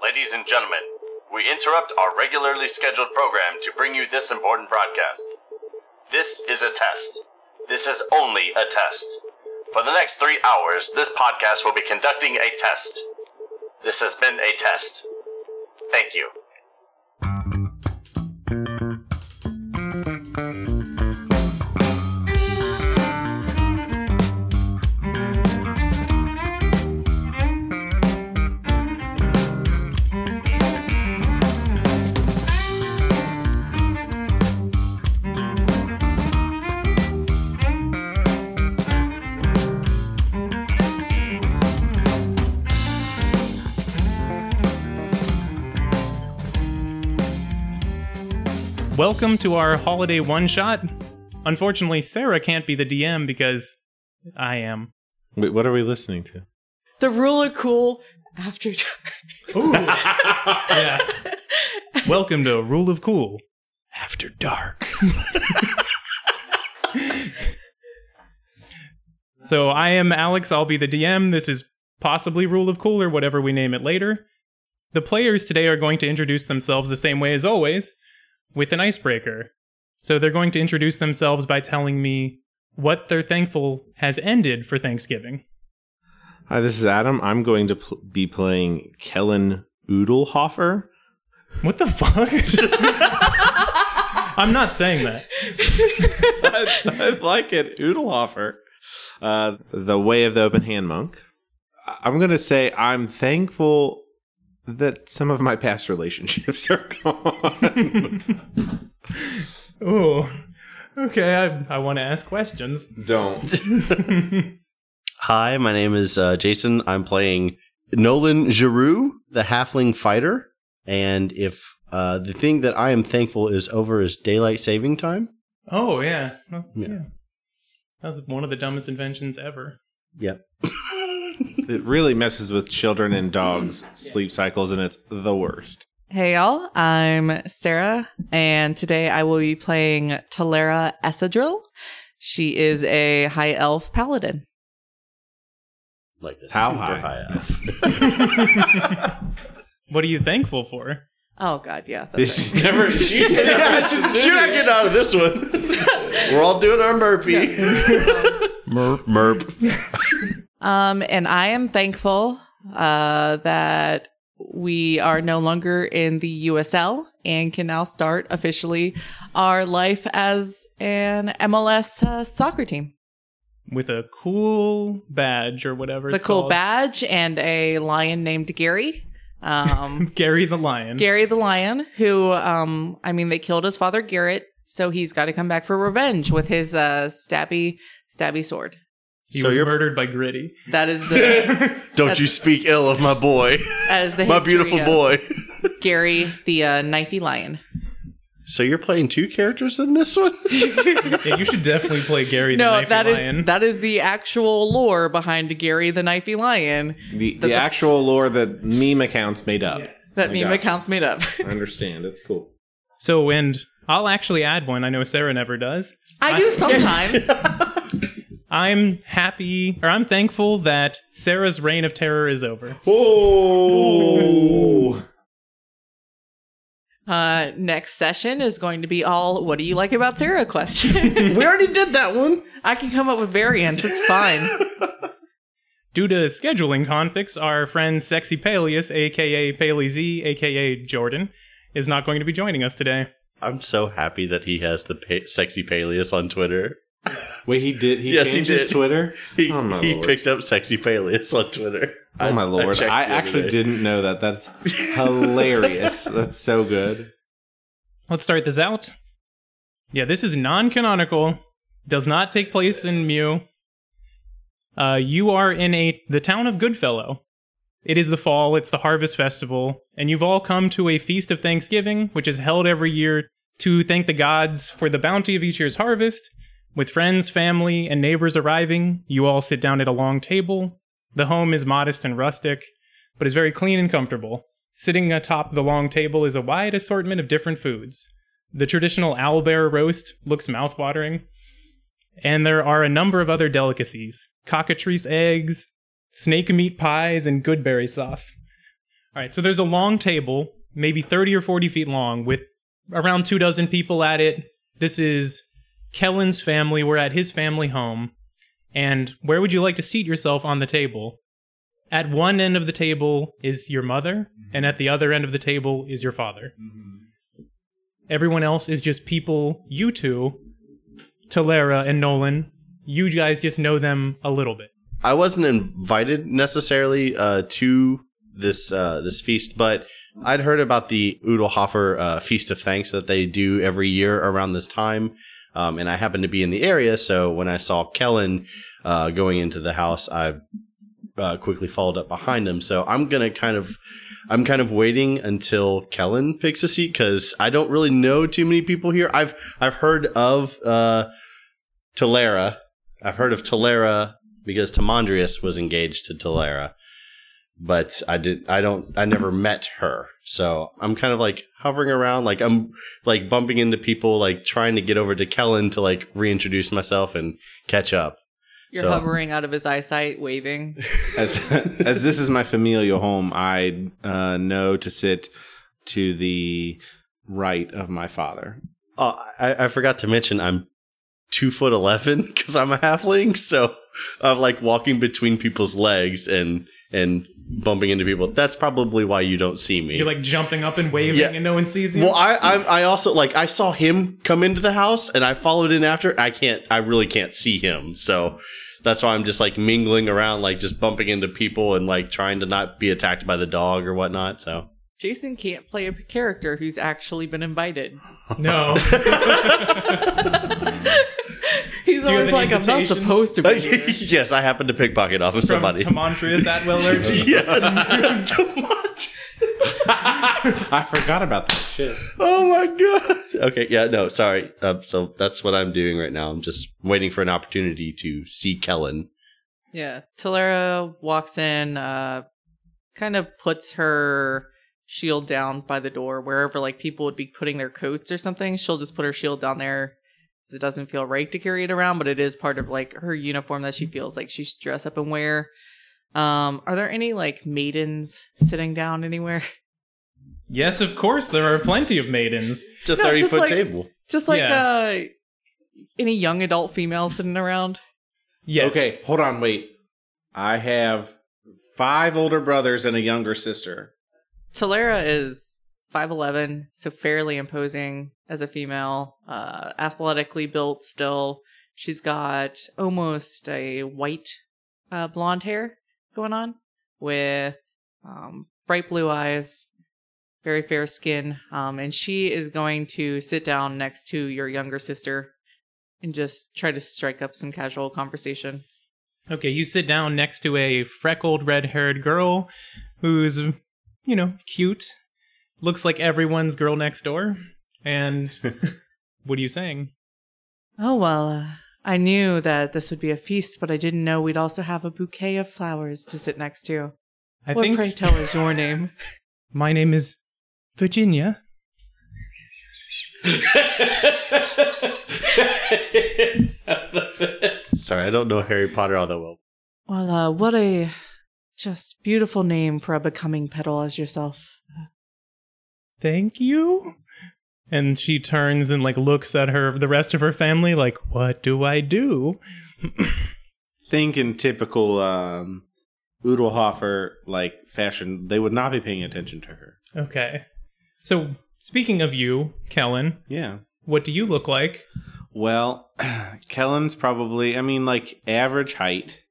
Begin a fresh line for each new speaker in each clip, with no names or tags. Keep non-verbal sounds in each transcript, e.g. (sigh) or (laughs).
Ladies and gentlemen, we interrupt our regularly scheduled program to bring you this important broadcast. This is a test. This is only a test. For the next three hours, this podcast will be conducting a test. This has been a test. Thank you.
Welcome to our holiday one shot. Unfortunately, Sarah can't be the DM because
(laughs)
I am.
Wait, what are we listening to?
The rule of cool after dark.
Yeah. Welcome to Rule of Cool.
After dark.
(laughs) So I am Alex. I'll be the DM. This is possibly Rule of Cool or whatever we name it later. The players today are going to introduce themselves the same way as always with an icebreaker. So they're going to introduce themselves by telling me what they're thankful has ended for Thanksgiving.
Hi, this is Adam. I'm going to pl- be playing Kellen Oodlehofer.
What the fuck? I'm not saying that.
(laughs) I, I like it, Oodlehofer. Uh, the Way of the Open Hand Monk. I- I'm going to say I'm thankful that some of my past relationships are gone.
Oh, okay. I, I want to ask questions.
(laughs) Don't.
Hi, my name is uh, Jason. I'm playing Nolan Giroux, the halfling fighter. And if uh, the thing that I am thankful is over is daylight saving time. (laughs)
Oh yeah, that's yeah.
Yeah.
That's one of the dumbest inventions ever.
Yep.
It really messes with children and dogs' sleep cycles, and it's the worst.
Hey y'all, I'm Sarah, and today I will be playing Talera Essadrill. She is a high elf paladin.
like this.
How high?
What are you thankful for?
Oh god, yeah. That's
This never.
(laughs)
(laughs)
Should I get out of this one? (laughs) We're all doing our Murphy. Merp. Merp.
right. Um, and I am thankful uh, that we are no longer in the USL and can now start officially our life as an MLS uh, soccer team.
With a cool badge or whatever.
the
it's
cool
called.
badge and a lion named Gary. Um,
Gary the lion.
Gary the lion, who, um, I mean, they killed his father Garrett, so he's got to come back for revenge with his uh, stabby, stabby sword.
he
So
was
you're-
murdered by Gritty.
That is
(laughs)
the
Don't you speak ill of my boy,
that is the
my
history
beautiful
of
boy.
Gary the uh, knifey lion.
So you're playing two characters in this (laughs) one?
Yeah, you should definitely play
(laughs)
Gary the
No,
knifey
that is
lion.
that is the actual lore behind Gary the knifey lion
The, the actual lore that meme accounts made up.
that
Oh
I
meme
gotcha.
accounts made up. (laughs)
I understand. It's cool.
so, and I'll actually add one. I know Sarah never does.
I
(laughs)
do sometimes.
I'm happy, or I'm thankful that Sarah's reign of terror is over.
Oh.
Uh, next session is going to be all "What do you like about Sarah?" question. (laughs)
(laughs) we already did that one.
I can come up with variants. It's
(laughs)
fine.
Due to scheduling conflicts, our friend Sexy Peleus, aka Paley Z, aka Jordan, is not going to be joining us today.
I'm so happy that he has the pa- sexy Peleus on Twitter.
Wait, he did. He
Yes, he
changed his
did.
Twitter.
He,
oh my
he
lord.
picked up sexy Peleus on Twitter.
oh my lord.
checked
I,
the other
actually
day.
didn't know that.
(laughs)
That's hilarious. That's so good.
Let's start this out. Yeah, this is non canonical, does not take place in Mew. Uh, you are in a the town of Goodfellow. It is the fall, it's the harvest festival, and you've all come to a feast of Thanksgiving, which is held every year to thank the gods for the bounty of each year's harvest. With friends, family, and neighbors arriving, you all sit down at a long table. The home is modest and rustic, but is very clean and comfortable. Sitting atop the long table is a wide assortment of different foods. The traditional owlbear roast looks mouthwatering, and there are a number of other delicacies cockatrice eggs, snake meat pies, and goodberry sauce. All right, so there's a long table, maybe 30 or 40 feet long, with around two dozen people at it. This is Kellen's family. We're at his family home. And where would you like to seat yourself on the table? At one end of the table is your mother,
Mm-hmm.
and at the other end of the table is your father. Everyone else is just people, you two, Talera and Nolan. You guys just know them a little bit.
I wasn't invited necessarily uh, to this uh, this feast, but I'd heard about the Udelhofer uh, Feast of Thanks that they do every year around this time, um, and I happened to be in the area. So when I saw Kellen uh, going into the house, I uh, quickly followed up behind him. So I'm gonna kind of I'm kind of waiting until Kellen picks a seat because I don't really know too many people here. I've I've heard of uh, Talera. I've heard of Talera because Tamandrius was engaged to Talera, but I did I don't I never met her. So I'm kind of like hovering around, like I'm like bumping into people, like trying to get over to Kellen to like reintroduce myself and catch up.
You're
So-
hovering out of his eyesight, waving.
As as this is my familial home, I uh, know to sit to the right of my father.
Oh, I, I forgot to mention I'm two foot eleven (laughs) because I'm a halfling, so I'm like walking between people's legs and and bumping into people. That's probably why you don't see me.
You're like jumping up and waving,
Yeah.
and no one sees you.
well, I, I I also like I saw him come into the house and I followed in after. I can't. I really can't see him, so that's why I'm just like mingling around, like just bumping into people and like trying to not be attacked by the dog or whatnot. So
Jason can't play a character who's actually been invited. (laughs)
(laughs)
no.
He's
have
always
an
like, I'm not
invitation?"
supposed to
(laughs)
be here."
yes, I happened to pickpocket off of
From
somebody.
Tamontreus Atwell Lurch.
(laughs) yes, too much.
I forgot about that shit.
Oh my god. Okay, yeah, no, sorry. Um, so that's what I'm doing right now. I'm just waiting for an opportunity to see Kellen.
Yeah. Talera walks in, uh, kind of puts her shield down by the door, wherever like people would be putting their coats or something. She'll just put her shield down there because it doesn't feel right to carry it around, but it is part of like her uniform that she feels like she should dress up and wear. Um, are there any like maidens sitting down anywhere?
Yes, of course, there are plenty of maidens.
It's a
No,
30
just
foot
like-
table.
Just like
Yeah.
uh, any young adult female sitting around?
Yes.
Okay, hold on, wait. I have five older brothers and a younger sister.
Talera is 5'11, so fairly imposing as a female, uh, athletically built still. She's got almost a white uh, blonde hair going on with um, bright blue eyes, very fair skin. Um, and she is going to sit down next to your younger sister and just try to strike up some casual conversation.
Okay, you sit down next to a freckled, red haired girl who's, you know, cute. Looks like everyone's girl next door. And what are you saying?
Oh, well, uh, I knew that this would be a feast, but I didn't know we'd also have a bouquet of flowers to sit next to.
I
what
think
pray tell is your name?
(laughs) my name is Virginia.
Sorry, I don't know Harry Potter all that well.
Well, uh, what a just beautiful name for a becoming petal as yourself.
Thank you. And she turns and like looks at her the rest of her family like, "What do I do?"
Think in typical um, Udelhofer like fashion, they would not be paying attention to her.
Okay. So, speaking of you, Kellen,
Yeah.
what do you look like?
Well, (clears throat) Kellen's probably, I mean, like average height.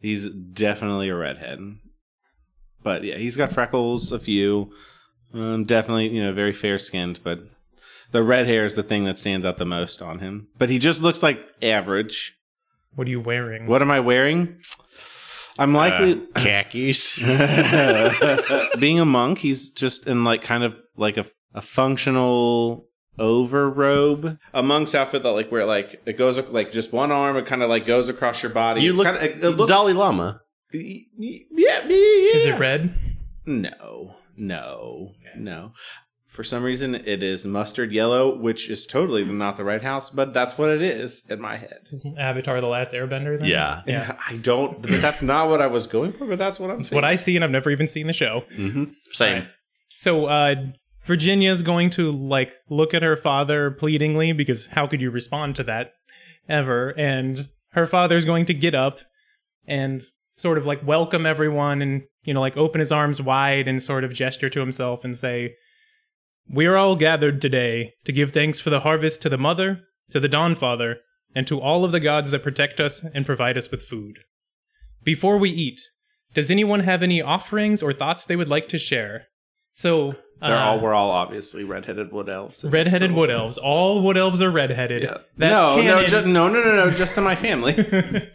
He's definitely a redhead. But yeah, he's got freckles, a few. Um, definitely, you know, very fair skinned, but the red hair is the thing that stands out the most on him. But he just looks like average.
What are you wearing?
What am I wearing? I'm likely.
Uh,
(laughs)
khakis.
(laughs) being a monk, he's just in like kind of like a, a functional overrobe. A monk's outfit that like where like it goes like just one arm, it kind of like goes across your body.
you
It's
look,
kinda, it, it look-
Dalai Lama.
Y- y- yeah, yeah, yeah.
Is it red?
No, no, no. For some reason, it is mustard yellow, which is totally not the right house, but that's what it is in my head.
Avatar: The Last Airbender. Then?
Yeah.
Yeah.
(laughs) I don't, but that's not what I was going for, but that's what I'm
It's what I see, and I've never even seen the show.
hmm Same.
So uh, Virginia's going to like look at her father pleadingly because how could you respond to that ever? And her father's going to get up and sort of like welcome everyone and you know like open his arms wide and sort of gesture to himself and say, "We are all gathered today to give thanks for the harvest to the mother, to the dawn father, and to all of the gods that protect us and provide us with food." Before we eat, does anyone have any offerings or thoughts they would like to share? So uh,
They're all, we're all obviously redheaded wood elves. It makes
redheaded
total
wood
sense.
elves. All wood elves are redheaded.
Yeah.
That's
no, no,
canon.
just, no, no, no, no, just to
(laughs)
my family. (laughs)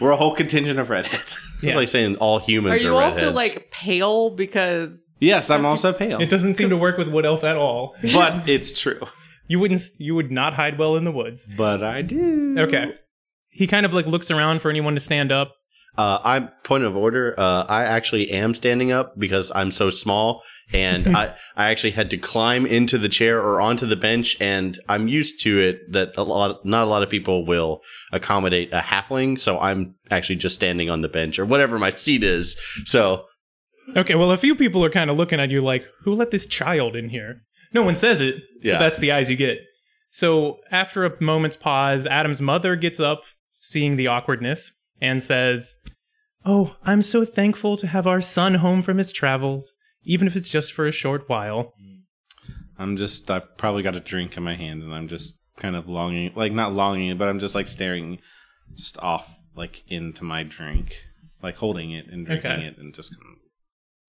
we're a whole contingent of redheads.
It's
Yeah.
like saying all humans
Are
are,
you also
redheads.
like pale because
yes, I'm also pale,
it doesn't seem to work with wood elf at all.
but it's true.
You wouldn't. You would not hide well in the woods.
But I do.
Okay. He kind of like looks around for anyone to stand up.
Uh, I'm point of order. Uh, I actually am standing up because I'm so small, and I I actually had to climb into the chair or onto the bench, and I'm used to it that a lot not a lot of people will accommodate a halfling, so I'm actually just standing on the bench or whatever my seat is. So
Okay. Well, a few people are kind of looking at you like, "Who let this child in here?" No one says it. but
Yeah.
That's the eyes you get. So after a moment's pause, Adam's mother gets up, seeing the awkwardness, and says, "Oh, I'm so thankful to have our son home from his travels, even if it's just for a short while."
I'm just. I've probably got a drink in my hand, and I'm just kind of longing, like not longing, but I'm just like staring, just off, like into my drink, like holding it and drinking
Okay.
it, and just.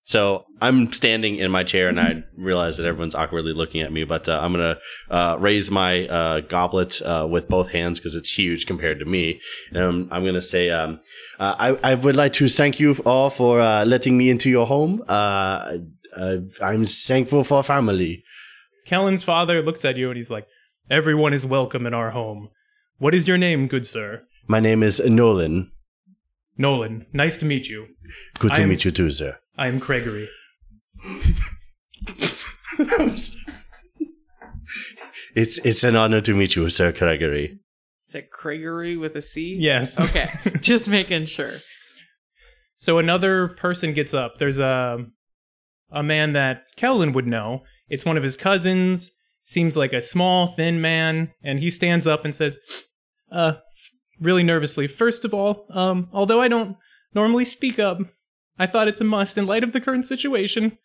So I'm standing in my chair, and I realize that everyone's awkwardly looking at me. But uh, I'm gonna uh, raise my uh, goblet uh, with both hands because it's huge compared to me. And I'm, I'm gonna say, um, uh, I, I would like to thank you all for uh, letting me into your home. Uh, uh, I'm thankful for family.
Kellen's father looks at you and he's like, Everyone is welcome in our home. What is your name, good sir?
My name is Nolan.
Nolan, nice to meet you.
Good to
I'm-
meet you too, sir.
I am Gregory.
It's it's an honor to meet you, Sir Gregory.
is it Gregory with a C?
Yes. (laughs)
Okay. Just making sure.
So another person gets up. There's a a man that Kellen would know. It's one of his cousins. Seems like a small, thin man, and he stands up and says, "Uh, really nervously. First of all, um, although I don't normally speak up, I thought it's a must in light of the current situation.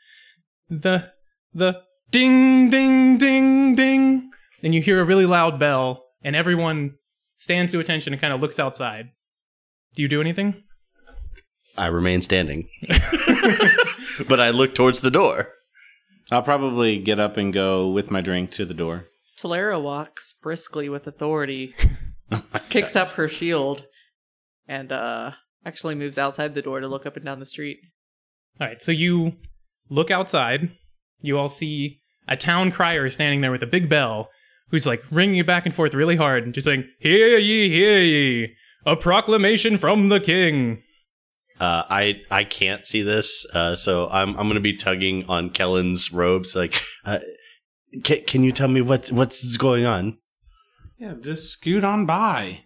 The the ding ding ding ding, and you hear a really loud bell, and everyone stands to attention and kind of looks outside. Do you do anything?"
I remain standing, (laughs) but I look towards the door.
I'll probably get up and go with my drink to the door.
Talera walks briskly
(laughs)
with authority,
Oh
kicks up her shield, and uh, actually moves outside the door to look up and down the street.
All right, so you look outside. You all see a town crier standing there with a big bell, who's like ringing it back and forth really hard and just saying, "Hear ye, hear ye! A proclamation from the king."
Uh, I I can't see this, uh, so I'm I'm gonna be tugging on Kellen's robes. Like, uh, can, can you tell me what's what's going on?
Yeah, just scoot on by.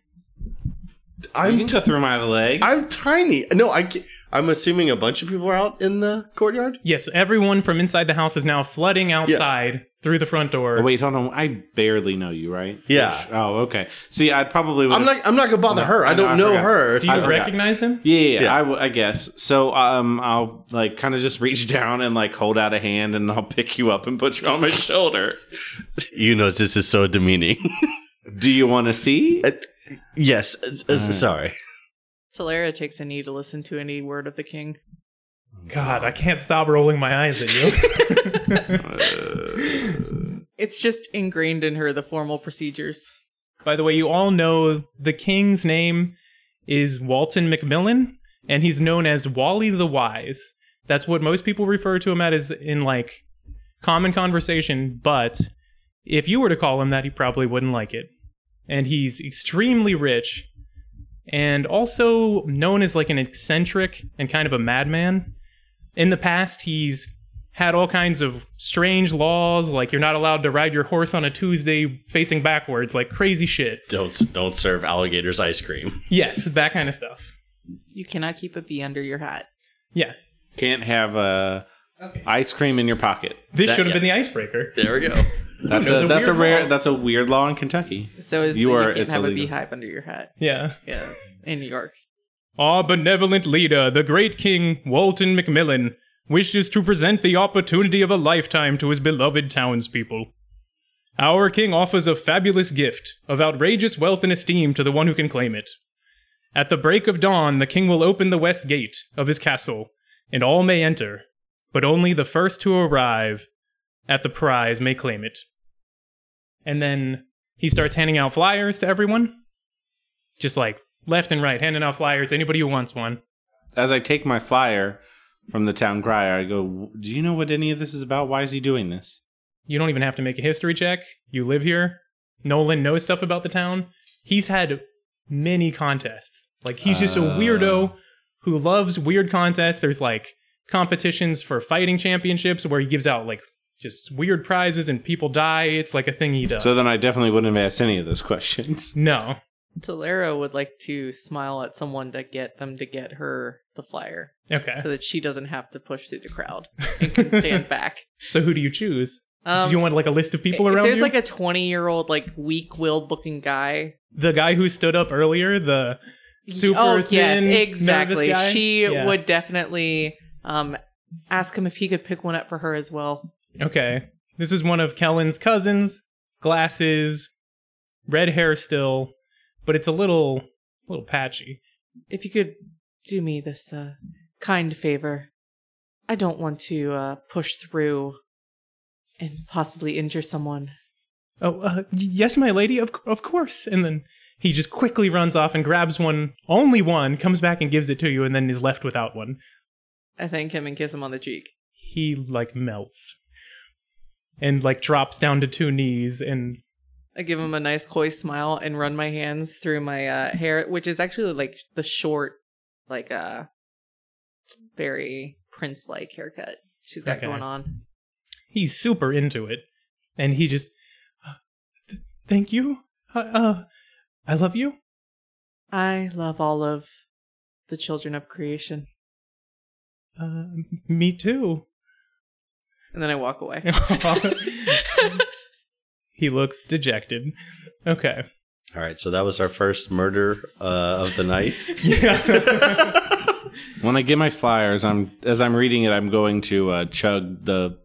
I'm
I'm
go through my legs.
I'm tiny. No, I ca- I'm assuming a bunch of people are out in the courtyard.
Yes, everyone from inside the house is now flooding outside through the front door.
Oh, wait, hold on. I barely know you, right?
Yeah.
Ish. Oh, okay. See, I probably would.
I'm not I'm not gonna bother
No,
her.
I
I
know,
don't
I
know
forgot.
her.
Do you
I forgot.
recognize him?
Yeah, yeah, yeah.
Yeah.
I, w- I guess. So, um, I'll like kind of
(laughs)
just reach down and like hold out a hand, and I'll pick you up and put you on my shoulder.
(laughs) you know this is so (laughs) demeaning.
Do you want to see?
yes, s- s-
Uh.
sorry.
Talera takes a knee to listen to any word of the king.
God, I can't stop rolling my eyes at you.
It's just ingrained in her the formal procedures.
By the way, you all know the king's name is Walton Macmillan, and he's known as Wally the Wise. That's what most people refer to him at as in like common conversation, but if you were to call him that, he probably wouldn't like it. And he's extremely rich and also known as like an eccentric and kind of a madman. In the past, he's had all kinds of strange laws, like you're not allowed to ride your horse on a Tuesday facing backwards, like crazy shit.
Don't don't serve alligators ice cream.
Yes, that kind of stuff.
You cannot keep a bee under your hat.
Yeah,
Can't have uh, ice cream in your pocket.
this
That-
should have
yeah.
been the icebreaker.
There we go.
That's
knows?
a,
A
that's a
weird
rare
law.
that's a weird law in Kentucky.
So is
You
you,
are-
you can't
it's
have
illegal.
a beehive under
(laughs)
your hat.
Yeah.
Yeah, in New York.
Our benevolent leader, the great King Walton Macmillan, wishes to present the opportunity of a lifetime to his beloved townspeople. Our king offers a fabulous gift of outrageous wealth and esteem to the one who can claim it. At the break of dawn, the king will open the west gate of his castle, and all may enter, but only the first to arrive at the prize may claim it. And then he starts handing out flyers to everyone just like left and right, handing out flyers. Anybody who wants one.
As I take my flyer from the town crier, I go, "Do you know what any of this is about? Why is he doing this?"
You don't even have to make a history check. You live here. Nolan knows stuff about the town. He's had many contests. Like he's just a
Uh.
weirdo who loves weird contests. There's like competitions for fighting championships where he gives out like just weird prizes and people die. It's like a thing he does.
So then I definitely wouldn't have asked any of those (laughs) questions.
no.
Tolera would like to smile at someone to get them to get her the flyer
Okay.
so that she doesn't have to push through the crowd and
(laughs)
can stand back.
So who do you choose?
Um,
do you want like a list of people
if
around
there's
you?
like a 20 year old, like weak willed looking guy.
the guy who stood up earlier, the super
oh, yes,
thin,
exactly.
nervous guy?
She
Yeah.
would definitely um, ask him if he could pick one up for her as well.
Okay. This is one of Kellen's cousins, glasses, red hair still, but it's a little little patchy.
If you could do me this uh, kind favor, I don't want to uh, push through and possibly injure someone.
Oh, uh, y- yes, my lady, of of course. And then he just quickly runs off and grabs one, only one, comes back and gives it to you and then is left without one.
I thank him and kiss him on the cheek.
He like melts and like drops down to two knees and
I give him a nice coy smile and run my hands through my uh, hair, which is actually like the short, like uh, very prince like haircut she's got
Okay.
going on.
he's super into it and he just "Uh, "Th- thank you uh, uh i love you
I love all of the children of creation.
uh, me too
And then I walk away.
(laughs) he looks dejected. Okay.
All right, so that was our first murder uh, of the night.
Yeah. (laughs)
When I get my flyers, I'm as I'm reading it, I'm going to uh, chug the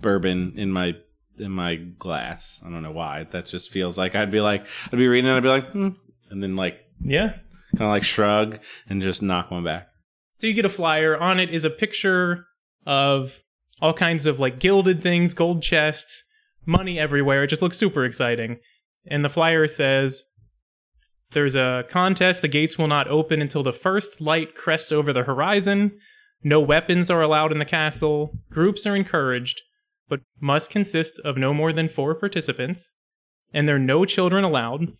bourbon in my in my glass. I don't know why. That just feels like I'd be like I'd be reading it. I'd be like, hmm, and then like
yeah.
kind of like shrug and just knock one back.
So you get a flyer. On it is a picture of all kinds of like gilded things, gold chests, money everywhere. It just looks super exciting. And the flyer says there's a contest. The gates will not open until the first light crests over the horizon. No weapons are allowed in the castle. Groups are encouraged, but must consist of no more than four participants. And there are no children allowed.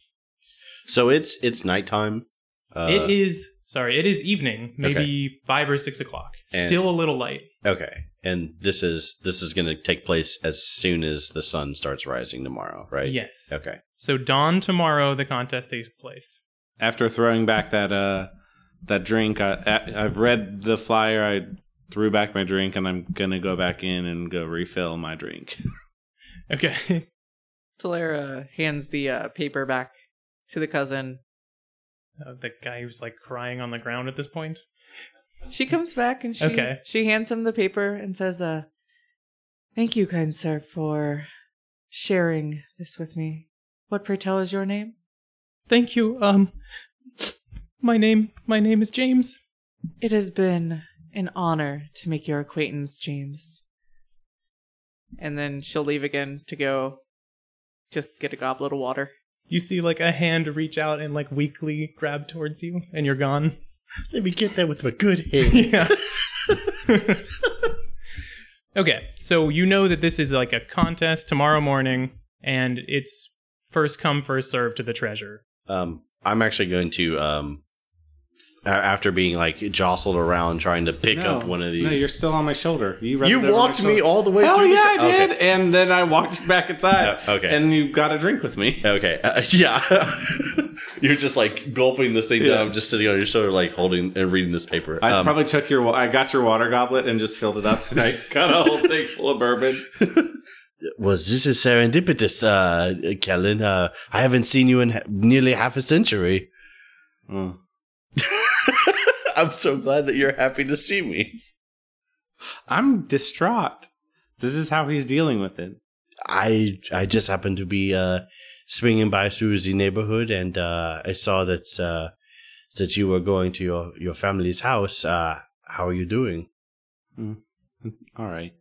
So it's it's nighttime. Uh,
it is sorry, it is evening, maybe five or six o'clock.
And-
Still a little light.
okay, and this is this is going to take place as soon as the sun starts rising tomorrow, right?
Yes.
Okay.
So dawn tomorrow, the contest takes place.
After throwing back that uh that drink, I, I I've read the flyer. I threw back my drink, and I'm gonna go back in and go refill my drink.
Okay. (laughs)
Talara hands the uh, paper back to the cousin.
Uh, the guy who's like crying on the ground at this point.
She comes back and she
Okay.
she hands him the paper and says, "Uh, thank you, kind sir, for sharing this with me. What pray tell is your name?
Thank you. Um my name my name is James.
It has been an honor to make your acquaintance, James." And then she'll leave again to go, just get a goblet of water.
You see like a hand reach out and like weakly grab towards you and you're gone. (laughs)
Let me get that with a good
(laughs)
hand.
Yeah. (laughs) okay, so you know that this is like a contest tomorrow morning, and it's first come, first serve to the treasure.
Um, I'm actually going to um, a- after being like jostled around trying to pick up one of these.
No, you're still on my shoulder. You, rubbed it
you
over my
walked me
shoulder.
all the way.
Hell
through
yeah,
the,
I
Okay.
did. And then I walked you back inside.
Yeah, okay.
And you got a drink with me.
Okay. Uh, (laughs) yeah. You're just like gulping this thing
Yeah.
down. I'm just sitting on your shoulder, like holding and reading this paper.
I
Um,
probably took your. wa- I got your water goblet and just filled it up. And I (laughs) got a whole thing full of bourbon.
(laughs) was this is serendipitous, uh, Kellen? Uh, I haven't seen you in ha- nearly half a century.
Mm.
(laughs) I'm so glad that you're happy to see me.
I'm distraught. This is how he's dealing with it.
I I just happened to be uh, swinging by through the neighborhood, and uh, I saw that uh, that you were going to your your family's house. Uh, how are you doing?
All right.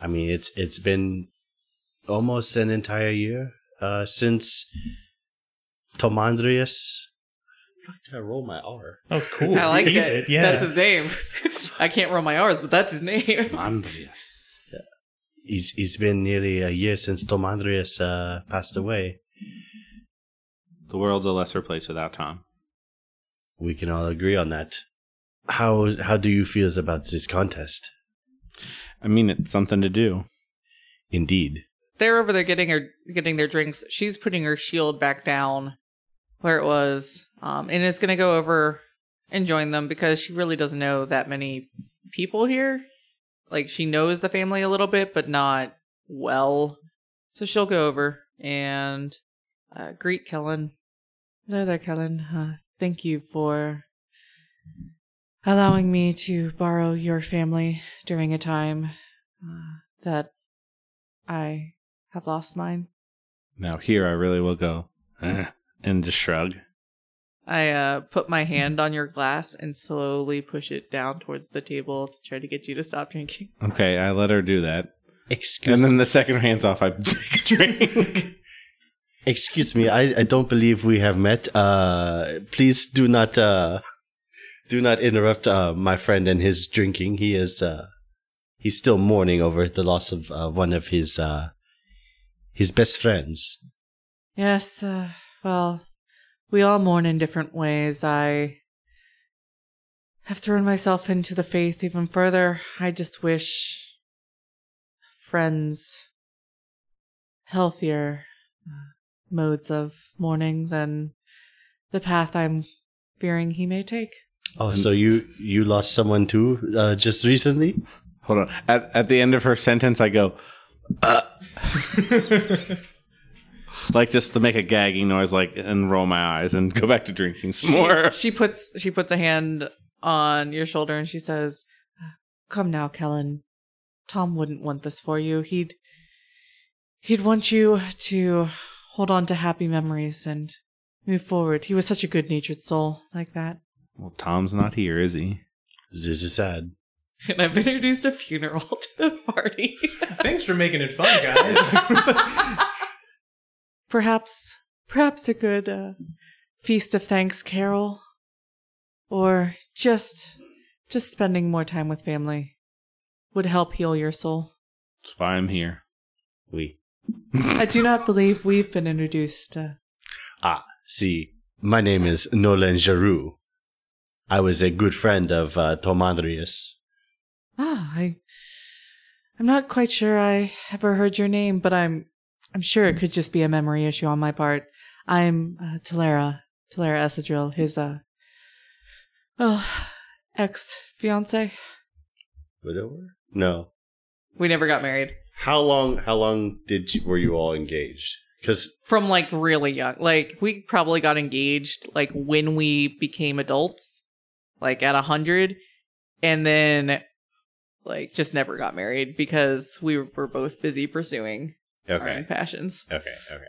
I mean, it's it's been almost an entire year uh, since Tomandrius. Fuck, did I roll my R?
That was cool.
I like
You
it.
did, Yeah.
That's his name. (laughs) I can't roll my R's, but that's his name.
Andreas.
It's, it's been nearly a year since Tomandrius uh, passed away.
The world's a lesser place without Tom.
We can all agree on that. How how do you feel about this contest?
I mean, it's something to do.
Indeed.
They're over there getting her getting their drinks. She's putting her shield back down where it was, um, and is going to go over and join them because she really doesn't know that many people here. Like she knows the family a little bit, but not well. So she'll go over and uh, greet Kellen. Hello there, Kellen. Uh, thank you for allowing me to borrow your family during a time uh, that I have lost mine.
Now here, I really will go "Ugh," and just shrug.
I uh, put my hand on your glass and slowly push it down towards the table to try to get you to stop drinking.
Okay, I let her do that.
Excuse
And then the second her hands off, I (laughs) take a drink.
Excuse me, I, I don't believe we have met. Uh, please do not uh, do not interrupt uh, my friend and his drinking. He is uh, he's still mourning over the loss of uh, one of his uh, his best friends.
Yes, uh, well, we all mourn in different ways. I have thrown myself into the faith even further. I just wish friends healthier uh, modes of mourning than the path I'm fearing he may take.
Oh, so you you lost someone too uh, just recently?
Hold on. At, at the end of her sentence, I go, "Uh." (laughs) like just to make a gagging noise, like and roll my eyes and go back to drinking some
She-
more.
She puts she puts a hand on your shoulder and she says, "Come now, Kellen. Tom wouldn't want this for you. He'd he'd want you to hold on to happy memories and move forward. He was such a good-natured soul like that." (laughs)
Well, Tom's not here, is he?
This is sad.
And I've introduced a funeral (laughs) to the party.
Thanks for making it fun, (laughs) guys.
perhaps perhaps a good uh, feast of thanks carol or just just spending more time with family would help heal your soul
That's why I'm here.
We
i do not believe we've been introduced uh,
ah, see. My name is Nolan Giroux. I was a good friend of uh, Tom Andreas.
ah i i'm not quite sure i ever heard your name but i'm i'm sure it could just be a memory issue on my part i'm uh, Talera Talera Essadrill, his uh oh ex fiance
Widower? No,
we never got married
How long? How long did you, were you all engaged? Because
from like really young. Like we probably got engaged like when we became adults, like at a hundred, and then like just never got married because we were both busy pursuing our own passions.
okay, okay.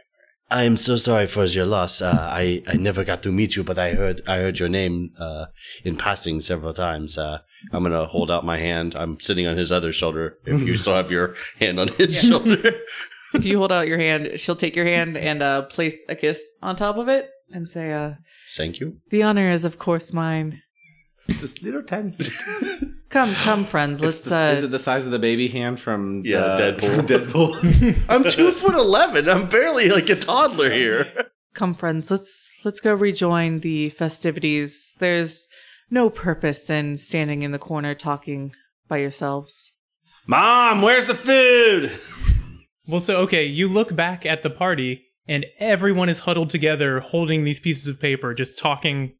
I am so sorry for your loss. Uh, I I never got to meet you, but I heard I heard your name uh, in passing several times. Uh, I'm gonna hold out my hand. I'm sitting on his other shoulder. If you still have your hand on his
Yeah.
shoulder, (laughs)
if you hold out your hand, she'll take your hand and uh, place a kiss on top of it and say, uh,
thank you.
"The honor is of course mine."
This little tiny.
Come, come, friends. Let's.
the,
uh,
is it the size of the baby hand from
Yeah,
uh,
Deadpool.
(laughs) Deadpool.
I'm two foot eleven. I'm barely like a toddler here.
come friends let's let's go rejoin the festivities there's no purpose in standing in the corner talking by yourselves.
Mom, where's the food?
Well, so okay, you look back at the party and everyone is huddled together holding these pieces of paper, just talking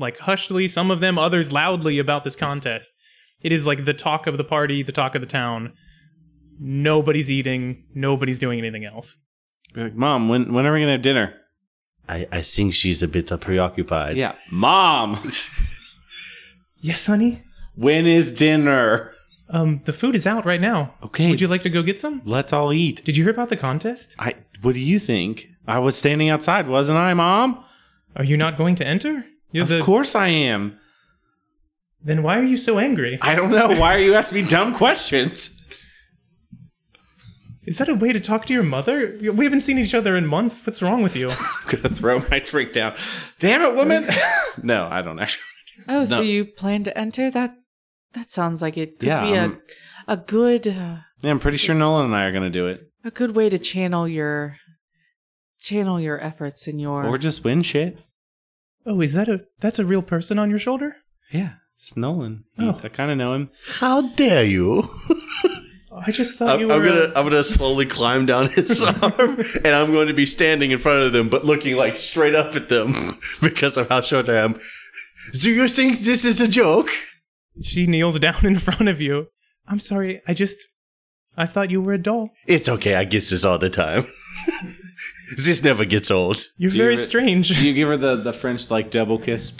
like hushedly, some of them, others loudly about this contest. It is like the talk of the party, the talk of the town. Nobody's eating, nobody's doing anything else.
Be like, Mom, when when are we gonna have dinner?
I, I think she's a bit uh, preoccupied.
Yeah, Mom,
Yes, honey?
when is dinner?
Um, the food is out right now.
Okay,
Would you like to go get some?
let's all eat.
Did you hear about the contest?
I. What do you think? I was standing outside, wasn't I, Mom?
Are you not going to enter? You're
of
the
course I am.
Then why are you so angry?
I don't know. Why are you asking me dumb questions? (laughs)
Is that a way to talk to your mother? We haven't seen each other in months. What's wrong with you?
I'm gonna throw my drink down. Damn it, woman! (laughs) no, I don't actually.
Oh,
No.
so you plan to enter? That that sounds like it could
Yeah,
be
um,
a a good uh,
Yeah, I'm pretty sure Nolan and I are gonna do it,
a good way to channel your channel your efforts in your
or just win shit.
Oh, is that a that's a real person on your shoulder?
Yeah, it's Nolan. He-
Oh.
I kind of know him.
How dare you?
I just thought
I'm,
you
I'm
were.
gonna
uh,
I'm gonna slowly climb down (laughs) his arm, and I'm going to be standing in front of them, but looking like straight up at them (laughs) because of how short I am. Do you think this is a joke?
(laughs) She kneels down in front of you. I'm sorry. I just I thought you were a doll.
It's okay. I guess this all the time. (laughs) this never gets old.
You're
Do you
very
re-
strange. (laughs)
Do you give her the the French like double (laughs) kiss?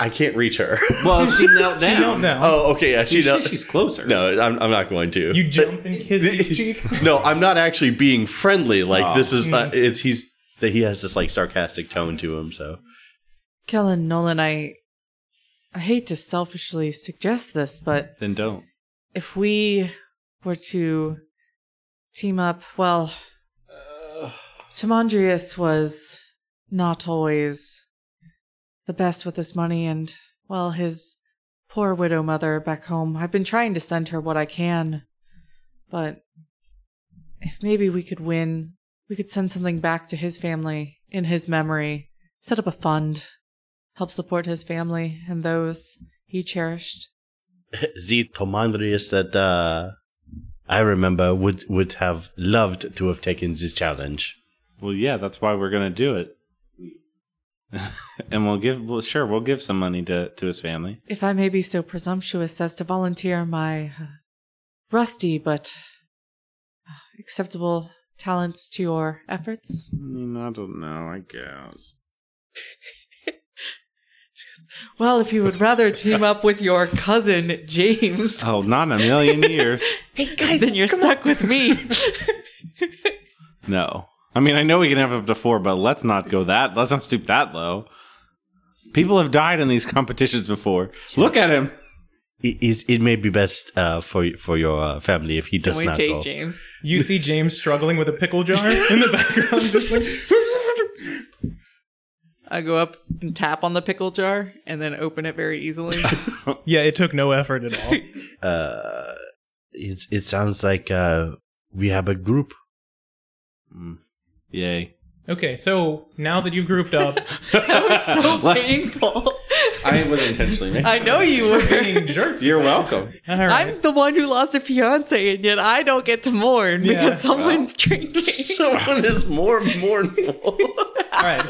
I can't reach her.
Well, she knelt down.
She knelt down.
Oh, okay. Yeah, she
She-
knows.
(laughs) she's closer.
No, I'm, I'm not going to.
you jump and kiss his cheek.
(laughs) no, I'm not actually being friendly. Like this is
Mm.
uh, it's he's that he has this like sarcastic tone to him. (laughs) So
Kellen Nolan, I I hate to selfishly suggest this, but
Then don't.
if we were to team up, well, Timondrius was not always the best with his money, and, well, his poor widow mother back home. I've been trying to send her what I can, but if maybe we could win, we could send something back to his family in his memory, set up a fund, help support his family and those he cherished.
Z Tomandrius that uh, I remember would would have loved to have taken this challenge.
Well, yeah, that's why we're gonna do it. (laughs) and we'll give. Well, sure, we'll give some money to to his family.
if I may be so presumptuous as to volunteer my uh, rusty but uh, acceptable talents to your efforts.
I mean, I don't know. I guess.
Well, if you would rather team up with your cousin
(laughs)
James,
Oh, not in a million (laughs) years.
then you're stuck with me.
No. I mean, I know we can have up to four, but let's not go that. Let's not stoop that low. People have died in these competitions before. Look at him.
It is it may be best uh, for for your uh, family if he (laughs) does
we
not
take
go.
James?
You see James struggling with a pickle jar in the background, just like
I go up and tap on the pickle jar and then open it very
(laughs)
easily. (laughs)
yeah. It took no effort at all.
Uh, it it sounds like uh, we have a group.
Yay.
Okay, so now that you've grouped up,
that was so
Like-
painful.
I was intentionally making.
I know you were.
being jerks.
(laughs) You're welcome.
All right.
(laughs) I'm the one who lost a fiance, and yet I don't get to mourn
Yeah,
because someone's drinking.
(laughs) (laughs) Someone is more mournful.
All right.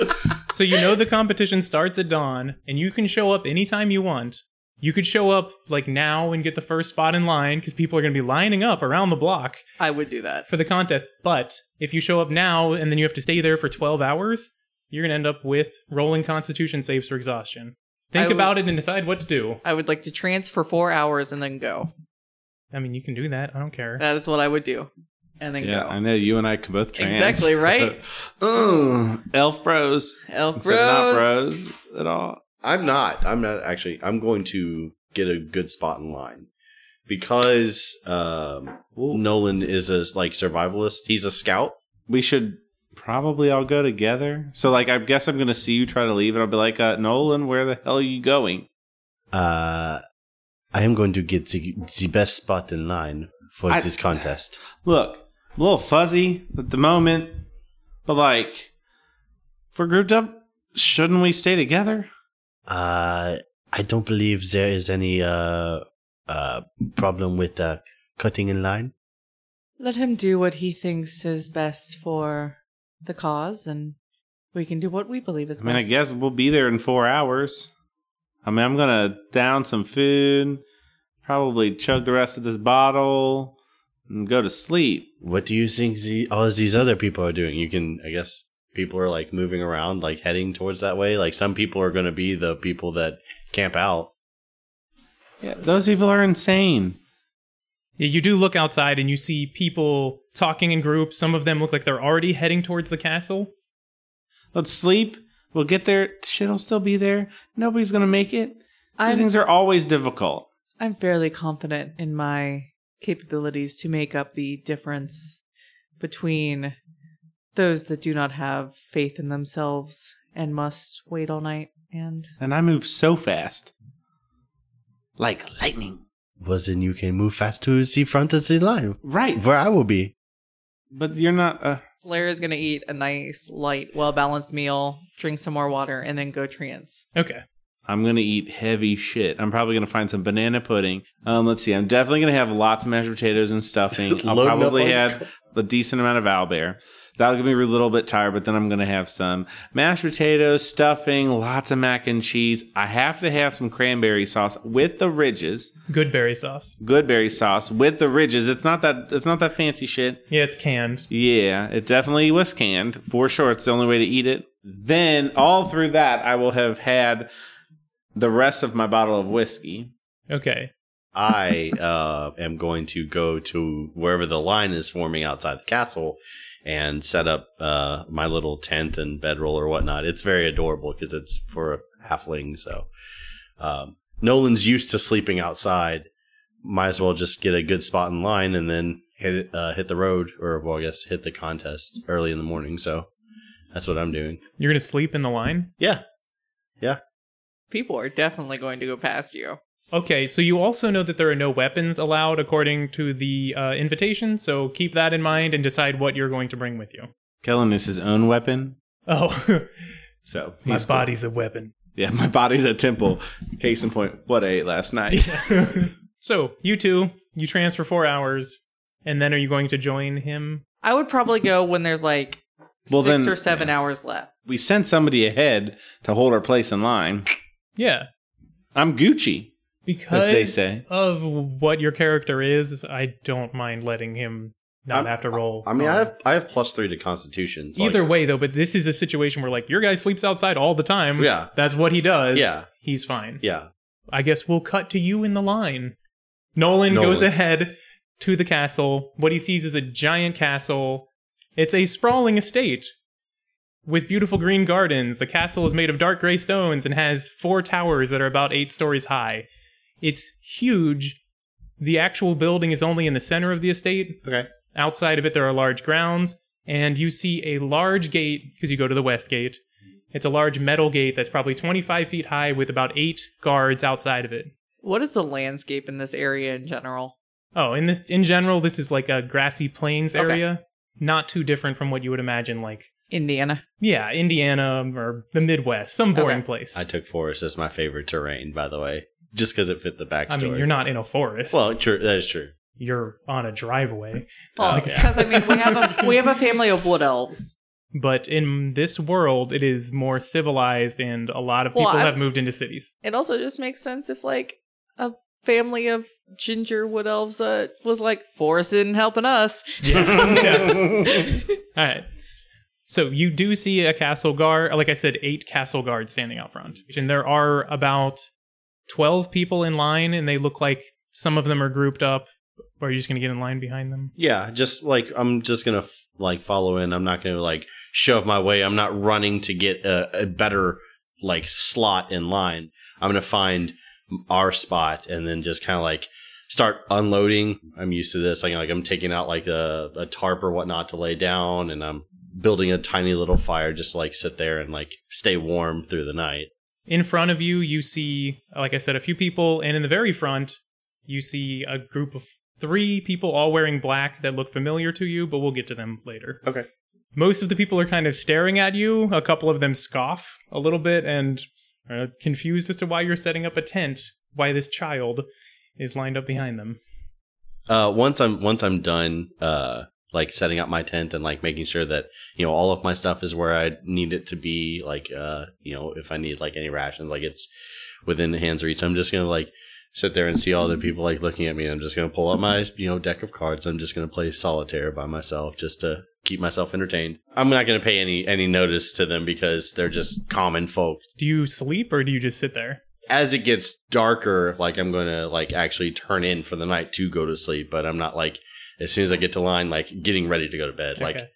So you know the competition starts at dawn, and you can show up anytime you want. You could show up like now and get the first spot in line because people are going to be lining up around the block
I would do that.
for the contest. But if you show up now and then you have to stay there for 12 hours, you're going to end up with rolling constitution saves for exhaustion. Think
I will-
about it and decide what to do.
I would like to trance for four hours and then go.
I mean, you can do that. I don't care.
That is what I would do. And then
Yeah,
go.
I know you and I can both trans.
Exactly, right?
(laughs) Ugh, elf bros.
Elf
Instead of not
bros.
bros at all.
I'm not. I'm not actually. I'm going to get a good spot in line because um, Nolan is a like survivalist. He's a scout.
We should probably all go together. So, like, I guess I'm gonna see you try to leave, and I'll be like, uh, Nolan, where the hell are you going?
Uh, I am going to get the, the best spot in line for
I-
this contest.
Look, I'm a little fuzzy at the moment, but like, if we're grouped up, shouldn't we stay together?
Uh, I don't believe there is any uh, uh, problem with uh, cutting in line.
Let him do what he thinks is best for the cause, and we can do what we believe is
I mean, I
best.
guess we'll be there in four hours. I mean, I'm gonna down some food, probably chug the rest of this bottle, and go to sleep.
What do you think the, all these other people are doing? You can, I guess, people are like moving around, like heading towards that way. Like some people are going to be the people that camp out.
Yeah, those people are insane.
Yeah, you do look outside and you see people talking in groups. Some of them look like they're already heading towards the castle.
Let's sleep. We'll get there. Shit'll still be there. Nobody's gonna make it. These
I'm,
things are always difficult.
I'm fairly confident in my capabilities to make up the difference between those that do not have faith in themselves and must wait all night and
And I move so fast, like lightning.
Well, then you can move fast to the front of the line,
Right,
where I will be.
but you're not. Uh,
Flair is going to eat a nice, light, well balanced meal, drink some more water, and then go trance.
Okay.
I'm gonna eat heavy shit. I'm probably gonna find some banana pudding. Um, let's see. I'm definitely gonna have lots of mashed potatoes and (laughs) stuffing. I'll
Loading up
probably
on-
have a decent amount of owlbear. That'll get me a little bit tired, but then I'm gonna have some mashed potatoes, stuffing, lots of mac and cheese. I have to have some cranberry sauce with the ridges,
Good berry sauce.
good berry sauce with the ridges. It's not that it's not that fancy shit.
Yeah, it's canned.
Yeah, it definitely was canned for sure. It's the only way to eat it. Then all through that, I will have had the rest of my bottle of whiskey.
Okay.
I uh, am going to go to wherever the line is forming outside the castle and set up uh, my little tent and bedroll or whatnot. It's very adorable because it's for a halfling. So um, Nolan's used to sleeping outside. Might as well just get a good spot in line and then hit it, uh, hit the road or well, I guess hit the contest early in the morning. So that's what I'm doing.
You're going to sleep in the line?
Yeah,
People are definitely going to go past you.
Okay, so you also know that there are no weapons allowed according to the uh, invitation, so keep that in mind and decide what you're going to bring with you.
Kellen is his own weapon.
Oh, (laughs)
So
his
that's cool.
body's a (laughs) weapon.
Yeah, (laughs) my body's a temple. Case in point, what I ate
(laughs)
last night.
so, you two, you transfer four hours, and then are you going to join him?
I would probably go when there's like
Well,
six
then-
or seven hours left.
We sent somebody ahead to hold our place in line.
Yeah,
I'm Gucci,
because
as they say.
of what your character is, I don't mind letting him not
I'm-
have to roll.
I mean,
on-
I have I have plus three to Constitution. so, like,
Either way, though, but this is a situation where, like, your guy sleeps outside all the time.
Yeah.
That's what he does.
yeah,
He's fine.
yeah.
I guess we'll cut to you in the line. Nolan,
Nolan.
goes ahead to the castle. What he sees is a giant castle. It's a sprawling estate with beautiful green gardens. The castle is made of dark gray stones and has four towers that are about eight stories high. It's huge. The actual building is only in the center of the estate.
Okay.
Outside of it, there are large grounds, and you see a large gate because you go to the west gate. It's a large metal gate that's probably 25 feet high with about eight guards outside of it.
What is the landscape in this area in general?
Oh, in this, in general, this is like a grassy plains
Okay.
area, not too different from what you would imagine, like
Indiana.
yeah, Indiana or the Midwest, some boring
Okay.
place.
I took forest as my favorite terrain, by the way, just because it fit the backstory.
I mean, you're not in a forest;
Well, true. That is true.
you're on a driveway.
Oh,
Well,
Okay.
Oh, because I mean, we
(laughs)
have a we have a family of wood elves.
But in this world, it is more civilized, and a lot of
Well,
people
I-
have moved into cities.
It also just makes sense if like a family of ginger wood elves uh, was like Forrest isn't helping us.
(laughs) All right. So you do see a castle guard, like I said, eight castle guards standing out front. And there are about 12 people in line, and they look like some of them are grouped up. Or are you just going to get in line behind them?
Yeah, just like I'm just gonna f- like follow in. I'm not gonna like shove my way. I'm not running to get a, a better like slot in line. I'm gonna find our spot and then just kind of like start unloading. I'm used to this. Like, like I'm taking out like a, a tarp or whatnot to lay down, and I'm building a tiny little fire just to, like sit there and like stay warm through the night.
In front of you, you see, like I said, a few people. And in the very front, you see a group of three people all wearing black that look familiar to you, but we'll get to them later.
Okay.
Most of the people are kind of staring at you. A couple of them scoff a little bit and are confused as to why you're setting up a tent, why this child is lined up behind them.
Uh, once I'm once I'm done, uh, like setting up my tent and like making sure that you know all of my stuff is where I need it to be. Like, uh, you know, if I need like any rations, like it's within hand's reach. I'm just gonna like sit there and see all the people like looking at me. I'm just gonna pull out my you know deck of cards. I'm just gonna play solitaire by myself just to keep myself entertained. I'm not gonna pay any any notice to them because they're just common folk
Do you sleep or do you just sit there?
as it gets darker, like I'm going to like actually turn in for the night to go to sleep, but I'm not like as soon as I get to line, like getting ready to go to bed. Like
Okay.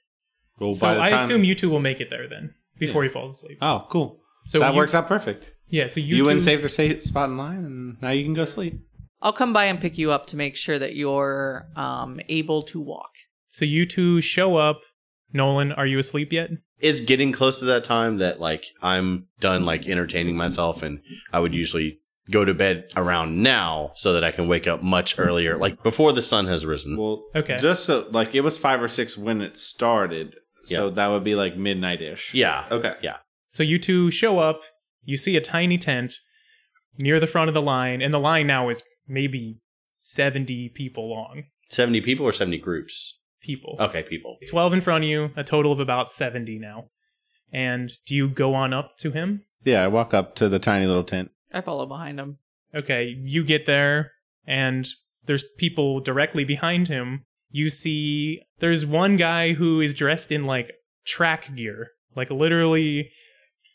Well,
so I assume you two will make it there then before he falls asleep.
Oh, cool.
So
that
you-
works out perfect.
Yeah, so you,
You, win
two-
save their safe spot in line, and now you can go sleep.
I'll come by and pick you up to make sure that you're um, able to walk.
So you two show up. Nolan, are you asleep yet?
it's getting close to that time that like I'm done like entertaining myself and I would usually go to bed around now so that I can wake up much earlier, like before the sun has risen.
Well,
Okay.
Just so like it was five or six when it started, so that would be like midnight ish.
yeah.
Okay.
So you two show up. You see a tiny tent near the front of the line, and the line now is maybe 70 people long.
70 people or 70 groups?
People.
Okay, people.
12 in front of you, a total of about 70 now. And do you go on up to him?
Yeah, I walk up to the tiny little tent.
I follow behind him.
Okay, you get there, and there's people directly behind him. You see, there's one guy who is dressed in like track gear, like literally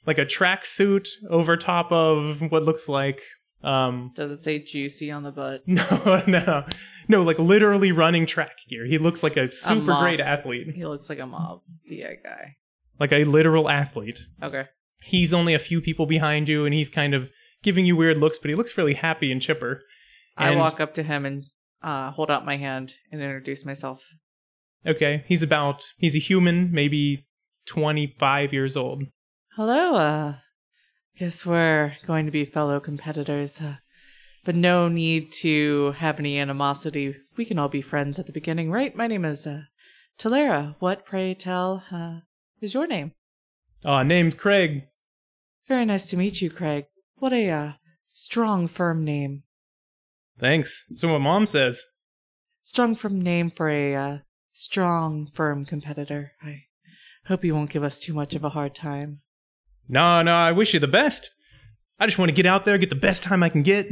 like a track suit over top of what looks like um
Does it say juicy on the butt?
(laughs) no no no like literally running track gear he looks like a super
moth.
great athlete
He looks like a mob VI guy.
like a literal athlete
Okay.
he's only a few people behind you and he's kind of giving you weird looks but he looks really happy and chipper
I
And-
walk up to him and uh, hold out my hand and introduce myself.
okay he's about he's a human maybe 25 years old
Hello. Uh, guess we're going to be fellow competitors, uh, but no need to have any animosity. We can all be friends at the beginning, right? My name is uh, Talera. What, pray tell, uh, is your name?
uh name's craig
Very nice to meet you, Craig. What a uh, strong, firm name.
thanks so what mom says
Strong, firm name for a uh, strong, firm competitor. I hope you won't give us too much of a hard time.
no no i wish you the best i just want to get out there get the best time i can get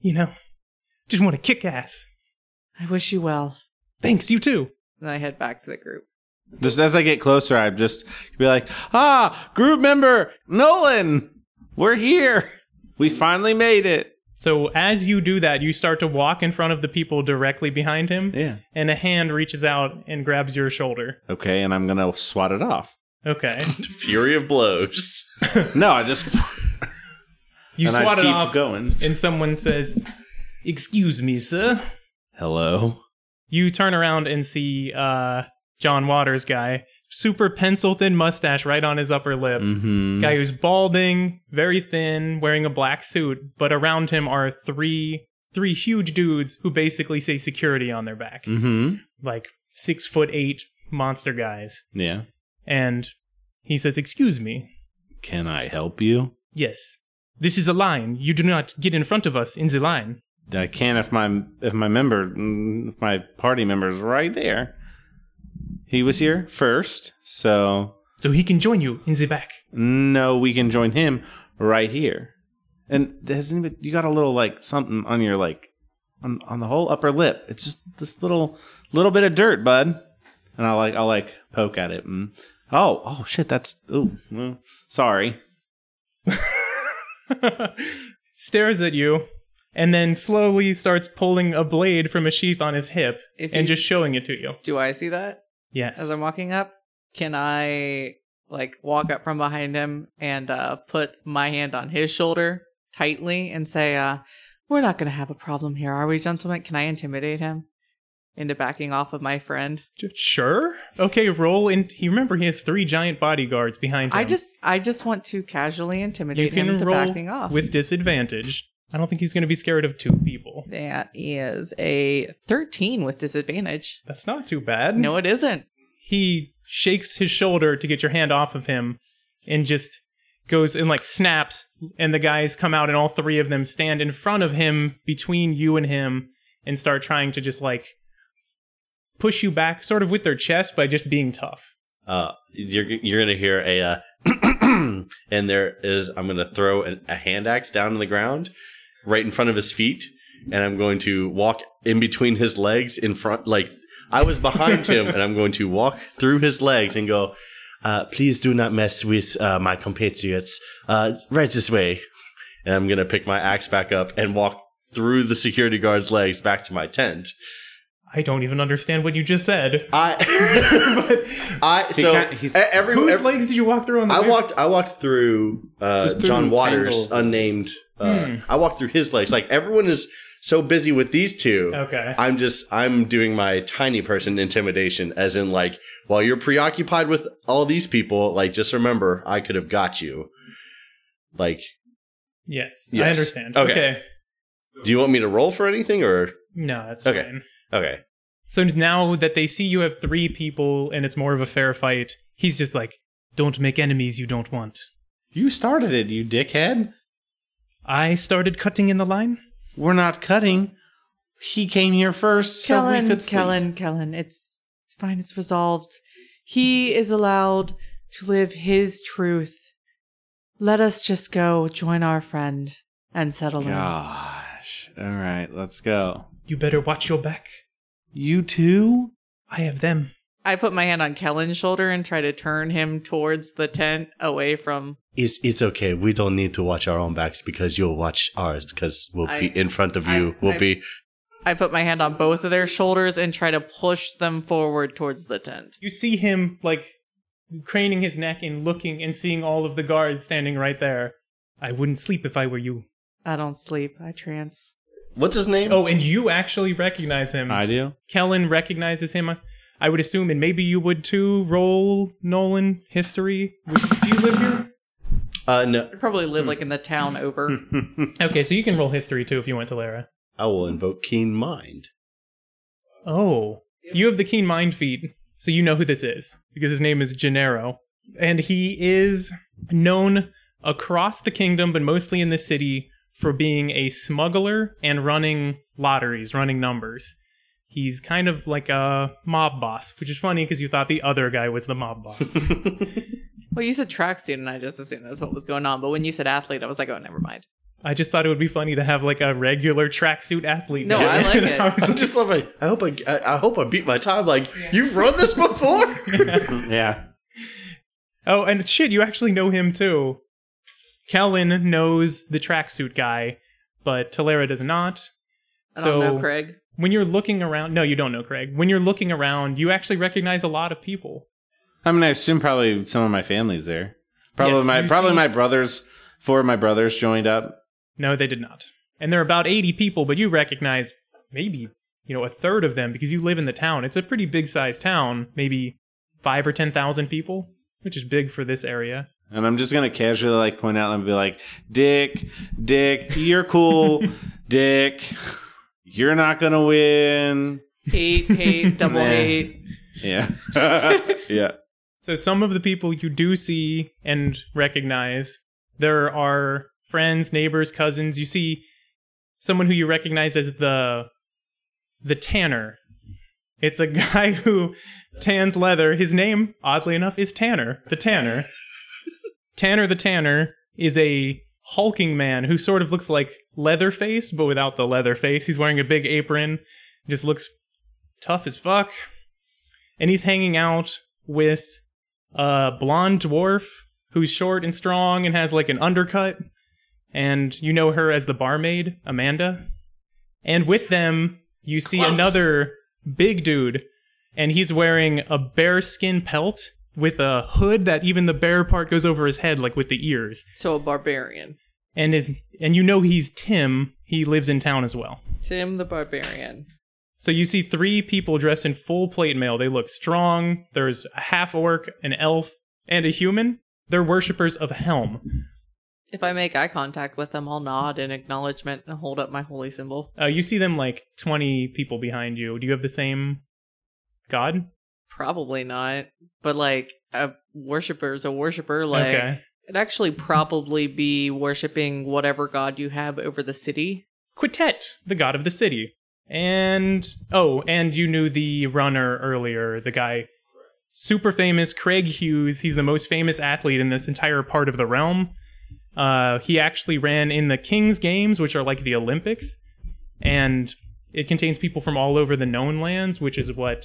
you know just want to kick ass
I wish you well.
thanks you too
And I head back to the group.
Just as I get closer, I'm just be like, ah, group member Nolan, we're here. We finally made it.
so as you do that you start to walk in front of the people directly behind him
Yeah.
and a hand reaches out and grabs your shoulder
Okay, and I'm gonna swat it off.
okay
Fury of blows. (laughs)
No,
(laughs)
I just
You
and I
swat it
keep
off,
going.
and someone says, "Excuse me, sir."
Hello.
You turn around and see uh, John Waters guy, super pencil thin mustache right on his upper lip.
Mm-hmm.
Guy who's balding, very thin, wearing a black suit, but around him are three three huge dudes who basically say security on their back,
Mm-hmm.
like six foot eight monster guys.
Yeah.
And he says, "Excuse me,
Can I help you?
yes." This is a line. You do not get in front of us in the line.
I can if my if my member mm, if my party member is right there. He was here first, so
So he can join you in the back. (laughs)
no, we can join him right here. And has anybody? You got a little like something on your like on on the whole upper lip. It's just this little little bit of dirt, bud. And I like I like poke at it. And, oh oh shit, that's ooh mm, sorry.
stares at you, and then slowly starts pulling a blade from a sheath on his hip
If
and
he's-
just showing it to you.
Do I see that
Yes.
as I'm walking up? Can I like walk up from behind him and uh, put my hand on his shoulder tightly and say, uh, "We're not going to have a problem here, are we, gentlemen?" Can I intimidate him into backing off of my friend?
J- sure. Okay, roll in. He remember he has three giant bodyguards behind him.
I just, I just want to casually
you
intimidate him
can
into
roll
backing off.
with disadvantage. I don't think he's going to be scared of two people.
that is a 13 with disadvantage.
That's not too bad.
No, it isn't.
He shakes his shoulder to get your hand off of him, and just goes and like snaps, and the guys come out, and all three of them stand in front of him, between you and him, and start trying to just like push you back, sort of with their chest by just being tough.
Uh, you're you're gonna hear a, uh, (clears throat) and there is I'm gonna throw an, a hand axe down on the ground, right in front of his feet, and I'm going to walk in between his legs in front. Like I was behind him, and I'm going to walk through his legs and go. Uh, please do not mess with uh, my compatriots. Uh, right this way, and I'm gonna pick my axe back up and walk through the security guard's legs back to my tent.
I don't even understand what you just said.
I, (laughs) but I
He
so
can't- he-
e- every,
Whose
every-
legs did you walk through on the
I
way-
walked. I walked through, uh,
Just through
John Waters,
tangled-
unnamed. Uh, I walked through his legs. Like everyone is so busy with these two.
Okay.
I'm just. I'm doing my tiny person intimidation, as in like, while you're preoccupied with all these people, like just remember, I could have got you. Like,
Yes, I
Yes.
understand. Okay.
Okay. do you want me to roll for anything or?
No, that's
Okay.
fine.
Okay.
So now that they see you have three people and it's more of a fair fight, he's just like, don't make enemies you don't want.
You started it, you dickhead.
I started cutting in the line.
We're not cutting. He came here first, so we
Kellen,
could sleep.
Kellen, Kellen, it's it's fine. It's resolved. He is allowed to live his truth. Let us just go join our friend and settle in.
Gosh. All right, let's go.
You better watch your back.
You too?
I have them.
I put my hand on Kellen's shoulder and try to turn him towards the tent, away from.
It's, it's okay. We don't need to watch our own backs because you'll watch ours because we'll
I-
be in front of
I-
you. we'll
I-
be.
I put my hand on both of their shoulders and try to push them forward towards the tent.
You see him, like, craning his neck and looking and seeing all of the guards standing right there. I wouldn't sleep if I were you.
I don't sleep. I trance.
What's his name?
Oh, and you actually recognize him.
I do.
Kellen recognizes him, I would assume, and maybe you would too. Roll Nolan history. Would- Do you live here?
Uh, no.
I probably
Hmm.
live like in the town over.
Okay, so you can roll history too if you want to, Lara.
I will invoke keen mind.
Oh, you have the keen mind feat, so you know who this is because his name is Gennaro, and he is known across the kingdom, but mostly in the city, for being a smuggler and running lotteries, running numbers. He's kind of like a mob boss, which is funny because you thought the other guy was the mob boss.
Well, you said track student, and I just assumed that's what was going on. But when you said athlete, I was like, oh, never mind.
I just thought it would be funny to have like a regular tracksuit athlete.
No,
do
I like
(laughs)
it.
(laughs)
I was
I just love it. I hope I, I, I hope I beat my time. Like you've run this before.
Yeah.
Oh, and shit, you actually know him too. Kellen knows the tracksuit guy, but Talera does not.
I
so
don't know, Craig.
when you're looking around, no, you don't know Craig. When you're looking around, you actually recognize a lot of people.
I mean, I assume probably some of my family's there. Probably
Yes,
my
you
probably
see-
my brothers. Four of my brothers joined up.
No, they did not. And there are about 80 people, but you recognize maybe, you know, a third of them because you live in the town. It's a pretty big sized town, maybe five or 10,000 people, which is big for this area.
And I'm just gonna casually like point out and be like, Dick, Dick,
(laughs)
you're cool, Dick. You're not gonna win.
Hate, hate, double
Nah.
hate.
(laughs)
Yeah. (laughs) yeah.
So some of the people you do see and recognize, there are friends, neighbors, cousins. You see someone who you recognize as the the tanner. It's a (laughs) guy who tans leather. His name, oddly enough, is Tanner, the tanner. Tanner the tanner is a hulking man who sort of looks like Leatherface but without the leather face. He's wearing a big apron, just looks tough as fuck. And he's hanging out with a blonde dwarf who's short and strong and has like an undercut. And you know her as the barmaid, Amanda. And with them, you see another big dude, and he's wearing a bearskin pelt with a hood that even the bear part goes over his head, like with the ears.
So a barbarian.
And is and you know he's Tim. He lives in town as well.
Tim the barbarian.
So you see three people dressed in full plate mail. They look strong. There's a half orc, an elf, and a human. They're worshippers of Helm.
If I make eye contact with them, I'll nod in acknowledgement and hold up my holy symbol.
Uh, you see them like 20 people behind you. Do you have the same god?
Probably not, but like a worshiper's a worshiper. Like
okay.
It'd actually probably be worshiping whatever god you have over the city.
Quintet, the god of the city. And oh, and you knew the runner earlier, the guy super famous, Craig Hughes. He's the most famous athlete in this entire part of the realm. Uh, he actually ran in the King's Games, which are like the Olympics, and it contains people from all over the known lands, which is what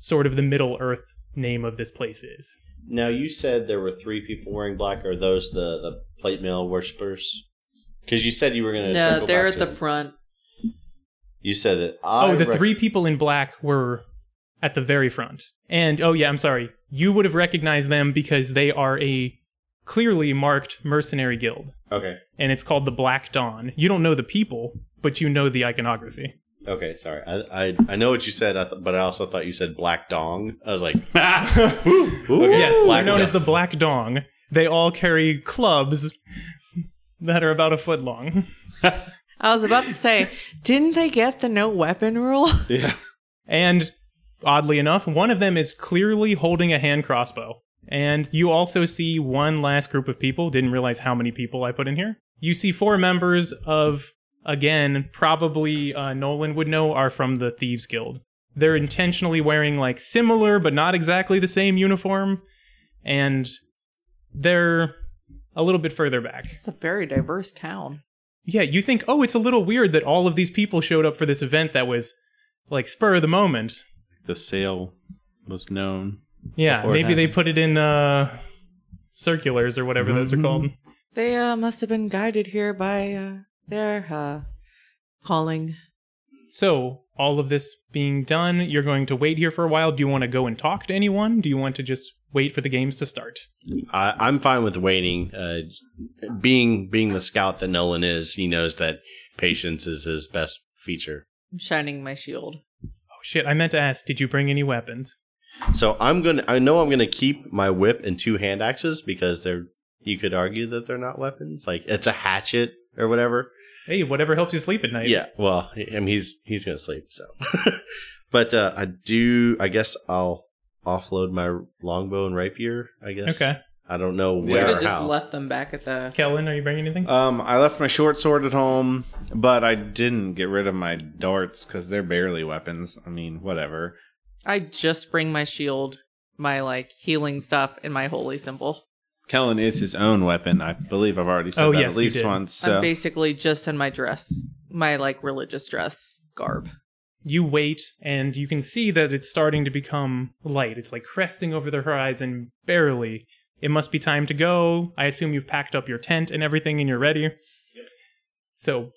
sort of the Middle Earth name of this place is.
Now you said there were three people wearing black. Are those the, the plate mail worshippers? Because you said you were going
no,
circle
they're
back
at
to
the
it.
front.
You said that. I
oh, the
rec-
three people in black were at the very front. And oh yeah, I'm sorry. You would have recognized them because they are a clearly marked mercenary guild,
Okay.
and it's called the Black Dawn. You don't know the people, but you know the iconography. (laughs)
Okay. Sorry. I I, I know what you said, I th- but I also thought you said black dong. I (laughs) was like, Okay,
yes, they're known
dong.
as the Black Dong. They all carry clubs that are about a foot long.
I was about to say, didn't they get the no weapon rule? (laughs)
And oddly enough, one of them is clearly holding a hand crossbow. And you also see one last group of people. Didn't realize how many people I put in here. You see four members of, again, probably uh, Nolan would know, are from the Thieves Guild. They're intentionally wearing like similar, but not exactly the same uniform. And they're a little bit further back.
It's a very diverse town.
Yeah, you think, oh, it's a little weird that all of these people showed up for this event that was like spur of the moment.
The sale was known.
Yeah,
before it
maybe they
happened.
put it in uh, circulars or whatever those
Mm-hmm.
are called.
They uh, must have been guided here by uh, their uh, calling.
So, all of this being done, you're going to wait here for a while. Do you want to go and talk to anyone? Do you want to just wait for the games to start?
I, I'm fine with waiting. Uh, being being the scout that Nolan is, he knows that patience is his best feature.
I'm shining my shield.
Oh shit, I meant to ask, did you bring any weapons?
So I'm gonna. I know I'm gonna keep my whip and two hand axes because they're. You could argue that they're not weapons. Like it's a hatchet or whatever.
Hey, whatever helps you sleep at night.
Yeah. Well, I mean, he's he's gonna sleep. So, (laughs) but uh, I do. I guess I'll offload my longbow and rapier. I guess.
Okay.
I don't know
We could
where
have
or
just
how.
left them back at the.
Kellen, are you bringing anything?
Um, I left my short sword at home, but I didn't get rid of my darts because they're barely weapons. I mean, whatever.
I just bring my shield, my like healing stuff, and my holy symbol.
Kellen is his own weapon. I believe I've already said
Oh,
that
yes,
at
you
least
did.
once. So
I'm basically just in my dress, my like religious dress garb.
you wait and you can see that it's starting to become light. It's like cresting over the horizon barely. It must be time to go. I assume you've packed up your tent and everything and you're ready. So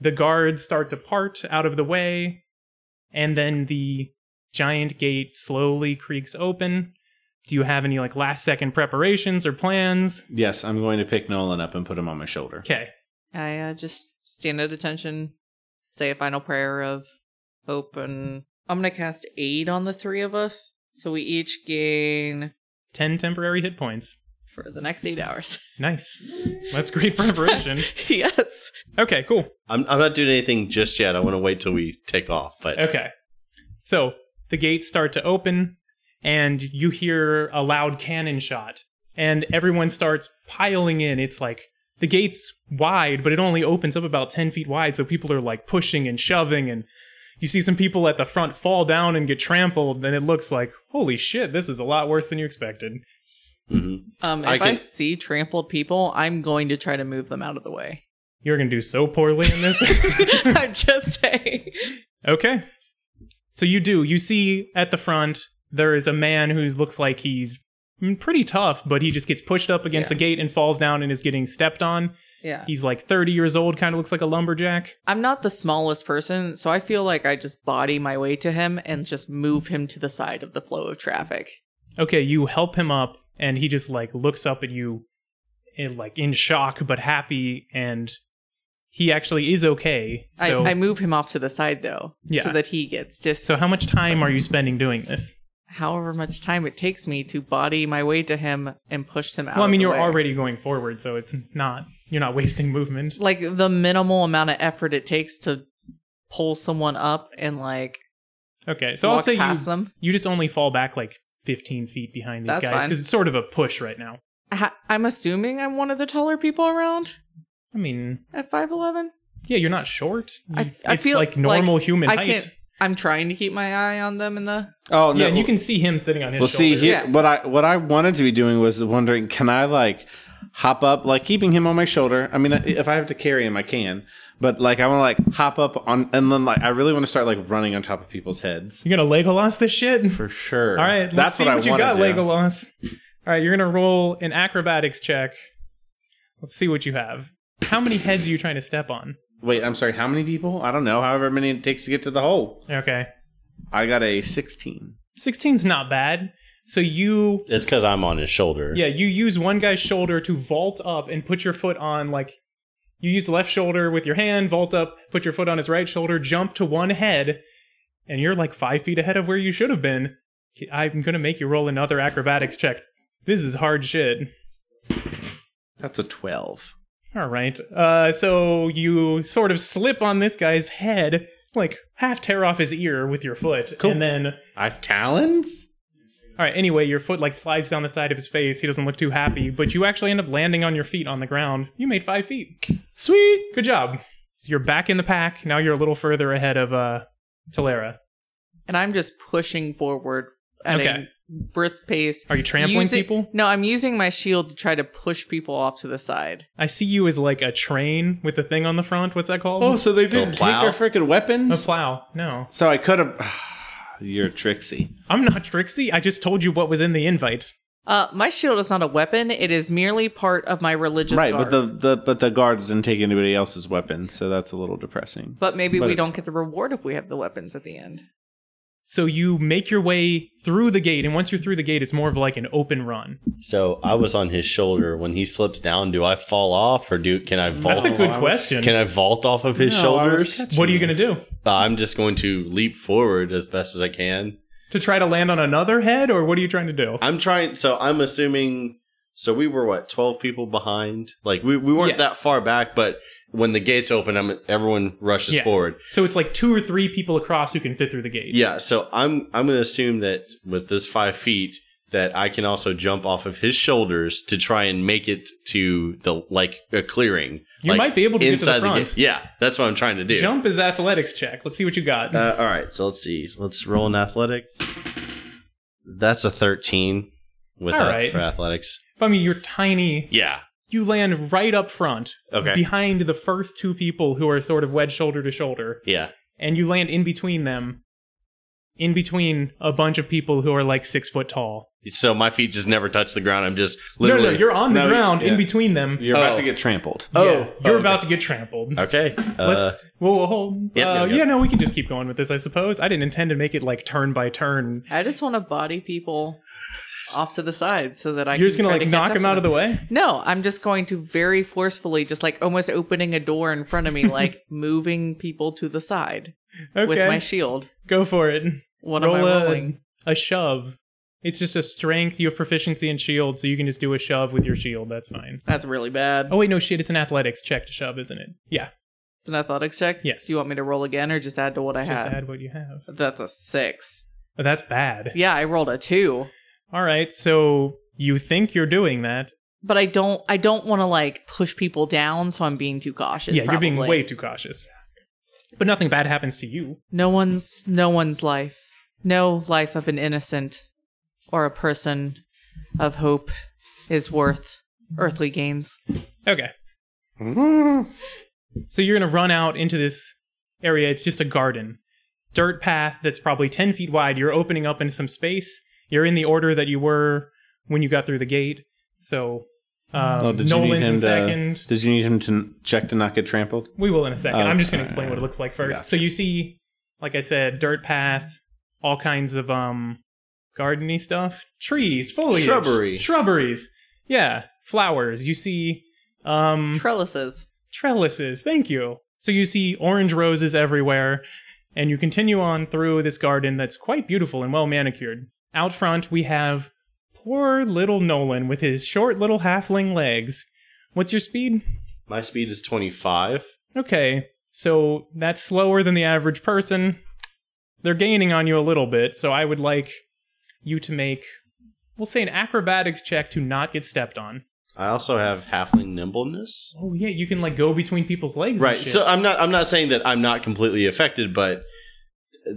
the guards start to part out of the way, and then the giant gate slowly creaks open. Do you have any like last second preparations or plans?
yes, I'm going to pick Nolan up and put him on my shoulder.
Okay.
I uh, just stand at attention, say a final prayer of hope, and I'm gonna cast aid on the three of us, so we each gain
10 temporary hit points.
for the next eight hours. (laughs)
Nice. That's great preparation.
yes,
Okay, cool.
I'm I'm not doing anything just yet. I want to wait till we take off. But
Okay. So the gates start to open, and you hear a loud cannon shot, and everyone starts piling in. It's like the gate's wide, but it only opens up about 10 feet wide, so people are like pushing and shoving, and you see some people at the front fall down and get trampled, and it looks like, holy shit, this is a lot worse than you expected.
Mhm.
um, if
I
I,
can-
see trampled people, I'm going to try to move them out of the
(laughs)
way. (laughs)
You're going to do so poorly in this.
I'm just saying.
Okay. So you do. You see at the front, there is a man who looks like he's mm, pretty tough, but he just gets pushed up against
Yeah.
the gate and falls down and is getting stepped on.
Yeah,
He's like 30 years old, kind of looks like a lumberjack.
I'm not the smallest person, so I feel like I just body my way to him and just move him to the side of the flow of traffic.
Okay, you help him up, and he just like looks up at you, in, like in shock but happy, and he actually is okay. So,
I, I move him off to the side though,
Yeah.
so that he gets just
so how much time are you spending doing this?
however much time it takes me to body my way to him and push him out.
Well, I
of
mean,
the
you're
way.
already going forward, so it's not you're not (laughs) wasting movement.
like the minimal amount of effort it takes to pull someone up and like
Okay, so I'll
walk
say you
past them.
you just only fall back like 15 feet behind these
That's
guys
fine.
because it's sort of a push right now.
ha- I'm assuming I'm one of the taller people around
I mean,
at 5'11.
yeah, you're not short.
I-
You-
I
it's
feel
like normal
like
human
I
height.
can't. I'm trying to keep my eye on them in the.
Oh no,
Yeah, and you can see him sitting on his
Well, see
shoulder.
here,
Yeah.
what I what I wanted to be doing was wondering, can I like hop up, like keeping him on my shoulder? I mean, if I have to carry him, I can. But like, I want to like hop up on, and then like, I really want to start like running on top of people's heads
You're gonna Legolas this shit?
for sure.
All right, let's
that's
see
what,
what,
I
you
wanna
got,
do.
Legolas. All right, you're gonna roll an acrobatics check. Let's see what you have. How many heads are you trying to step on?
Wait, I'm sorry. How many people? I don't know. However many it takes to get to the hole.
Okay,
I got a sixteen.
16's not bad. So you,
It's because I'm on his shoulder.
yeah, you use one guy's shoulder to vault up and put your foot on like. You use the left shoulder with your hand, vault up, put your foot on his right shoulder, jump to one head, and you're like five feet ahead of where you should have been. I'm gonna make you roll another acrobatics check. This is hard shit.
That's a twelve.
All right. Uh, so you sort of slip on this guy's head, like half tear off his ear with your foot, and then all
I've talons.
right. Anyway, your foot like slides down the side of his face. He doesn't look too happy, but you actually end up landing on your feet on the ground. You made five feet.
Sweet.
Good job. So you're back in the pack. Now you're a little further ahead of uh, Talera.
And I'm just pushing forward at
Okay.
a brisk pace.
Are you trampling
using-
people?
No, I'm using my shield to try to push people off to the side.
I see you as like a train with the thing on the front. What's that called?
Oh, so they didn't take
plow?
our freaking weapons.
a plow. No,
so I could have. (sighs) You're tricksy.
I'm not Trixie. I just told you what was in the invite.
Uh, my shield is not a weapon. It is merely part of my religious
right, but
garb.
the, the but the guards didn't take anybody else's weapons, so that's a little depressing.
But maybe
But
we
it's-
don't get the reward if we have the weapons at the end.
So you make your way through the gate, and once you're through the gate, it's more of like an open run.
So I was on his shoulder. When he slips down, do I fall off or do can I vault?
That's a good
Oh, I was-
question.
Can I vault off of his
No, I was
shoulders?
catching-
what are you gonna do?
Uh, I'm just going to leap forward as best as I can.
To try to land on another head, or what are you trying to do?
I'm trying. So I'm assuming. So we were what twelve people behind. Like we, we weren't
Yes.
that far back, but when the gates open, I'm everyone rushes
Yeah.
forward.
So it's like two or three people across who can fit through the gate.
Yeah. So I'm I'm going to assume that with this five feet that I can also jump off of his shoulders to try and make it to the like a clearing.
You
like,
might be able to get to the
inside
front.
gate. Yeah, that's what I'm trying to do.
Jump is athletics check. Let's see what you got.
Uh, all right, so let's see. Let's roll an athletics. That's a thirteen with
All
a-
right.
for athletics.
I mean, you're tiny.
Yeah.
You land right up front,
Okay.
behind the first two people who are sort of wedged shoulder to shoulder,
yeah.
and you land in between them, in between a bunch of people who are like six foot tall.
So my feet just never touch the ground. I'm just literally.
no, no, you're on the
No,
ground
yeah.
in between them.
You're about
Oh.
to get trampled.
Oh,
Yeah, you're
okay.
about to get trampled.
Okay. Uh,
Let's. whoa, whoa, hold.
Yep,
uh,
yep, yep.
Yeah, no, we can just keep going with this, I suppose. I didn't intend to make it like turn by turn.
I just want to body people off to the side so that I
You're
can
just gonna
try
like
to
knock him out of the way.
No, I'm just going to very forcefully, just like almost opening a door in front
(laughs)
of me, like moving people to the side
Okay,
with my shield.
go for it.
What
Roll
am I
a-
rolling?
A shove. It's just a strength. You have proficiency in shield, so you can just do a shove with your shield. That's fine.
That's really bad.
Oh wait, no shit. It's an athletics check to shove, isn't it? Yeah.
It's an athletics check.
Yes.
Do you want me to roll again or just add to what I
Just
had?
add what you have.
That's a six.
Oh, that's bad.
Yeah, I rolled a two,
All right. So you think you're doing that?
but I don't. I don't want to like push people down, so I'm being too cautious.
yeah, you're being
probably.
way too cautious. But nothing bad happens to you.
No one's no one's life. No life of an innocent or a person of hope is worth earthly gains.
Okay. So you're gonna run out into this area. It's just a garden, dirt path that's probably ten feet wide. You're opening up into some space. You're in the order that you were when you got through the gate. So um,
Oh, did you need
Nolan's in
him to-
second.
Did you need him to n- check to not get trampled?
We will in a second.
Oh,
I'm just going to
okay.
explain what it looks like first.
Gotcha.
So you see, like I said, dirt path, all kinds of um, gardeny stuff, trees, foliage,
Shrubbery.
shrubberies, yeah, flowers. You see, um,
Trellises.
trellises. Thank you. So you see orange roses everywhere, and you continue on through this garden that's quite beautiful and well manicured. Out front, we have poor little Nolan with his short little halfling legs. What's your speed?
my speed is 25.
Okay, so that's slower than the average person. They're gaining on you a little bit, so I would like you to make We'll say an acrobatics check to not get stepped on.
I also have halfling nimbleness.
Oh yeah, you can like go between people's legs.
Right.
And shit.
So I'm not I'm not saying that I'm not completely affected, but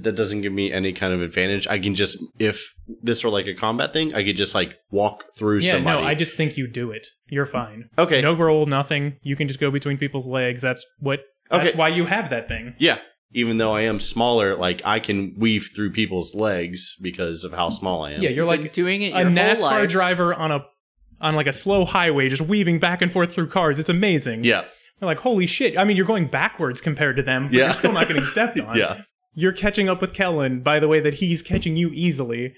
that doesn't give me any kind of advantage. I can just if this were like a combat thing, I could just like walk through
yeah,
somebody.
no, I just think you do it. You're fine.
okay.
No roll, nothing. You can just go between people's legs. That's what. That's
Okay.
why you have that thing.
Yeah. Even though I am smaller, like I can weave through people's legs because of how small I am.
Yeah, you're
You've been
like
doing it
a
your whole
NASCAR
life.
driver on a on like a slow highway, just weaving back and forth through cars. It's amazing.
Yeah.
You're like, holy shit. I mean, you're going backwards compared to them, but
Yeah.
you're still not getting
(laughs)
stepped on.
Yeah.
You're catching up with Kellen by the way that he's catching you easily.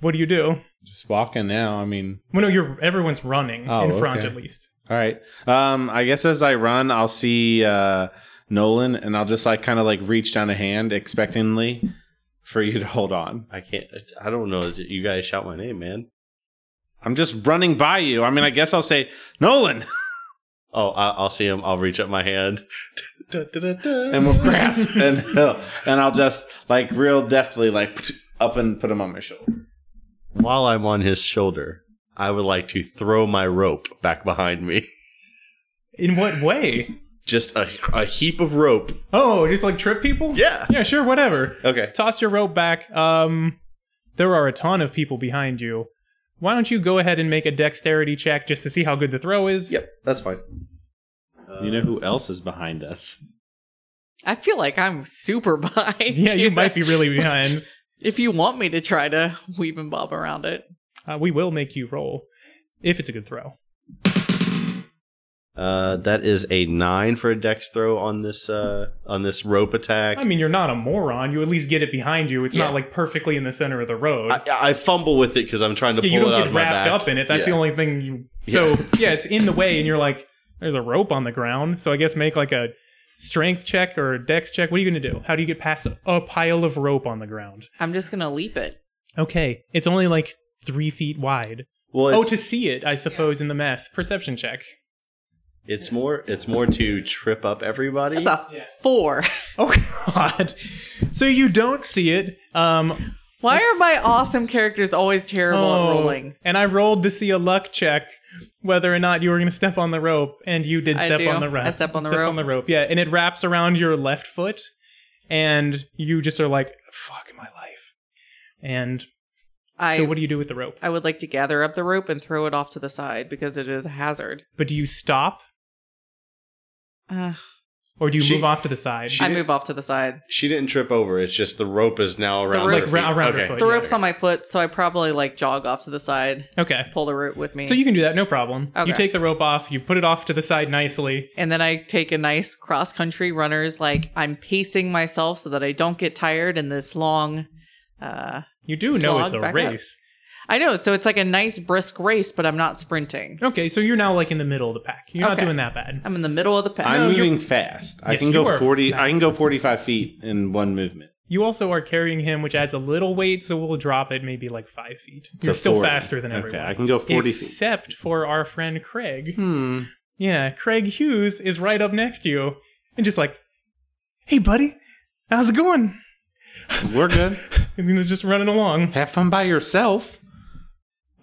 What do you do?
Just walking now. I mean,
Well, no, you're everyone's running
Oh,
in front
okay.
at least.
all right. Um, I guess as I run, I'll see uh, Nolan, and I'll just like kind of like reach down a hand expectantly for you to hold on.
I can't I don't know. You guys shout my name, man.
I'm just running by you. I mean, I guess I'll say Nolan, (laughs)
Oh, I, I'll see him. I'll reach up my hand. (laughs)
and we'll grasp, (laughs) and he'll- and I'll just like real deftly like up and put him on my shoulder.
While I'm on his shoulder, I would like to throw my rope back behind me. (laughs)
In what way?
Just a, a heap of rope.
Oh, just like trip people?
Yeah.
Yeah, sure, whatever.
Okay.
Toss your rope back. Um there are a ton of people behind you. Why don't you go ahead and make a dexterity check just to see how good the throw is?
Yep. That's fine.
you know who else is behind us?
I feel like I'm super (laughs) behind.
Yeah, you might be really behind.
If you want me to try to weave and bob around it,
Uh, we will make you roll if it's a good throw.
Uh, that is a nine for a dex throw on this uh on this rope attack.
I mean, you're not a moron. You at least get it behind you. It's
Yeah.
not like perfectly in the center of the road.
I, I fumble with it because I'm trying to
yeah, you
pull
don't
it out
get
of my
wrapped
back.
up in it. That's
Yeah.
the only thing you. So yeah. it's in the way, and you're like, there's a rope on the ground. So I guess make like a strength check or a dex check. What are you going to do? How do you get past a, a pile of rope on the ground?
I'm just gonna leap it.
Okay, it's only like three feet wide.
Well,
oh,
it's,
to see it, I suppose, in the mess. Perception check.
it's more it's more to trip up everybody.
That's a four.
(laughs) Oh God! So you don't see it. Um,
(laughs) Why are my awesome characters always terrible
Oh.
at rolling?
And I rolled to see a luck check whether or not you were going to step on the rope, and you did
I
step
do.
on the rope.
I step on the rope.
Yeah, and it wraps around your left foot, and you just are like, "Fuck my life." And
I
so, what do you do with the rope?
I would like to gather up the rope and throw it off to the side because it is a hazard.
But do you stop
Uh,
or do you
She-
move off to the side?
she-
I move off to the side.
she didn't trip over. It's just the rope is now around
rope-
her
Like,
feet.
ra- around her
okay.
foot.
The
yeah,
rope's
okay.
on my foot, so I probably like jog off to the side,
okay.
pull the rope with me,
So you can do that, no problem.
Okay.
You take the rope off, you put it off to the side nicely.
and then I take a nice cross country runners. Like I'm pacing myself so that I don't get tired in this long. Uh,
You do know
Slog
it's a
back up.
race.
I know, so it's like a nice brisk race, but I'm not sprinting.
Okay, so you're now like in the middle of the pack. You're not
Okay.
doing that bad.
I'm in the middle of the pack.
I'm
No, you're-
moving fast. I
Yes,
can
you
go
are
forty. I
fast.
can go forty-five feet in one movement.
You also are carrying him, which adds a little weight, so we'll drop it maybe like five feet. You're
So
still
40.
faster than everyone.
Okay, I can go forty feet.
Except for our friend Craig.
Hmm.
Yeah, Craig Hughes is right up next to you and just like, hey, buddy, how's it going?
We're good.
And he was just running along.
Have fun by yourself.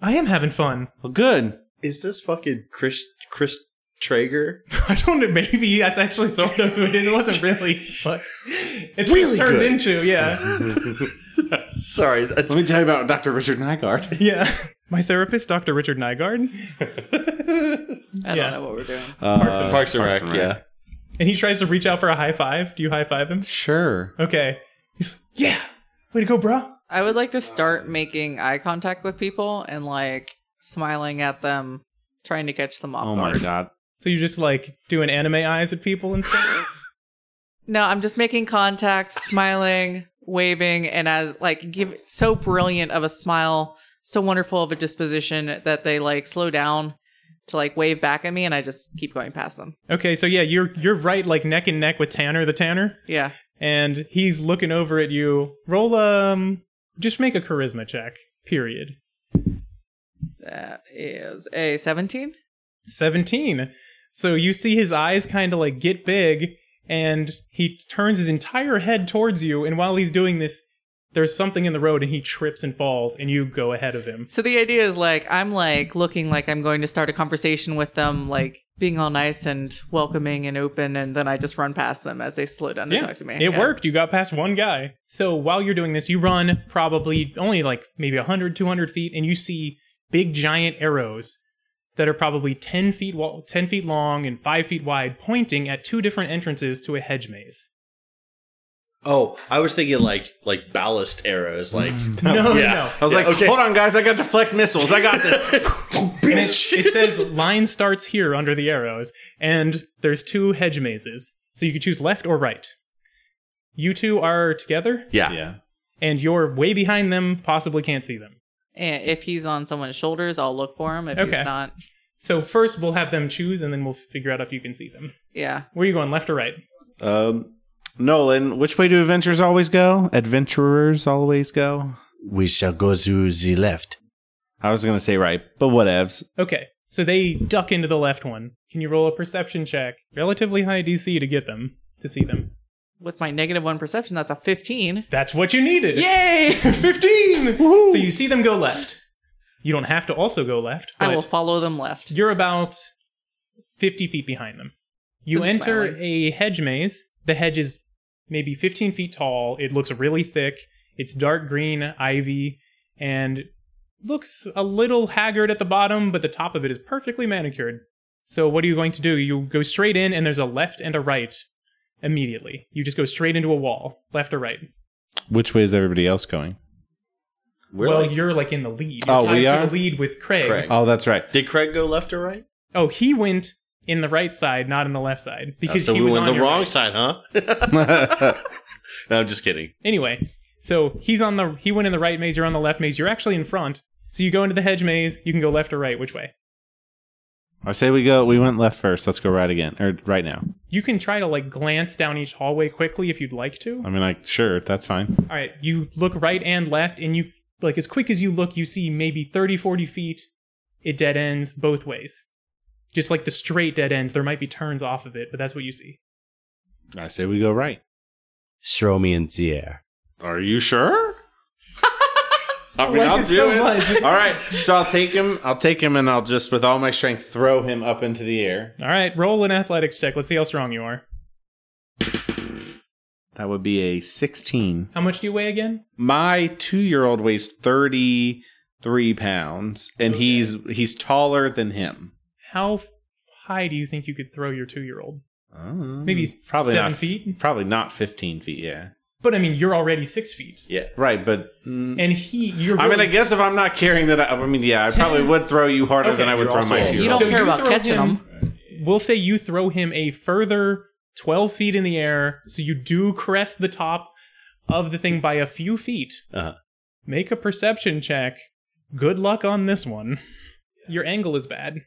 I am having fun.
Well, good.
Is this fucking Chris Chris Traeger?
(laughs) I don't know, maybe that's actually sort of who it. is. It wasn't really, but it's
Really
turned
good.
into, yeah.
Sorry, that's
Let me tell you about Dr. Richard Nygaard.
Yeah. My therapist, Dr. Richard Nygaard. yeah.
I don't know what we're doing.
Parks
Parks and Rec. Yeah.
And he tries to reach out for a high five. Do you high five him?
Sure.
Okay. He's yeah. Way to go, bro.
I would like to start making eye contact with people and like smiling at them, trying to catch them off
Oh my
guard.
god.
So you just like doing anime eyes at people and stuff.
No, I'm just making contact, smiling, waving, and as like give so brilliant of a smile, so wonderful of a disposition that they like slow down to like wave back at me, and I just keep going past them.
okay, so yeah, you're you're right, like neck and neck with Tanner the Tanner,
Yeah,
and he's looking over at you. Roll um, just make a charisma check. Period.
that is a 17.
Seventeen. So you see his eyes kind of like get big, and he turns his entire head towards you. And while he's doing this, there's something in the road and he trips and falls and you go ahead of him.
So the idea is like I'm like looking like I'm going to start a conversation with them, like being all nice and welcoming and open, and then I just run past them as they slow down to talk to me.
It
Yeah.
worked. You got past one guy. So while you're doing this, you run probably only like maybe 100, 200 feet, and you see big giant arrows that are probably 10 feet, wa- 10 feet long and 5 feet wide, pointing at two different entrances to a hedge maze.
Oh, I was thinking like like ballast arrows, like (laughs)
No, no,
yeah.
no.
I was
Yeah,
like,
okay.
hold on, guys, I got deflect missiles. I got
(laughs)
this.
And
(laughs)
it, it says line starts here under the arrows, and there's two hedge mazes. So you can choose left or right. You two are together,
yeah.
(laughs) yeah.
and you're way behind them, possibly can't see them.
And if he's on someone's shoulders, I'll look for him. If
Okay.
he's not,
So first we'll have them choose, and then we'll figure out if you can see them.
yeah.
Where are you going, left or right?
Um, Nolan, which way do adventurers always go? Adventurers always go.
We shall go to the left.
I was gonna say right, but whatevs.
Okay, so they duck into the left one. Can you roll a perception check? Relatively high DC to get them, to see them.
With my negative one perception, that's a fifteen.
That's what you needed. (laughs)
Yay!
15! So you see them go left. You don't have to also go left,
I
but
will follow them left.
you're about 50 feet behind them. You
Been
enter
smiling.
a hedge maze. The hedge is maybe 15 feet tall. It looks really thick. It's dark green ivy and looks a little haggard at the bottom, but the top of it is perfectly manicured. So, what are you going to do? You go straight in, and there's a left and a right immediately. You just go straight into a wall, left or right.
Which way is everybody else going?
Where
well,
like-
you're like in the lead. You're tied
Oh, we
for
are?
the lead with
Craig.
Oh, that's right. (laughs)
did Craig go left or right?
Oh, he went in the right side, not in the left side, because
Uh, so
he
we
was
went
on
the
your
wrong
right.
side, huh? (laughs) no, I'm just kidding.
Anyway, so he's on the he went in the right maze. You're on the left maze. You're actually in front. So you go into the hedge maze. You can go left or right. Which way?
I say we go. We went left first. Let's go right again, or right now.
You can try to like glance down each hallway quickly if you'd like to.
I mean, like, sure, that's fine.
All right, you look right and left, and you like as quick as you look, you see maybe 30, 40 feet. It dead ends both ways. Just like the straight dead ends, there might be turns off of it, but that's what you see.
I say we go right.
Throw me in the air.
Are
(laughs)
you sure? I mean,
like
I'll
it
do
so
it.
much.
(laughs) All right, so I'll take him. I'll take him, and I'll just with all my strength throw him up into the air.
All right, roll an athletics check. Let's see how strong you are.
That would be a sixteen.
How much do you weigh again?
my two-year-old weighs 33 pounds and he's he's taller than him
How f- high do you think you could throw your two year old? Maybe
maybe
he's seven
not,
feet.
Oh, probably not 15 feet yeah
But I mean, you're already six feet,
Yeah.
right but mm,
and he. You're.
i mean
really-
i guess if i'm not carrying that i, I mean yeah i probably would throw you harder
Okay,
than i would throw
you're also
my
old.
two
You don't
So
care
you
about
throw
catching
him-
them.
We'll say you throw him a further twelve feet in the air, so you do crest the top of the thing by a few feet.
Uh-huh.
Make a perception check. Good luck on this one. Your angle is
(laughs)
bad.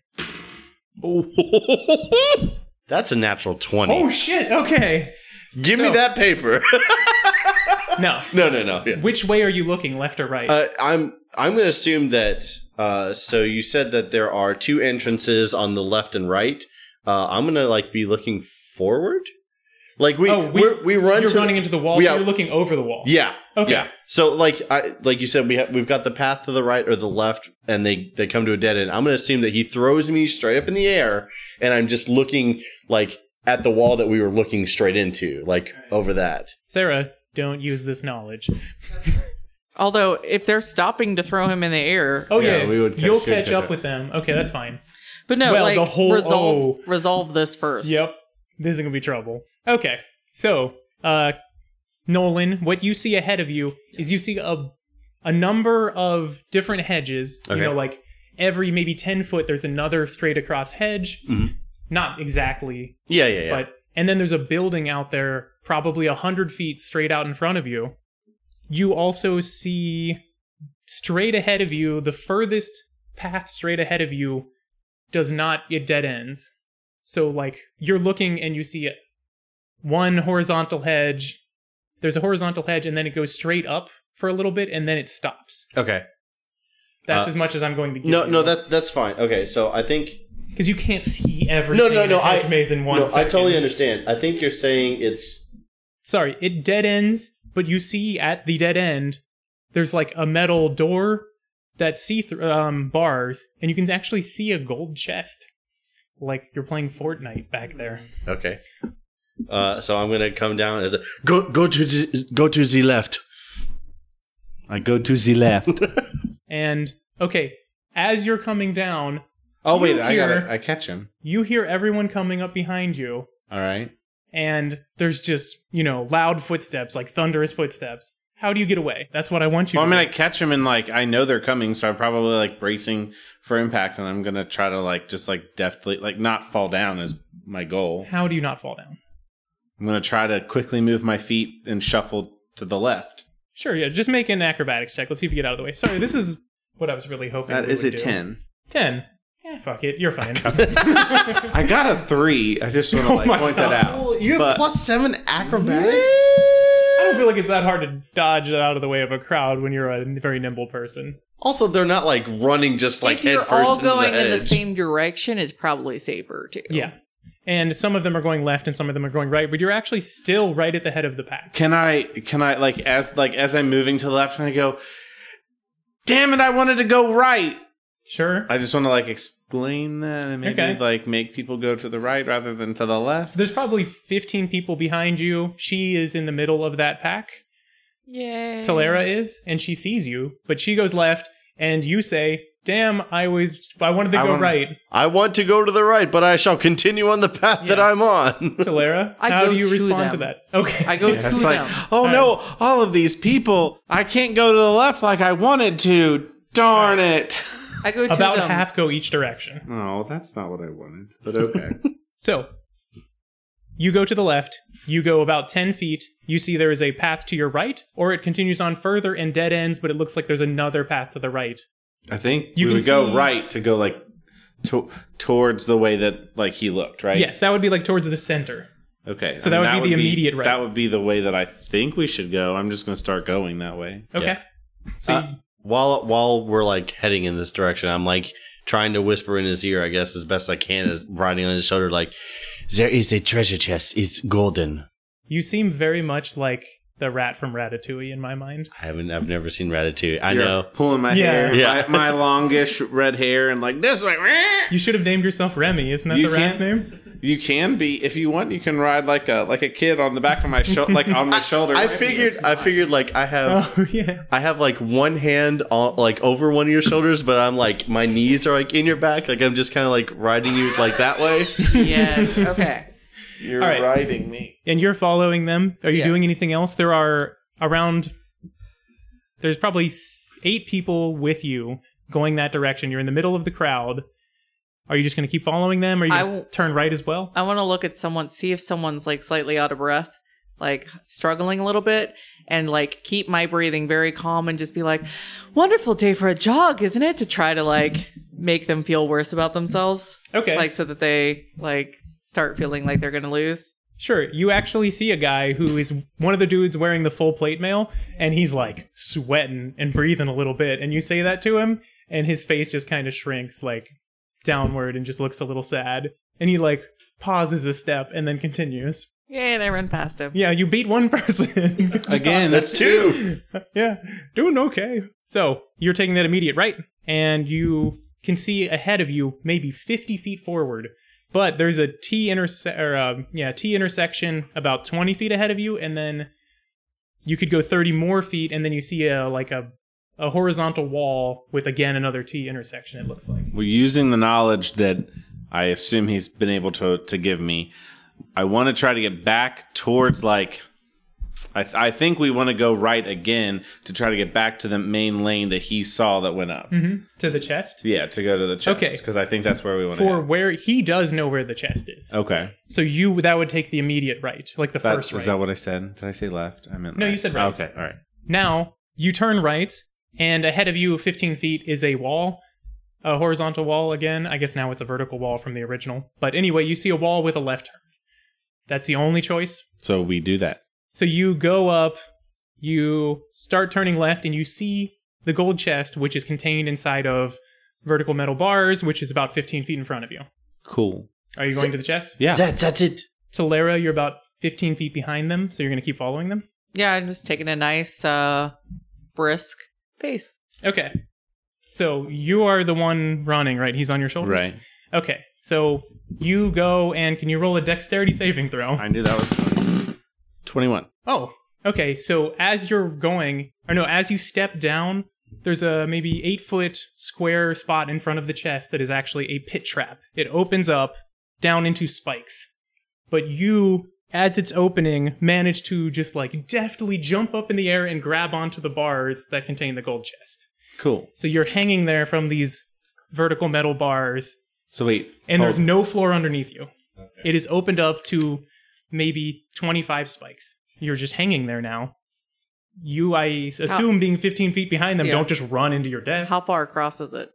Oh,
That's a natural 20.
shit! Okay.
Give me
so-
that paper. (laughs)
No.
no, no, no.
(laughs)
Yeah.
Which way are you looking, left or right?
Uh, I'm I'm going to assume that uh, so you said that there are two entrances on the left and right. Uh, I'm going to like be looking forward. Like we
Oh, we-
we we run
you're
to
running into the wall.
we
so
are-
you're looking over the wall.
Yeah.
Okay.
Yeah. So like I like you said we have we've got the path to the right or the left and they they come to a dead end. I'm going to assume that he throws me straight up in the air and I'm just looking like at the wall that we were looking straight into, like over that.
Sarah, don't use this knowledge.
Although, if they're stopping to throw him in the air,
Oh yeah,
Yeah, we would catch-
you'll
should
catch
catch
up
up.
with them. Okay, that's fine.
but no,
Well,
like
the whole-
resolve
oh.
resolve this first.
Yep, this is gonna be trouble. Okay, so uh, Nolan, what you see ahead of you is you see a a number of different hedges.
Okay.
You know, like every maybe ten foot, there's another straight across hedge.
Mhm.
Not exactly,
Yeah, yeah, yeah.
but and then there's a building out there, probably a hundred feet straight out in front of you. You also see straight ahead of you, the furthest path straight ahead of you does not it dead ends. So like you're looking and you see one horizontal hedge. There's a horizontal hedge and then it goes straight up for a little bit and then it stops.
okay.
That's
Uh,
as much as I'm going to give
No,
you.
no, that that's fine. Okay, so I think
because you can't see everything.
no, no,
in a
no.
hedge
I
maze in one.
no, I totally
second.
understand. I think you're saying it's
Sorry, it dead ends But you see at the dead end, there's like a metal door that see through um, bars, and you can actually see a gold chest, like you're playing Fortnite back there.
Okay. Uh, so I'm gonna come down as a go go to the, go to the left.
I go to the left.
And okay, as you're coming down,
(laughs) Oh
You
wait, I got
hear-
it. I catch him.
you hear everyone coming up behind you,
All right.
and there's just you know loud footsteps, like thunderous footsteps. How do you get away? That's what I want you.
well, I
to
mean,
do.
I catch him and like I know they're coming, so I'm probably like bracing for impact, and I'm gonna try to like just like deftly like not fall down is my goal.
How do you not fall down?
I'm gonna try to quickly move my feet and shuffle to the left.
Sure, yeah. Just make an acrobatics check. Let's see if you get out of the way. Sorry, this is what I was really hoping.
That
we
is a
would do.
ten.
Ten. Yeah, fuck it. You're
(laughs)
fine.
I got a three. I just want
(laughs) Oh
to like point that out.
you have
But-
plus seven acrobatics.
I don't feel like it's that hard to dodge out of the way of a crowd when you're a very nimble person.
Also, they're not like running just like
if you're
head first
all
into
going
the
in the
edge.
same direction, it's probably safer too.
Yeah. And some of them are going left and some of them are going right, but you're actually still right at the head of the pack.
Can I? Can I like as like as I'm moving to the left, and I go, "Damn it! I wanted to go right."
Sure.
I just want to like explain that and maybe
Okay.
like make people go to the right rather than to the left.
There's probably 15 people behind you. She is in the middle of that pack.
Yay.
Talera is, and she sees you, but she goes left, and you say, "Damn, I was, I wanted to
I
go
wanna- (laughs)
right."
I want to go to the right, but I shall continue on the path that
Yeah.
I'm on. (laughs)
Talera,
I
how
go
do you
to
respond to
them.
that? Okay,
I go
Yeah,
to
it's like,
them.
oh no, all of these people. I can't go to the left like I wanted to. Darn it.
I go to
about
them.
half go each direction.
Oh, that's not what I wanted, but okay.
So you go to the left, you go about 10 feet, you see there is a path to your right, or it continues on further and dead ends, but it looks like there's another path to the right.
(laughs) I think
You
you we
can
would go
see-
right to go like to- towards the way that like he looked, right?
Yes, that would be like towards the center.
Okay.
So that would be the immediate right.
That would be the way that I think we should go. I'm just going to start going that way.
Okay. So
Uh, while while we're like heading in this direction, I'm like trying to whisper in his ear, I guess, as best I can, as riding on his shoulder, like, "There is a treasure chest. It's golden."
you seem very much like the rat from Ratatouille in my mind.
I haven't. I've never seen Ratatouille. I
You're
know.
Pulling my
Yeah.
hair,
Yeah.
My, my longish red hair, and like this way.
You should have named yourself Remy, isn't that
You
the rat's
can't-
name?
You can be if you want. You can ride like a like a kid on the back of my shoulder, like (laughs) on my shoulder.
I figured. I figured. Like I have.
(laughs) Oh yeah.
I have like one hand on, like over one of your shoulders, but I'm like my knees are like in your back, like I'm just kind of like riding you like that way.
(laughs)
(laughs)
Yes. Okay.
You're
All right.
riding me.
And you're following them. Are you
Yeah.
doing anything else? There are around. There's probably s- eight people with you going that direction. You're in the middle of the crowd. Are you just going to keep following them, or you
I
gonna
will-
turn right as well?
I want to look at someone, see if someone's like slightly out of breath, like struggling a little bit, and like keep my breathing very calm and just be like, wonderful day for a jog, isn't it? To try to like make them feel worse about themselves.
Okay.
Like so that they like start feeling like they're going to lose.
Sure. You actually see a guy who is one of the dudes wearing the full plate mail, and he's like sweating and breathing a little bit. And you say that to him, and his face just kind of shrinks like downward and just looks a little sad. And he like pauses a step and then continues.
Yay, and I run past him.
Yeah, you beat one (laughs) person.
Again,
That's two.
(laughs) yeah, doing okay. So you're taking that immediate right, and you can see ahead of you maybe 50 feet forward. But there's a T interse- or um, yeah T intersection about 20 feet ahead of you, and then you could go 30 more feet, and then you see a like a a horizontal wall with again another T intersection. It looks like.
Well, using the knowledge that I assume he's been able to to give me, I want to try to get back towards like. I, th- I think we want to go right again to try to get back to the main lane that he saw that went up.
Mm-hmm. To the chest.
Yeah, to go to the chest.
Okay.
because I think that's where we want to.
For where he does know where the chest is,
Okay,
so you that would take the immediate right, like the
Oh. that,
first right.
is that what I said? Did I say left? I meant
No,
right.
you said right.
Okay, all right.
Now you turn right, and ahead of you, 15 feet, is a wall, a horizontal wall again. I guess now it's a vertical wall from the original. But anyway, you see a wall with a left turn. That's the only choice.
So we do that.
So you go up, you start turning left, and you see the gold chest, which is contained inside of vertical metal bars, which is about 15 feet in front of you.
Cool.
Are you going to the chest?
Yeah.
That, that's it.
Talera, you're about 15 feet behind them, so you're going to keep following them.
Yeah, I'm just taking a nice, uh, brisk pace.
Okay. So you are the one running, right? He's on your shoulders?
Right.
Okay. So you go and can you roll a dexterity saving throw?
I knew that was coming. 21.
Oh, okay. So as you're going, or no, as you step down, there's a maybe eight foot square spot in front of the chest that is actually a pit trap. It opens up down into spikes. But you, as it's opening, manage to just like deftly jump up in the air and grab onto the bars that contain the gold chest.
Cool.
So you're hanging there from these vertical metal bars,
So wait.
and
oh,
there's no floor underneath you. It is opened up to maybe 25 spikes. You're just hanging there now. You, I assume, being 15 feet behind them,
Yeah.
don't just run into your death.
How far across is it?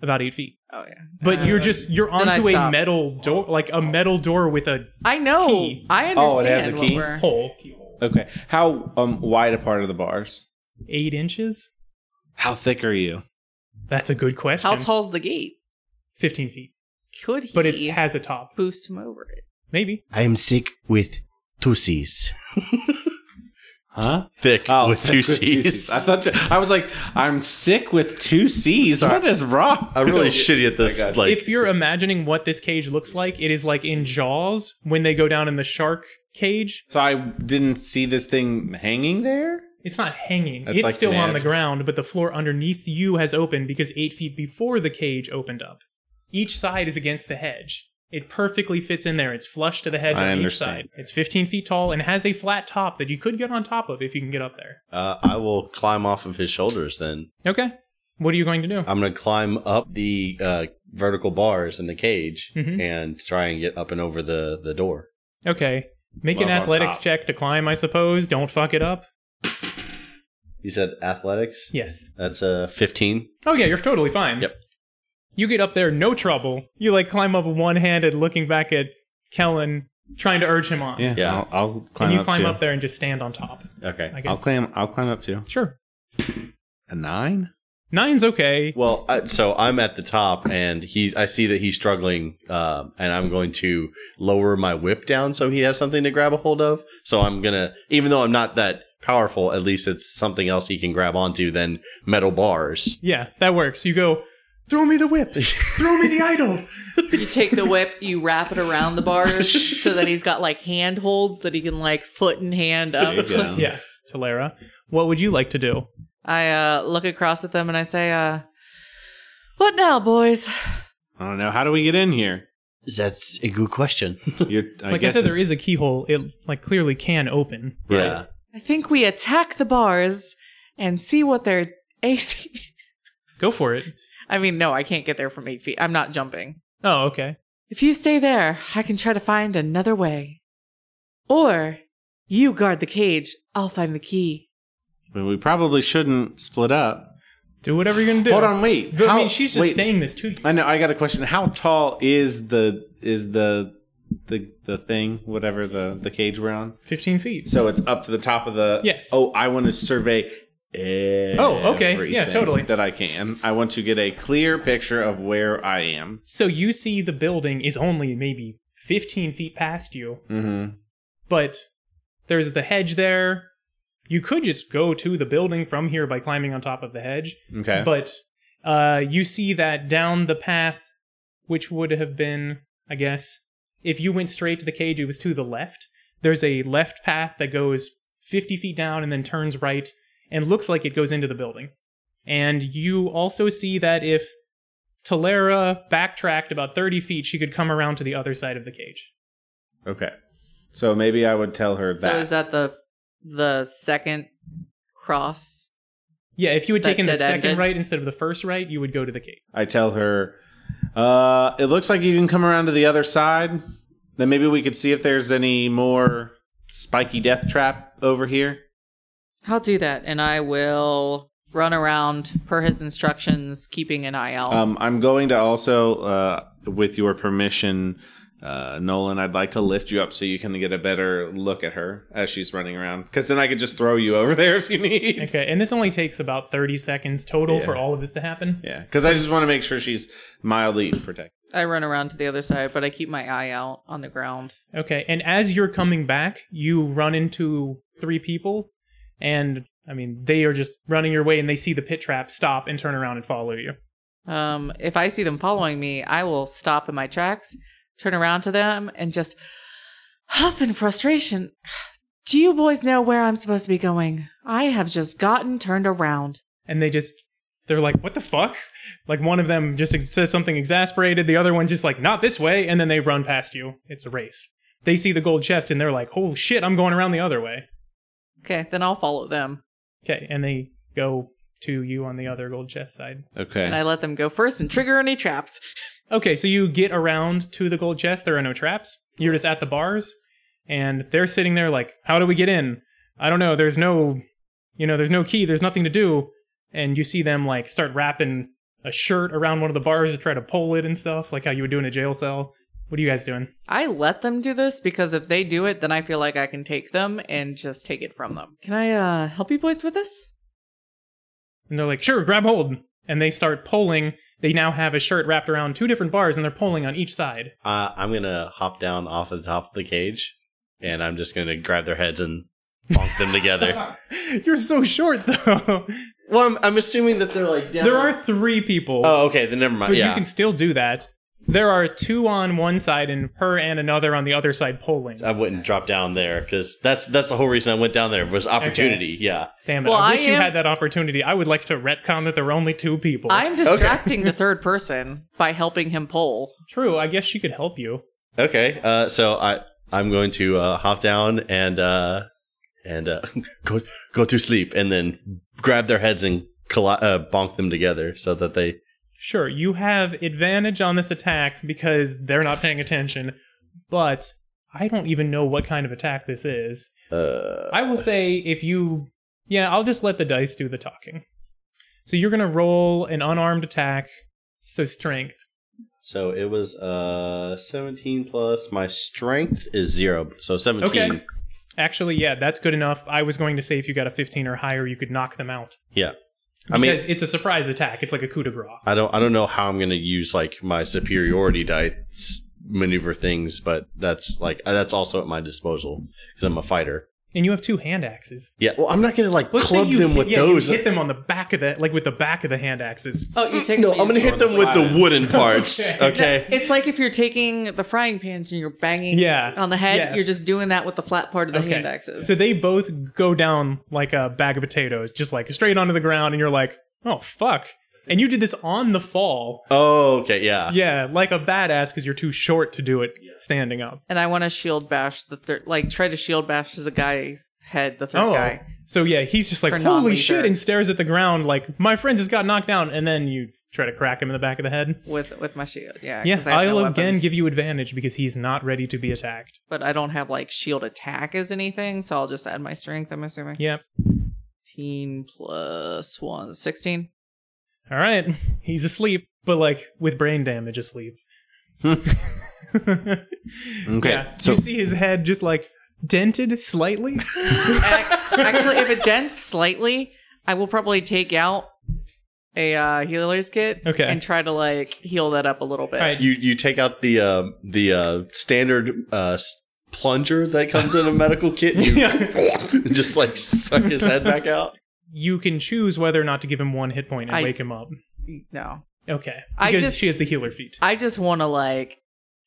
About eight feet.
Oh yeah.
But
Uh,
you're just, you're
then I
onto a
stop.
metal door, like a metal door with a
I know.
Key.
I understand.
Oh, it has a
what
key?
we're-
hole.
Okay. How um wide apart are the bars?
Eight inches?
How thick are you?
That's a good question.
How tall's the gate?
15 feet.
Could he
But it has a top.
boost him over it?
Maybe.
I am sick with two C's.
(laughs) Huh? Oh,
Thick with
(laughs) thick
two C's.
I thought you, I was like, I'm sick with two C's.
Sorry.
What is wrong?
(laughs) I'm really shitty at this.
I got you.
Like,
if you're imagining what this cage looks like, it is like in Jaws when they go down in the shark cage.
(laughs) So I didn't see this thing hanging there.
It's not hanging.
That's
it's
like
still on
mad.
the ground, but the floor underneath you has opened because eight feet before the cage opened up. Each side is against the hedge. It perfectly fits in there. It's flush to the hedge
I
on
understand.
each side. It's 15 feet tall and has a flat top that you could get on top of if you can get up there.
uh, I will climb off of his shoulders. Then
Okay. What are you going to
Uh,
do?
I'm going to climb up the uh, vertical bars in the cage
Mhm.
and try and get up and over the the door.
Okay. Make an
Love on
athletics
top.
check to climb, I suppose. Don't fuck it up.
You said athletics.
Yes.
That's a uh, 15.
Oh yeah, you're totally fine.
Yep.
You get up there, no trouble. You like climb up one-handed, looking back at Kellen, trying to urge him on.
Yeah.
I'll, I'll climb
and you
up
climb
too.
up there and just stand on top.
Okay.
I
I'll
guess.
climb. I'll climb up too.
sure.
A nine.
Nine's okay.
Well, I, so I'm at the top, and he's. I see that he's struggling, um, and I'm going to lower my whip down so he has something to grab a hold of. So I'm gonna, even though I'm not that powerful, at least it's something else he can grab onto than metal bars.
Yeah, that works. You go. Throw me the whip. Throw me the idol.
You take the whip, you wrap it around
(laughs)
the bars so that he's got like handholds that he can like foot and hand
There
up.
you go.
(laughs) Yeah, Talera. What would you like to do?
I uh, look across at them and I say, uh, "What now, boys?"
I don't know. How do we get in here?
(laughs) That's a good question.
You're, I
like I
guess
said, there is a keyhole. It like clearly can open.
Yeah.
I think we attack the bars and see what (laughs) their AC.
Go for it.
I mean, no, I can't get there from eight feet. I'm not jumping.
Oh, okay.
If you stay there, I can try to find another way. Or you guard the cage. I'll find the key.
Well, we probably shouldn't split up.
Do whatever you're gonna do.
Hold on, wait.
But, I
How-
mean, she's just
wait.
saying this to you.
I know. I got a question. How tall is the is the the the thing? Whatever the the cage we're on.
Fifteen feet.
So it's up to the top of the.
Yes.
Oh, I want to survey. Oh,
okay. Yeah, totally.
That I can. I want to get a clear picture of where I am.
So you see the building is only maybe 15 feet past you,
Mm-hmm.
but there's the hedge there. You could just go to the building from here by climbing on top of the hedge,
Okay.
but uh, you see that down the path, which would have been, I guess, if you went straight to the cage, it was to the left. There's a left path that goes 50 feet down and then turns right and looks like it goes into the building. And you also see that if Talera backtracked about 30 feet, she could come around to the other side of the cage.
okay. So maybe I would tell her
So
that.
is that the the second cross?
Yeah, if you had
That
taken the
dead
second
ended.
right instead of the first right, you would go to the cage.
I tell her, uh, it looks like you can come around to the other side. Then maybe we could see if there's any more spiky death trap over here.
I'll do that, and I will run around per his instructions, keeping an eye out.
Um, I'm going to also, uh, with your permission, uh, Nolan, I'd like to lift you up so you can get a better look at her as she's running around. Because then I could just throw you over there if you need.
Okay, and this only takes about 30 seconds total for
Yeah.
all of this to happen.
(laughs) Yeah, because I just want to make sure she's mildly protected.
I run around to the other side, but I keep my eye out on the ground.
Okay, and as you're coming back, you run into three people And I mean, they are just running your way and they see the pit trap, stop and turn around and follow you.
Um, if I see them following me, I will stop in my tracks, turn around to them, and just huff in frustration. Do you boys know where I'm supposed to be going? I have just gotten turned around.
And they just, they're like, what the fuck? Like one of them just ex- says something exasperated. The other one just like, not this way. And then they run past you. It's a race. They see the gold chest and they're like, oh shit, I'm going around the other way.
Okay, then I'll follow them.
Okay. And they go to you on the other gold chest side.
Okay.
And I let them go first and trigger any traps.
Okay, so you get around to the gold chest. There are no traps. You're just at the bars, and they're sitting there like, "How do we get in? I don't know. There's no, you know, there's no key. There's nothing to do." And you see them like start wrapping a shirt around one of the bars to try to pull it and stuff, like how you would do in a jail cell. What are you guys doing?
I let them do this because if they do it, then I feel like I can take them and just take it from them. Can I uh, help you boys with this?
And they're like, "Sure, grab hold." And they start pulling. They now have a shirt wrapped around two different bars, and they're pulling on each side. (laughs)
Uh, I'm gonna hop down off of the top of the cage, and I'm just gonna grab their heads and bonk them together.
(laughs) You're so short, though.
Well, I'm, I'm assuming that they're like down.
there are three people.
Oh, okay. Then never mind.
But
yeah.
you can still do that. There are two on one side and her and another on the other side polling.
I wouldn't drop down there because that's that's the whole reason I went down there was opportunity. Yeah.
Damn it!
Well,
I wish
I
you
am-
had that opportunity. I would like to retcon that there were only two people.
I'm distracting the third person by helping him pull.
True. I guess she could help you.
Okay. Uh, so I I'm going to uh, hop down and uh, and uh, (laughs) go go to sleep and then grab their heads and colli- uh, bonk them together so that they.
Sure, you have advantage on this attack because they're not paying attention. But I don't even know what kind of attack this is.
Uh,
I will say if you, yeah, I'll just let the dice do the talking. So you're gonna roll an unarmed attack. So strength.
so it was uh 17 plus my strength is zero, so 17.
Okay. Actually, yeah, that's good enough. I was going to say if you got a 15 or higher, you could knock them out.
Yeah. I
Because
mean,
it's a surprise attack. It's like a coup de grace.
I don't I don't know how I'm gonna use like my superiority dice maneuver things, but that's like that's also at my disposal because I'm a fighter.
And you have two hand axes.
Yeah, well, I'm not gonna like
Let's say
club
you
them
hit-
with
yeah,
those. uh,
You hit them on the back of the like with the back of the hand axes.
Oh, you take
No,
what you
I'm gonna hit them with the wooden parts.
(laughs) Okay.
okay.
It's like if you're taking the frying pans and you're banging
Yeah.
on the head,
Yes.
you're just doing that with the flat part of the hand axes.
So they both go down like a bag of potatoes, just like straight onto the ground, and you're like, oh fuck. And you did this on the fall.
Oh, okay. Yeah.
Yeah, like a badass because you're too short to do it standing up.
and I want to shield bash the third, like try to shield bash the guy's head, the third guy.
Oh. So yeah, he's just like,
For
holy
non-lethal.
shit, and stares at the ground like, my friend just got knocked down, and then you try to crack him in the back of the head.
With with my shield, yeah.
Yeah,
'cause I have
I'll
no
again
weapons.
give you advantage because he's not ready to be attacked.
but I don't have like shield attack as anything, so I'll just add my strength, I'm assuming.
Yep.
18 plus
(laughs)
1, 16.
All right, he's asleep, but like with brain damage asleep. (laughs) okay.
Okay,
So you see his head just like dented
(laughs)
slightly.
Actually, if it dents slightly, I will probably take out a uh, healer's kit
Okay.
and try to like heal that up a little bit.
All right.
You you take out the uh, the uh, standard uh, s- plunger that comes in a medical
(laughs)
kit. And you (laughs) just like suck his head back out.
You can choose whether or not to give him one hit point and
I-
wake him up.
No.
Okay.
I
Because
just-
she has the healer feat.
I just want to like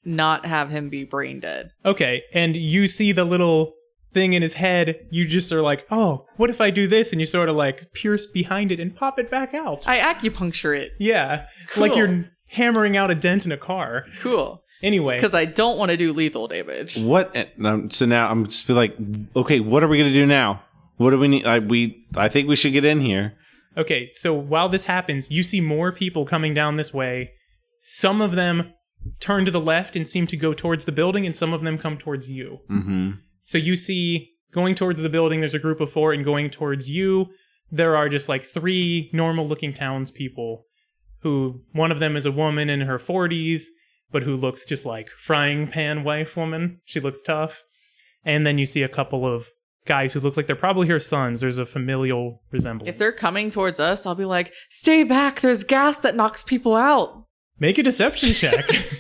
not have him be brain dead.
Okay, and you see the little thing in his head, you just are like, oh, what if I do this? And you sort of like pierce behind it and pop it back out.
I acupuncture it.
yeah, like
Cool.
you're hammering out a dent in a car.
Cool.
Anyway,
Because I don't want to do lethal damage.
What? and, Um, so now I'm just be like, okay, what are we gonna do now? What do we need? I, we I think we should get in here.
okay, so while this happens, you see more people coming down this way. Some of them turn to the left and seem to go towards the building, and some of them come towards you.
Mm-hmm.
So you see going towards the building, there's a group of four, and going towards you, there are just like three normal looking townspeople who one of them is a woman in her 40s, but who looks just like frying pan wife woman. She looks tough. And then you see a couple of guys who look like they're probably her sons. There's a familial resemblance.
If they're coming towards us, I'll be like, stay back. There's gas that knocks people out.
Make a deception check.
(laughs)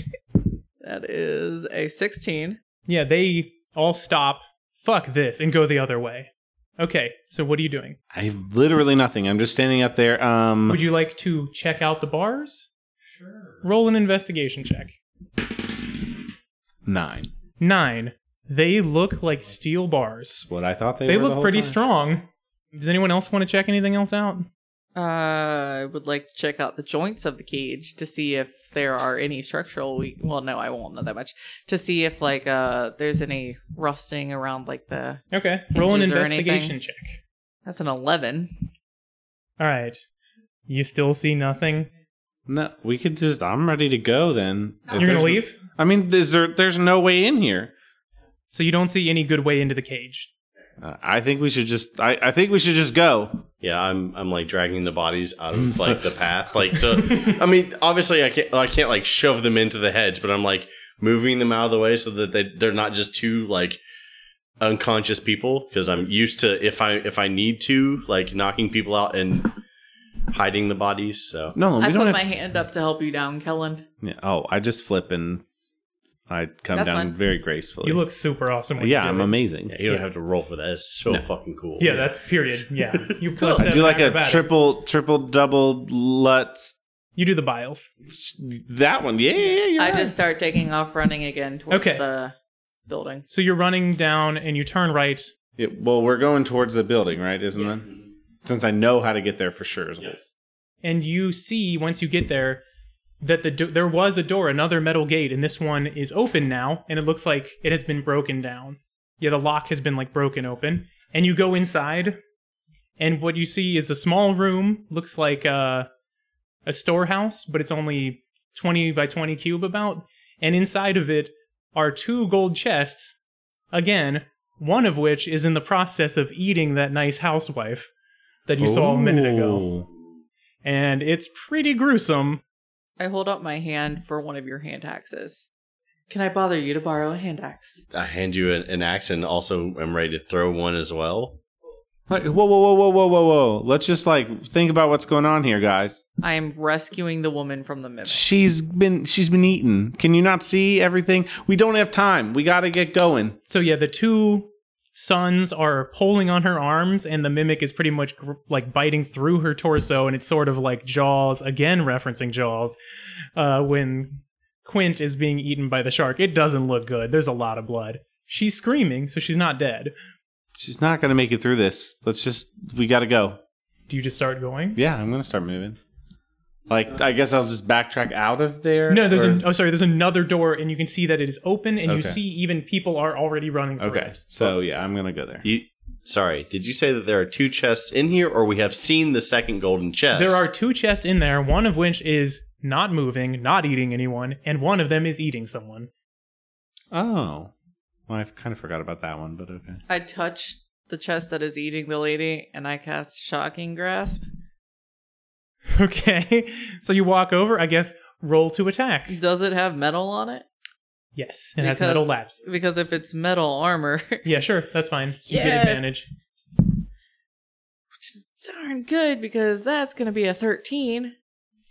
That is a 16.
yeah, they all stop, fuck this, and go the other way. Okay, so what are you doing?
I have literally nothing. I'm just standing up there. Um,
Would you like to check out the bars? Sure. Roll an investigation check.
nine.
Nine. They look like steel bars.
That's what I thought they,
They
were. the
look
whole
pretty
time.
strong. Does anyone else want to check anything else out?
Uh, I would like to check out the joints of the cage to see if there are any structural. We- well, no, I won't know that much. To see if like uh, there's any rusting around like the.
Okay, roll an
Hinges or
investigation
anything?
check.
That's an eleven.
All right. You still see nothing?
No, we could just. I'm ready to go then. If
You're going to
there's-
leave?
I mean, there's there, there's no way in here.
So you don't see any good way into the cage.
Uh, I think we should just. I, I think we should just go.
Yeah, I'm I'm like dragging the bodies out of
(laughs)
like the path. Like so I mean, obviously I can't I can't like shove them into the hedge, but I'm like moving them out of the way so that they they're not just two like unconscious people because I'm used to if I if I need to like knocking people out and hiding the bodies. So
No, we
I
don't
put
have.
my hand up to help you down, Kellen.
Yeah, oh, I just flip and I come
That's
down
fine.
very gracefully.
You look super awesome. when
Yeah,
you do
I'm
it.
amazing.
yeah, you don't have to roll for that. It's so fucking cool.
Yeah, that's period. Yeah. You
Cool.
plus
(laughs) I
that
do like a
acrobatics.
triple, triple, double lutz.
You do the biles.
That one, yeah, yeah, yeah. You're
I
right.
just start taking off running again towards
Okay.
the building.
So you're running down and you turn right.
Yeah, well, we're going towards the building, right? Isn't it? Since I know how to get there for sure. Is
and you see once you get there that the do- there was a door, another metal gate, and this one is open now, and it looks like it has been broken down. Yeah, the lock has been like broken open, and you go inside, and what you see is a small room. Looks like uh, a storehouse, but it's only twenty by twenty cube about, and inside of it are two gold chests. Again, one of which is in the process of eating that nice housewife that you saw a minute ago and it's pretty gruesome.
I hold up my hand for one of your hand axes. Can I bother you to borrow a hand axe?
I hand you an, an axe and also am ready to throw one as well.
Like, whoa, whoa, whoa, whoa, whoa, whoa, whoa. Let's just like think about what's going on here, guys.
I am rescuing the woman from the mimic.
She's been she's been eaten. Can you not see everything? We don't have time. We got to get going.
So yeah, the two sons are pulling on her arms, and the mimic is pretty much gr- like biting through her torso, and it's sort of like Jaws again, referencing Jaws, uh, when Quint is being eaten by the shark. It doesn't look good. There's a lot of blood. She's screaming, so she's not dead.
She's not going to make it through this. Let's just we got to go.
Do you just start going?
Yeah, I'm going to start moving. Like I guess I'll just backtrack out of there.
No, there's
or-
an, oh sorry, there's another door, and you can see that it is open, and you
Okay.
see even people are already running through
Okay.
it.
So yeah, I'm going to go there.
You sorry, did you say that there are two chests in here or we have seen the second golden chest?
There are two chests in there, one of which is not moving, not eating anyone, and one of them is eating someone. (laughs)
Oh. Well, I kind of forgot about that one, but okay.
I touch the chest that is eating the lady and I cast Shocking Grasp.
Okay. So you walk over, I guess, roll to attack.
Does it have metal on it?
Yes, it has metal latch.
Because if it's metal armor, (laughs) which
Yeah, sure, that's fine. You get
Yes.
advantage.
is darn good because that's going to be a 13,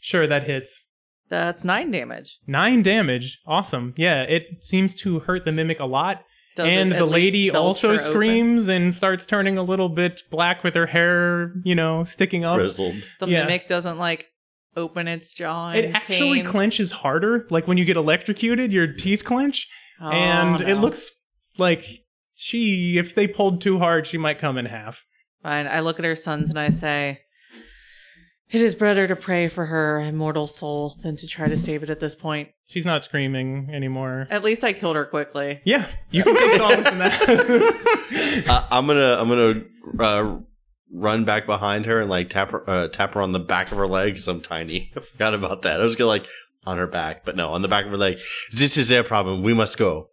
Sure, that hits.
that's nine damage.
Nine damage. Awesome. Yeah, it seems to hurt the mimic a lot.
Does it
and
at
the
least
lady
belch her
also
open?
screams and starts turning a little bit black with her hair, you know, sticking up.
frizzled.
The
Yeah.
mimic doesn't like open its jaw.
It
in
actually
pain.
clenches harder. Like when you get electrocuted, your teeth clench.
Oh,
and it
no.
looks like she if they pulled too hard she might come in half
Fine. I look at her sons and I say, It is better to pray for her immortal soul than to try to save it at this point.
she's not screaming anymore
At least I killed her quickly.
yeah you can take solace in that
uh, I'm gonna I'm gonna uh, run back behind her and like tap her uh, tap her on the back of her leg 'cause I'm tiny. (laughs) I forgot about that. I was gonna like on her back, but no, on the back of her leg. This is their problem. We must go.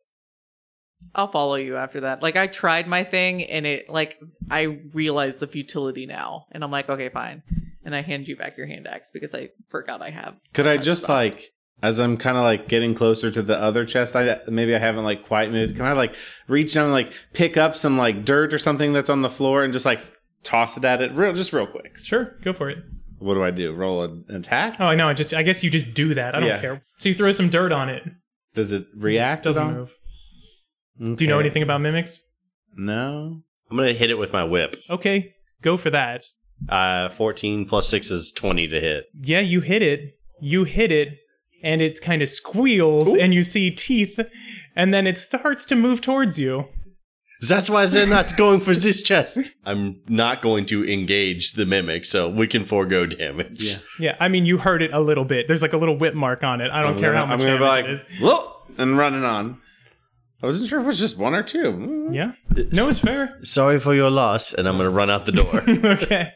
I'll follow you after that. Like I tried my thing and it like I realize the futility now. And I'm like, okay, fine. And I hand you back your hand axe because I forgot I have.
Could I
that
just
stuff.
like, as I'm kind of like getting closer to the other chest, I maybe I haven't like quite moved. Can I like reach down and like pick up some like dirt or something that's on the floor and just like toss it at it real just real
(laughs)
quick?
sure go for it
What do I do? Roll an attack?
oh i know i just i guess you just do that i don't
Yeah.
care so you throw some dirt on it
Does it react? at
doesn't
all?
move do you know
Okay.
anything about mimics
No.
I'm I'm gonna hit it with my whip.
Okay, go for that.
Uh, 14 plus six is 20 to hit.
Yeah, you hit it. You hit it, and it kind of squeals, and you see teeth, and then it starts to move towards you.
That's why I said not (laughs) going for this chest. I'm not going to engage the mimic, so we can forego damage.
Yeah.
(laughs)
Yeah, I mean, you heard it a little bit. There's like a little whip mark on it. I don't care how
I'm
much
gonna
damage
be like,
it is.
whoop, and running on. I wasn't sure if it was just one or two. Mm.
Yeah, no, it's fair. (laughs)
Sorry for your loss, and I'm gonna run out the door.
okay.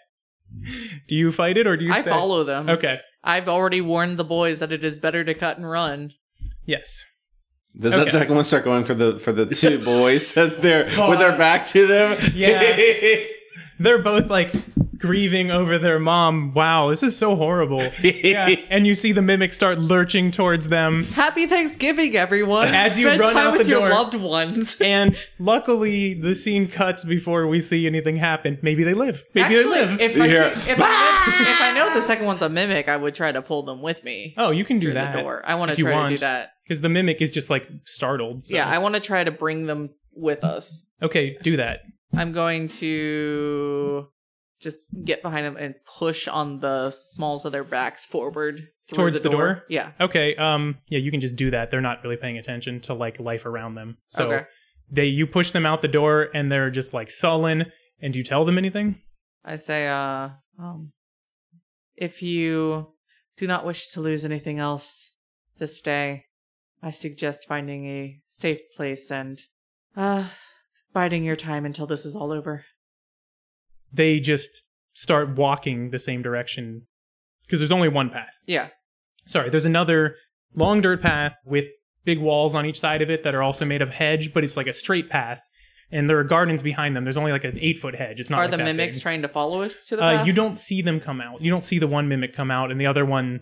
Do you fight it or do you?
I
stay?
follow them.
Okay.
I've already warned the boys that it is better to cut and run.
Yes.
Does
Okay.
that second one start going for the for the two (laughs) boys as they're with their back to them? (laughs)
Yeah. They're both like grieving over their mom. Wow, this is so
(laughs)
horrible. (laughs) yeah. And you see the mimic start lurching towards them.
Happy Thanksgiving, everyone.
As you
Spend
run
time
out
with
the
your
door.
loved ones.
And luckily, the scene cuts before we see anything happen. Maybe they live. Maybe they
Actually,
live.
if I, see,
Yeah.
if, I know, if I know the second one's a mimic, I would try to pull them with me
oh, you can do
through
that.
the door. I want to
if you
try to
want.
do that.
Because the mimic is just like startled. so-
Yeah, I want to try to bring them with us.
okay, do that.
I'm going to just get behind them and push on the smalls of their backs forward through
Towards the door?
Yeah.
Okay. Um. Yeah, you can just do that. They're not really paying attention to like life around them. So
Okay.
they you push them out the door and they're just like sullen. And do you tell them anything?
I say, uh, um, if you do not wish to lose anything else this day, I suggest finding a safe place and, uh, biding your time until this is all over.
They just start walking the same direction because there's only one path.
Yeah.
sorry, there's another long dirt path with big walls on each side of it that are also made of hedge, but it's like a straight path. And there are gardens behind them. There's only like an eight foot hedge. It's not
Are
like
the
that
mimics
big.
trying to follow us to the
uh,
path?
you don't see them come out. You don't see the one mimic come out, and the other one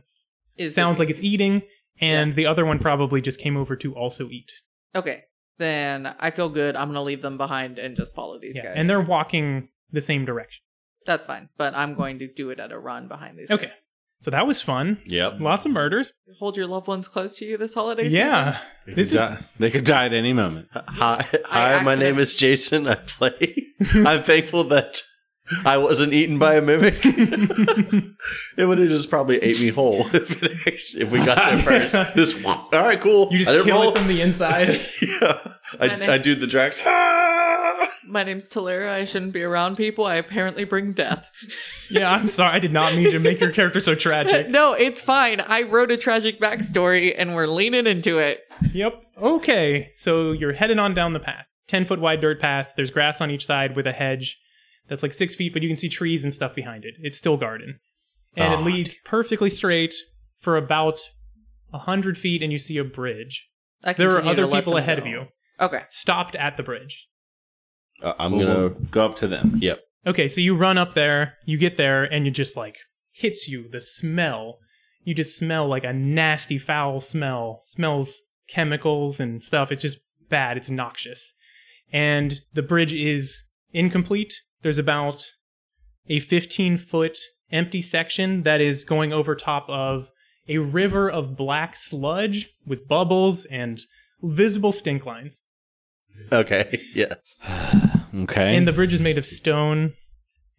Is
sounds like it's eating, and the other one probably just came over to also eat.
okay. Then I feel good. I'm gonna leave them behind and just follow these
Yeah.
guys.
And they're walking the same direction.
that's fine. But I'm going to do it at a run behind these
Okay.
guys.
So that was fun.
Yep.
Lots of murders.
Hold your loved ones close to you this holiday season.
Yeah. This is
they could die at any moment.
Hi,
I
hi my name
accidentally-
is Jason. I play.
(laughs)
(laughs) I'm thankful that I wasn't eaten by
(laughs)
a mimic. it would have just probably ate me whole (laughs) if, it actually, if we got there
(laughs)
first. This, all right, cool.
(laughs) you just
I didn't
kill
roll.
it from the inside.
(laughs) yeah,
My name-
I, I do the Drax. (laughs) Ah!
My name's Talera. I shouldn't be around people. I apparently bring death.
yeah, I'm sorry. I did not mean to make your character so tragic.
(laughs) no, it's fine. I wrote a tragic backstory and we're leaning into it.
Yep. Okay. So you're headed on down the path. 10 foot wide dirt path. There's grass on each side with a hedge that's like six feet, but you can see trees and stuff behind it. It's still garden. And
Oh.
it
Ah,
leads perfectly straight for about 100 feet, and you see a bridge.
I
There are
continue to
other
let
people
them
ahead
go.
of you,
Okay.
stopped at the bridge.
Uh, I'm
We'll-
gonna.
we'll go up to them.
Yep.
Okay. So you run up there, you get there, and you just like hits you the smell. You just smell like a nasty, foul smell. Smells chemicals and stuff. It's just bad. It's noxious. and the bridge is incomplete. There's about a 15 foot empty section that is going over top of a river of black sludge with bubbles and visible stink lines.
Okay. (laughs) Yeah.
Okay.
And the bridge is made of stone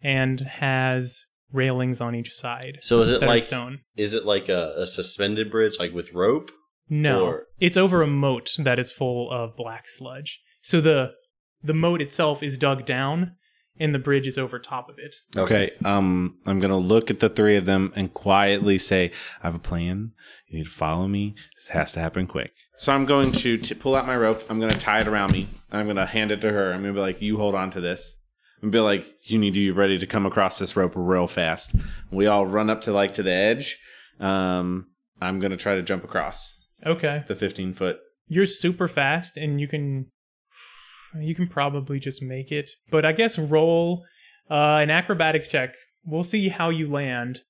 and has railings on each side
So is it
that are
like
stone.
is it like a, a suspended bridge, like with rope?
No,
or-
it's over a moat that is full of black sludge. So the the moat itself is dug down, and the bridge is over top of it.
okay. Um, I'm gonna look at the three of them and quietly say, "I have a plan. You need to follow me. This has to happen quick." So I'm going to t- pull out my rope. I'm gonna tie it around me. And I'm gonna hand it to her. I'm gonna be like, "You hold on to this." And be like, "You need to be ready to come across this rope real fast." We all run up to like to the edge. Um, I'm gonna try to jump across
Okay.
the 15 foot.
you're super fast and you can you can probably just make it but i guess roll uh, an acrobatics check we'll see how you land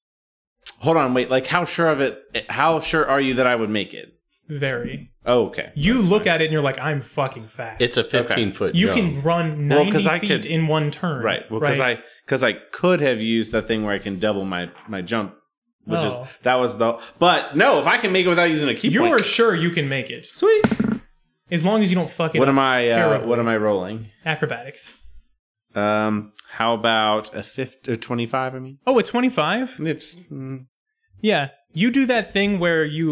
Hold on, wait. Like, how sure of it? How sure are you that I would make it?
very
Oh, okay.
you look at it and you're like i'm fucking fast
It's a 15 foot.
you
jump.
can run
Well,
90
'cause I
feet
could-
in one turn
right. Well, because I because I could have used that thing where I can double my my jump, which
Oh.
is that was the. But no, if I can make it without using a key
you are
point,
sure you can make it
sweet.
as long as you don't fuck it
What
up
am I? Uh,
terribly.
what am I rolling?
acrobatics
Um, how about a fifth or twenty-five? I mean,
Oh, at 25?
it's mm,
Yeah. You do that thing where you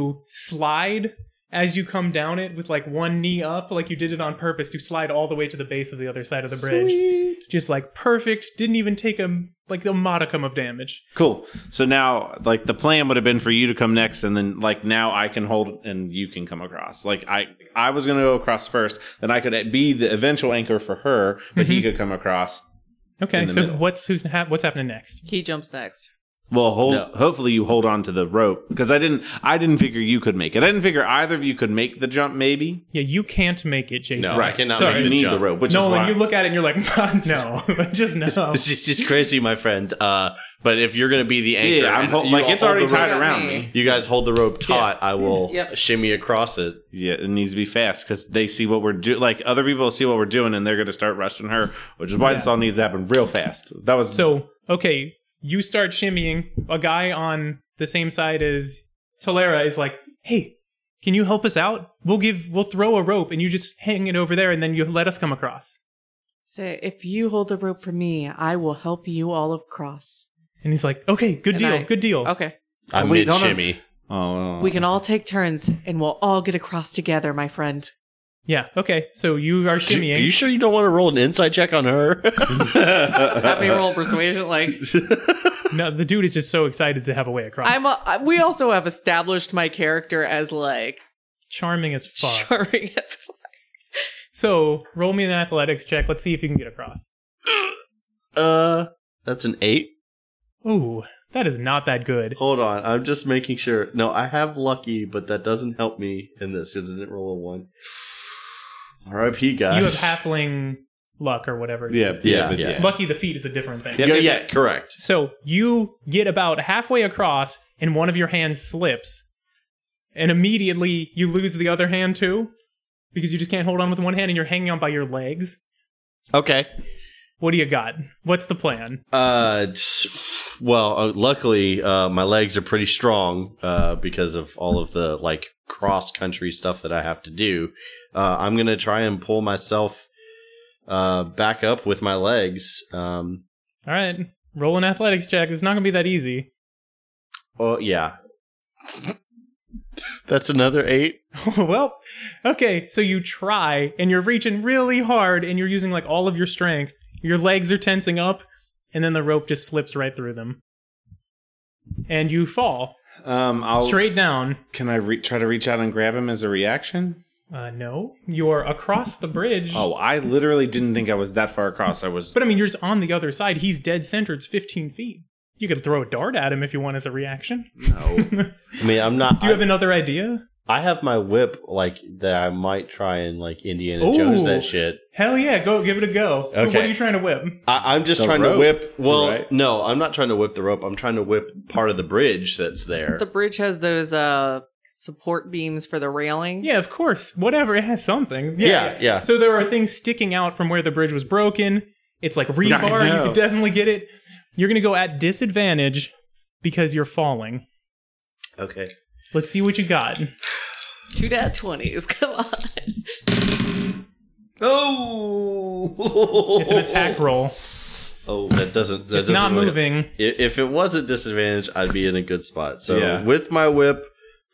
slide as you come down it with like one knee up, like you did it on purpose. You slide all the way to the base of the other side of the bridge. Just like perfect. Didn't even take a like a modicum of damage.
cool. So now, like, the plan would have been for you to come next, and then like now I can hold and you can come across. Like I, I was gonna go across first, then I could be the eventual anchor for her, but he could come across.
Okay,
In the
so
middle.
what's who's ha- what's happening next?
He jumps next.
Well, hold.
No.
Hopefully, you hold on to the rope because I didn't. I didn't figure you could make it. I didn't figure either of you could make the jump. Maybe
Yeah, you can't make it, Jason.
No, I cannot
Sorry.
make
you
the
need
jump.
the rope, which is
Nolan,
why.
you look at it and you're like, (laughs) no, (laughs) just
(laughs)
no.
(laughs) This is just crazy, my friend. Uh, but if you're going to be the anchor,
yeah, I'm
and
hol-
you
like
all
it's
hold
already
the rope-
tied
Yeah,
around
me.
me.
You guys hold the rope taut. I will
Yep.
shimmy across it.
Yeah, it needs to be fast because they see what we're doing. Like other people see what we're doing, and they're going to start rushing her, which is why this all needs to happen real fast. That was
So, okay, you start shimmying. A guy on the same side as Tolera is like, "Hey, can you help us out? We'll give, we'll throw a rope, and you just hang it over there, and then you let us come across."
Say, if you hold the rope for me, I will help you all across.
And he's like, "Okay, good
And
deal,
I-
good deal."
Okay.
I
wait,
mid
no, no.
shimmy.
oh,
We can all take turns and we'll all get across together, my friend.
Yeah, okay. So you are (laughs)
Are
shimmying.
you sure you don't want to roll an insight check on her? (laughs)
Let me roll persuasion. Like,
no, the dude is just so excited to have a way across.
I'm a, we also have established my character as like
charming as fuck.
charming (laughs) as fuck.
So roll me an athletics check. Let's see if you can get across.
uh, that's an eight.
Ooh, that is not that good.
Hold on, I'm just making sure. No, I have lucky, but that doesn't help me in this because I didn't roll a one. R.I.P. guys.
You have halfling luck or whatever. it
yeah,
is.
yeah,
Oh, Yeah,
but yeah.
yeah.
Lucky the feet is a different thing.
Yeah, yeah, correct.
So you get about halfway across, and one of your hands slips, and immediately you lose the other hand too, because you just can't hold on with one hand, and you're hanging on by your legs.
Okay.
What do you got? What's the plan?
Uh, just- well, uh, luckily, uh, my legs are pretty strong uh, because of all of the like cross country stuff that I have to do. Uh, I'm gonna try and pull myself uh, back up with my legs. Um,
All right, roll an athletics check. It's not gonna be that easy. (laughs)
oh yeah, (laughs) that's another eight.
well, okay. So you try, and you're reaching really hard, and you're using like all of your strength. Your legs are tensing up, and then the rope just slips right through them, and you fall
Um, I'll
straight down.
can I re- try to reach out and grab him as a reaction?
Uh, no, you're across the bridge.
Oh, I literally didn't think I was that far across. I was.
But I mean, you're just on the other side. He's dead center. It's 15 feet. You could throw a dart at him if you want as a reaction.
No.
I mean, I'm
(laughs)
not.
Do you have another idea?
I have my whip like that. I might try and like Indiana Jones
Ooh.
that shit.
Hell yeah, go give it a go.
Okay.
What are you trying to whip?
I, I'm just
The
trying
rope,
to whip. Well,
right?
no, I'm not trying to whip the rope. I'm trying to whip part of the bridge that's there.
The bridge has those uh support beams for the railing.
Yeah, of course. Whatever. It has something. Yeah,
Yeah, yeah.
So there are things sticking out from where the bridge was broken. It's like
(laughs)
rebar. You
know.
could definitely get it. You're going to go at disadvantage because you're falling.
okay.
Let's see what you got.
Two dad twenties. (laughs) Come on.
(laughs) oh,
(laughs)
It's an attack roll.
Oh, that doesn't. That
It's
doesn't
not
really-
moving.
I- If it was a disadvantage, I'd be in a good spot. So
Yeah.
with my whip,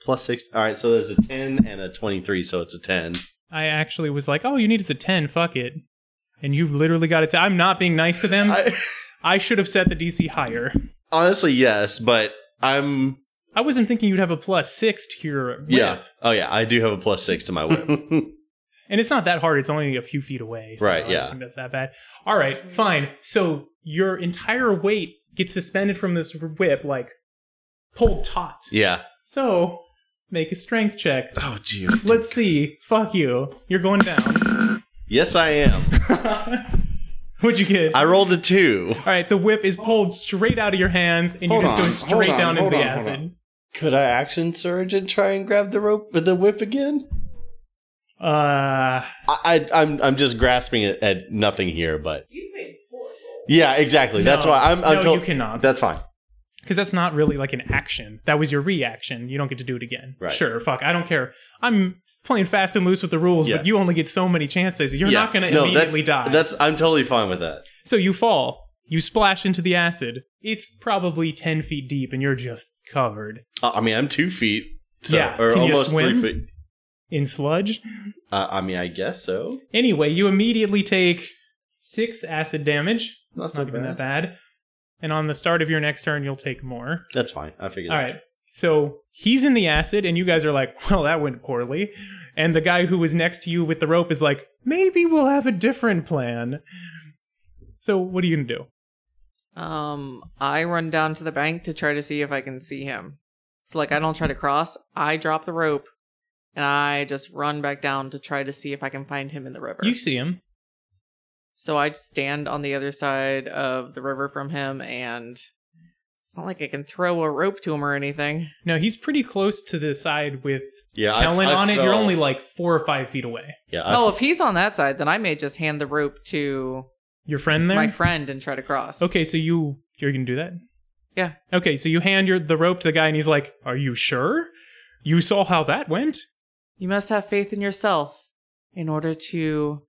plus six. All right, so there's a ten and a twenty-three, so it's a ten.
I actually was like, "Oh, you need us a ten. Fuck it." And you literally got it. T- I'm not being nice to them. I,
(laughs) I,
should have set the DC higher.
honestly, yes, but I'm.
I wasn't thinking you'd have a plus six to your whip.
Yeah. Oh yeah, I do have a plus six to my whip.
And it's not that hard. It's only a few feet away. So
Right,
I don't
yeah.
think that's that bad. All right. Fine. So your entire weight gets suspended from this whip, like pulled taut.
(laughs) yeah.
So make a strength check.
Oh gee.
Let's see. Fuck you. You're going down.
Yes, I am.
What'd you get?
I rolled a two.
All right. The whip is pulled straight out of your hands, and
Hold
you just
on,
go
hold
straight
on,
down into
hold
the
on, hold
acid.
on.
Could I action surge and try and grab the rope with the whip again?
Uh,
I, I I'm I'm just grasping at, at nothing here, but yeah, exactly. That's
No.
why I'm. I'm
No,
tot-
you cannot.
That's fine.
because that's not really like an action. That was your reaction. You don't get to do it again.
Right.
Sure, fuck, I don't care. I'm playing fast and loose with the rules,
Yeah.
but you only get so many chances. You're
Yeah.
not going to
No, that's-
immediately die.
That's I'm totally fine with that.
So you fall, you splash into the acid. It's probably 10 feet deep and you're just covered
Uh, I mean, I'm two feet. So,
Yeah,
Or
can you
almost
swim?
three feet.
in sludge.
Uh, I mean, I guess so.
Anyway, you immediately take six acid damage. It's
not
not,
so
even that bad. And on the start of your next turn, you'll take more.
That's fine. I figured.
All
that.
right. So he's in the acid, and you guys are like, (laughs) well, that went poorly. And the guy who was next to you with the rope is like, maybe we'll have a different plan. So what are you going to do?
Um, I run down to the bank to try to see if I can see him. So like I don't try to cross, I drop the rope and I just run back down to try to see if I can find him in the river.
You see him.
so I stand on the other side of the river from him and it's not like I can throw a rope to him or anything.
No, he's pretty close to the side with
Yeah. I-
Kellen
I
on it. You're
fell-
only like four or five feet away.
Yeah.
Uh,
I
Oh, if he's on that side, then I may just hand the rope to
Your friend there?
my friend and try to cross.
Okay, so you you're gonna do that?
Yeah.
Okay, so you hand your the rope to the guy and he's like, Are you sure? You saw how that went?
You must have faith in yourself in order to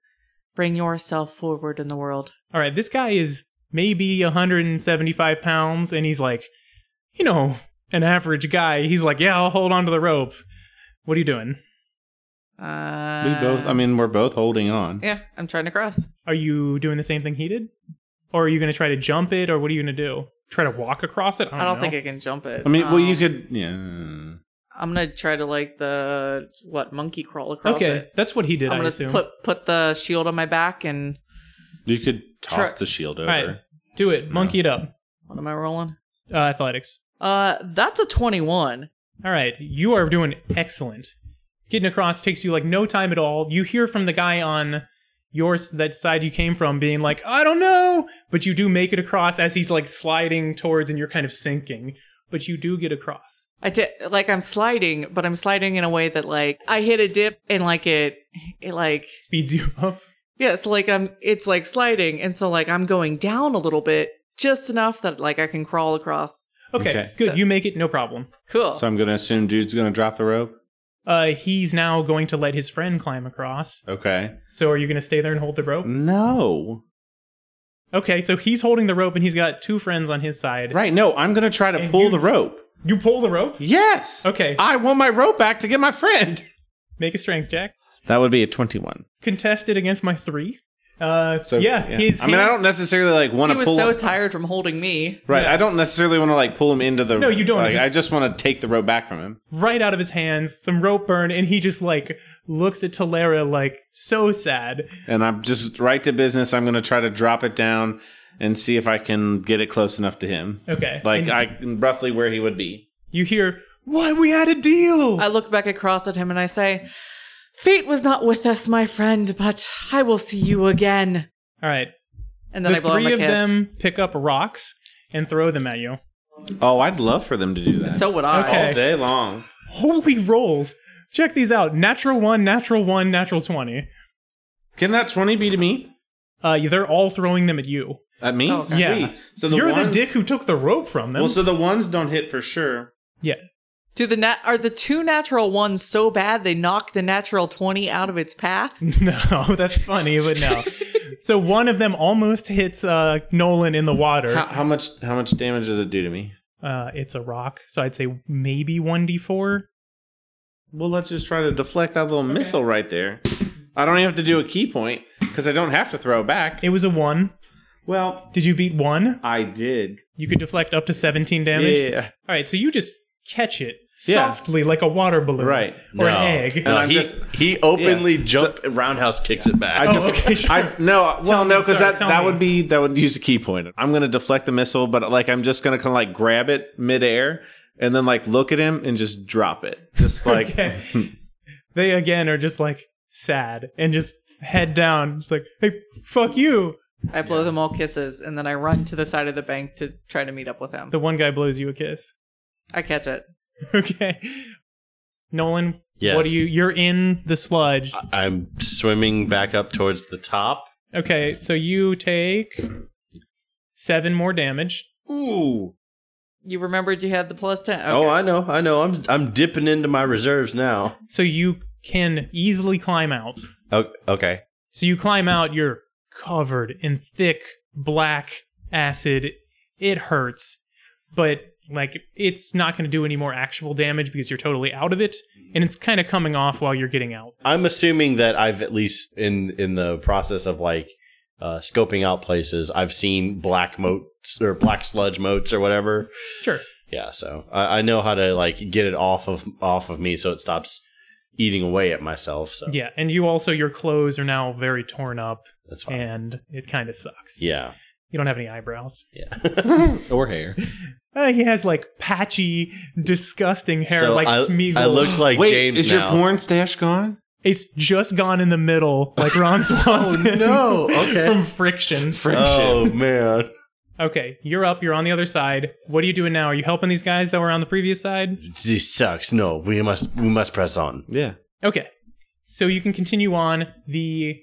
bring yourself forward in the world.
Alright, this guy is maybe 175 pounds, and he's like, you know, an average guy. He's like, Yeah, I'll hold on to the rope. What are you doing?
Uh,
We both. I mean, we're both holding on.
yeah, I'm trying to cross.
Are you doing the same thing he did? Or are you gonna try to jump it, or what are you gonna do? Try to walk across it? I don't,
I don't
know.
think I can jump it.
I mean, well, you
Um,
could. Yeah.
I'm gonna try to like the what monkey crawl across
Okay,
it.
that's what he did,
I'm
I
gonna
assume.
put put the shield on my back and
You could toss
Try-
the shield over.
right. Do it. Monkey it up.
what am I rolling?
Uh, athletics.
Uh, that's a 21.
All right, you are doing excellent. Getting across takes you like no time at all. You hear from the guy on your s- that side you came from being like, "I don't know," but you do make it across as he's like sliding towards and you're kind of sinking, but you do get across.
I did like I'm sliding, but I'm sliding in a way that like I hit a dip and like it it like
Speeds you (laughs) up.
Yeah, so like I'm it's like sliding and so like I'm going down a little bit just enough that like I can crawl across.
Okay,
Okay.
good.
So-
you make it, no problem.
Cool.
So I'm gonna assume dude's gonna drop the rope.
Uh, he's now going to let his friend climb across.
Okay.
So are you going to stay there and hold the rope?
Mm. No.
Okay, so he's holding the rope and he's got two friends on his side.
Right. No. I'm gonna try to
And
pull
you-
the rope.
You pull the rope.
Yes.
Okay,
I want my rope back to get my friend.
make a strength check.
That would be a 21.
contested against my three. Uh,
So
yeah, his.
I mean, I
hands-
don't necessarily like want
he
to
was
pull.
so
him-
tired from holding me.
right. I don't necessarily want to like pull him into the.
No, you don't,
like,
just-
I just want to take the rope back from him.
Right out of his hands, some rope burn, and he just like looks at Talera like so sad.
And I'm just right to business. I'm going to try to drop it down and see if I can get it close enough to him.
Okay,
Like
And
I roughly where he would be.
you hear, "Why we had a deal?"
I look back across at him and I say, Fate was not with us, my friend, but I will see you again.
All right,
And then
the
I blow him
three
a
of
kiss.
them pick up rocks and throw them at you.
Oh, I'd love for them to do that
So would I.
Okay.
all day long.
Holy rolls! Check these out: natural one, natural one, natural twenty.
Can that 20 be to me?
Uh, they're all throwing them at you.
At me?
Oh, okay.
Yeah.
Sweet. So the
You're the
ones-
dick who took the rope from them.
Well, so the ones don't hit for sure.
yeah.
Do the nat- are the two natural ones so bad they knock the natural 20 out of its path?
(laughs) No, that's funny, but no. so one of them almost hits uh, Nolan in the water.
How, how much? How much damage does it do to me?
Uh, it's a rock, so I'd say maybe 1d4.
Well, let's just try to deflect that little missile right there. I don't even have to do a key point because I don't have to throw back.
It was a 1.
well,
Did you beat 1?
I did.
You could deflect up to 17 damage.
Yeah.
All right, so you just catch it
Yeah.
softly like a water balloon
Right.
or
No.
an egg.
No,
I'm
he
just-
he openly jumped and roundhouse kicks it back.
I
(laughs) Oh, okay, sure.
(laughs) I no.
Tell
Well,
me,
no, because
sorry,
that
tell
that
me.
would be that would use a key point. I'm gonna deflect the missile, but like I'm just gonna kind of like grab it midair and then like look at him and just drop it,
(laughs)
just like (laughs)
Okay. they again are just like sad and just head down. It's like, hey, fuck you.
I blow them all kisses and then I run to the side of the bank to try to meet up with him.
The one guy blows you a kiss.
I catch it.
(laughs) okay. Nolan,
Yes. Uh,
what do you? You're in the sludge.
I'm swimming back up towards the top.
Okay, so you take seven more damage.
ooh.
You remembered you had the plus 10. Okay.
Oh, I know, I know. I'm I'm dipping into my reserves now.
So you can easily climb out.
O- Okay.
So you climb out, you're covered in thick black acid. It hurts, but like it's not going to do any more actual damage because you're totally out of it, and it's kind of coming off while you're getting out.
I'm assuming that I've at least in in the process of like uh, scoping out places, I've seen black moats or black sludge moats or whatever.
Sure.
Yeah, so I, I know how to like get it off of off of me so it stops eating away at myself. So
Yeah, and you also your clothes are now very torn up,
that's fine.
and it kind of sucks.
Yeah,
You don't have any eyebrows.
yeah.
or hair.
Uh, he has like patchy, disgusting hair, like
I,
Smeagol.
I look like
Wait,
James
is
now.
your porn stash gone?
it's just gone in the middle, like Ron
(laughs)
Swanson.
Oh, no, okay.
from friction.
Oh man,
Okay, you're up. You're on the other side. What are you doing now? Are you helping these guys that were on the previous side?
this sucks. No, we must we must press on.
Yeah.
Okay, so you can continue on. The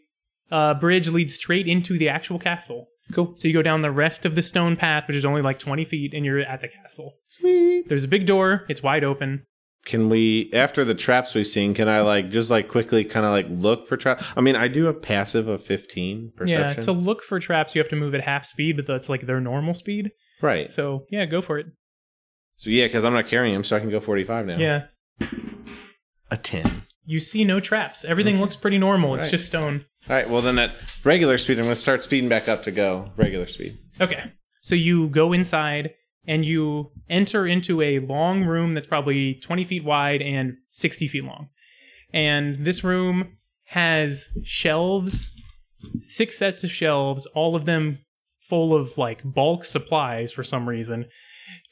uh, bridge leads straight into the actual castle.
Cool.
So you go down the rest of the stone path, which is only like 20 feet, and you're at the castle. Sweet. There's a big door. It's wide open.
Can we after the traps we've seen, can I like just like quickly kind of like look for traps? I mean, I do have passive of 15
Yeah.
perception.
To look for traps, you have to move at half speed, but that's like their normal speed.
right.
So yeah, go for it.
So yeah, because I'm not carrying him, so I can go 45 now.
Yeah.
A 10. All
You see no traps. Everything looks pretty normal. It's
Right.
just stone.
right. Well, then at regular speed, I'm going to start speeding back up to go regular speed.
Okay. So you go inside and you enter into a long room that's probably 20 feet wide and 60 feet long. And this room has shelves, six sets of shelves, all of them full of like bulk supplies for some reason.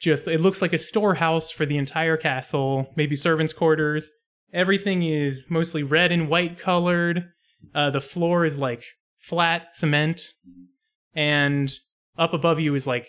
Just it looks like a storehouse for the entire castle, maybe servants' quarters. Everything is mostly red and white colored. Uh, the floor is like flat cement, and up above you is like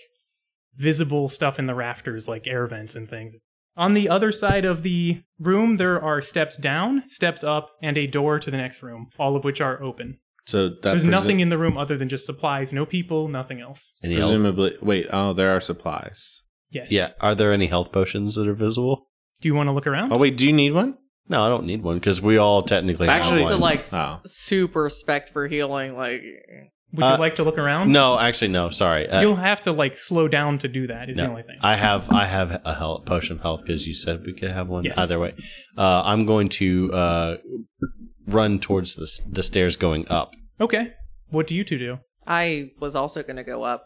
visible stuff in the rafters, like air vents and things. On the other side of the room, there are steps down, steps up, and a door to the next room, all of which are open.
So that
There's nothing in the room other than just supplies, no people, nothing else.
Any health?
Presumably, wait. Oh, there are supplies.
Yes.
Yeah, are there any health potions that are visible?
Do you want to look around?
Oh, wait. Do you need one?
No, I don't need one because we all technically
Actually-
have
also
one.
like s-
Oh.
super spec for healing. Like
Would you
uh,
like to look around?
no, actually, no. Sorry, Uh,
You'll have to like slow down to do that. Is the
No.
only thing.
I have I have a health potion of health because you said we could have one
Yes.
either way. Uh, I'm going to uh, run towards the s- the stairs going up.
okay. What do you two do?
I was also gonna go up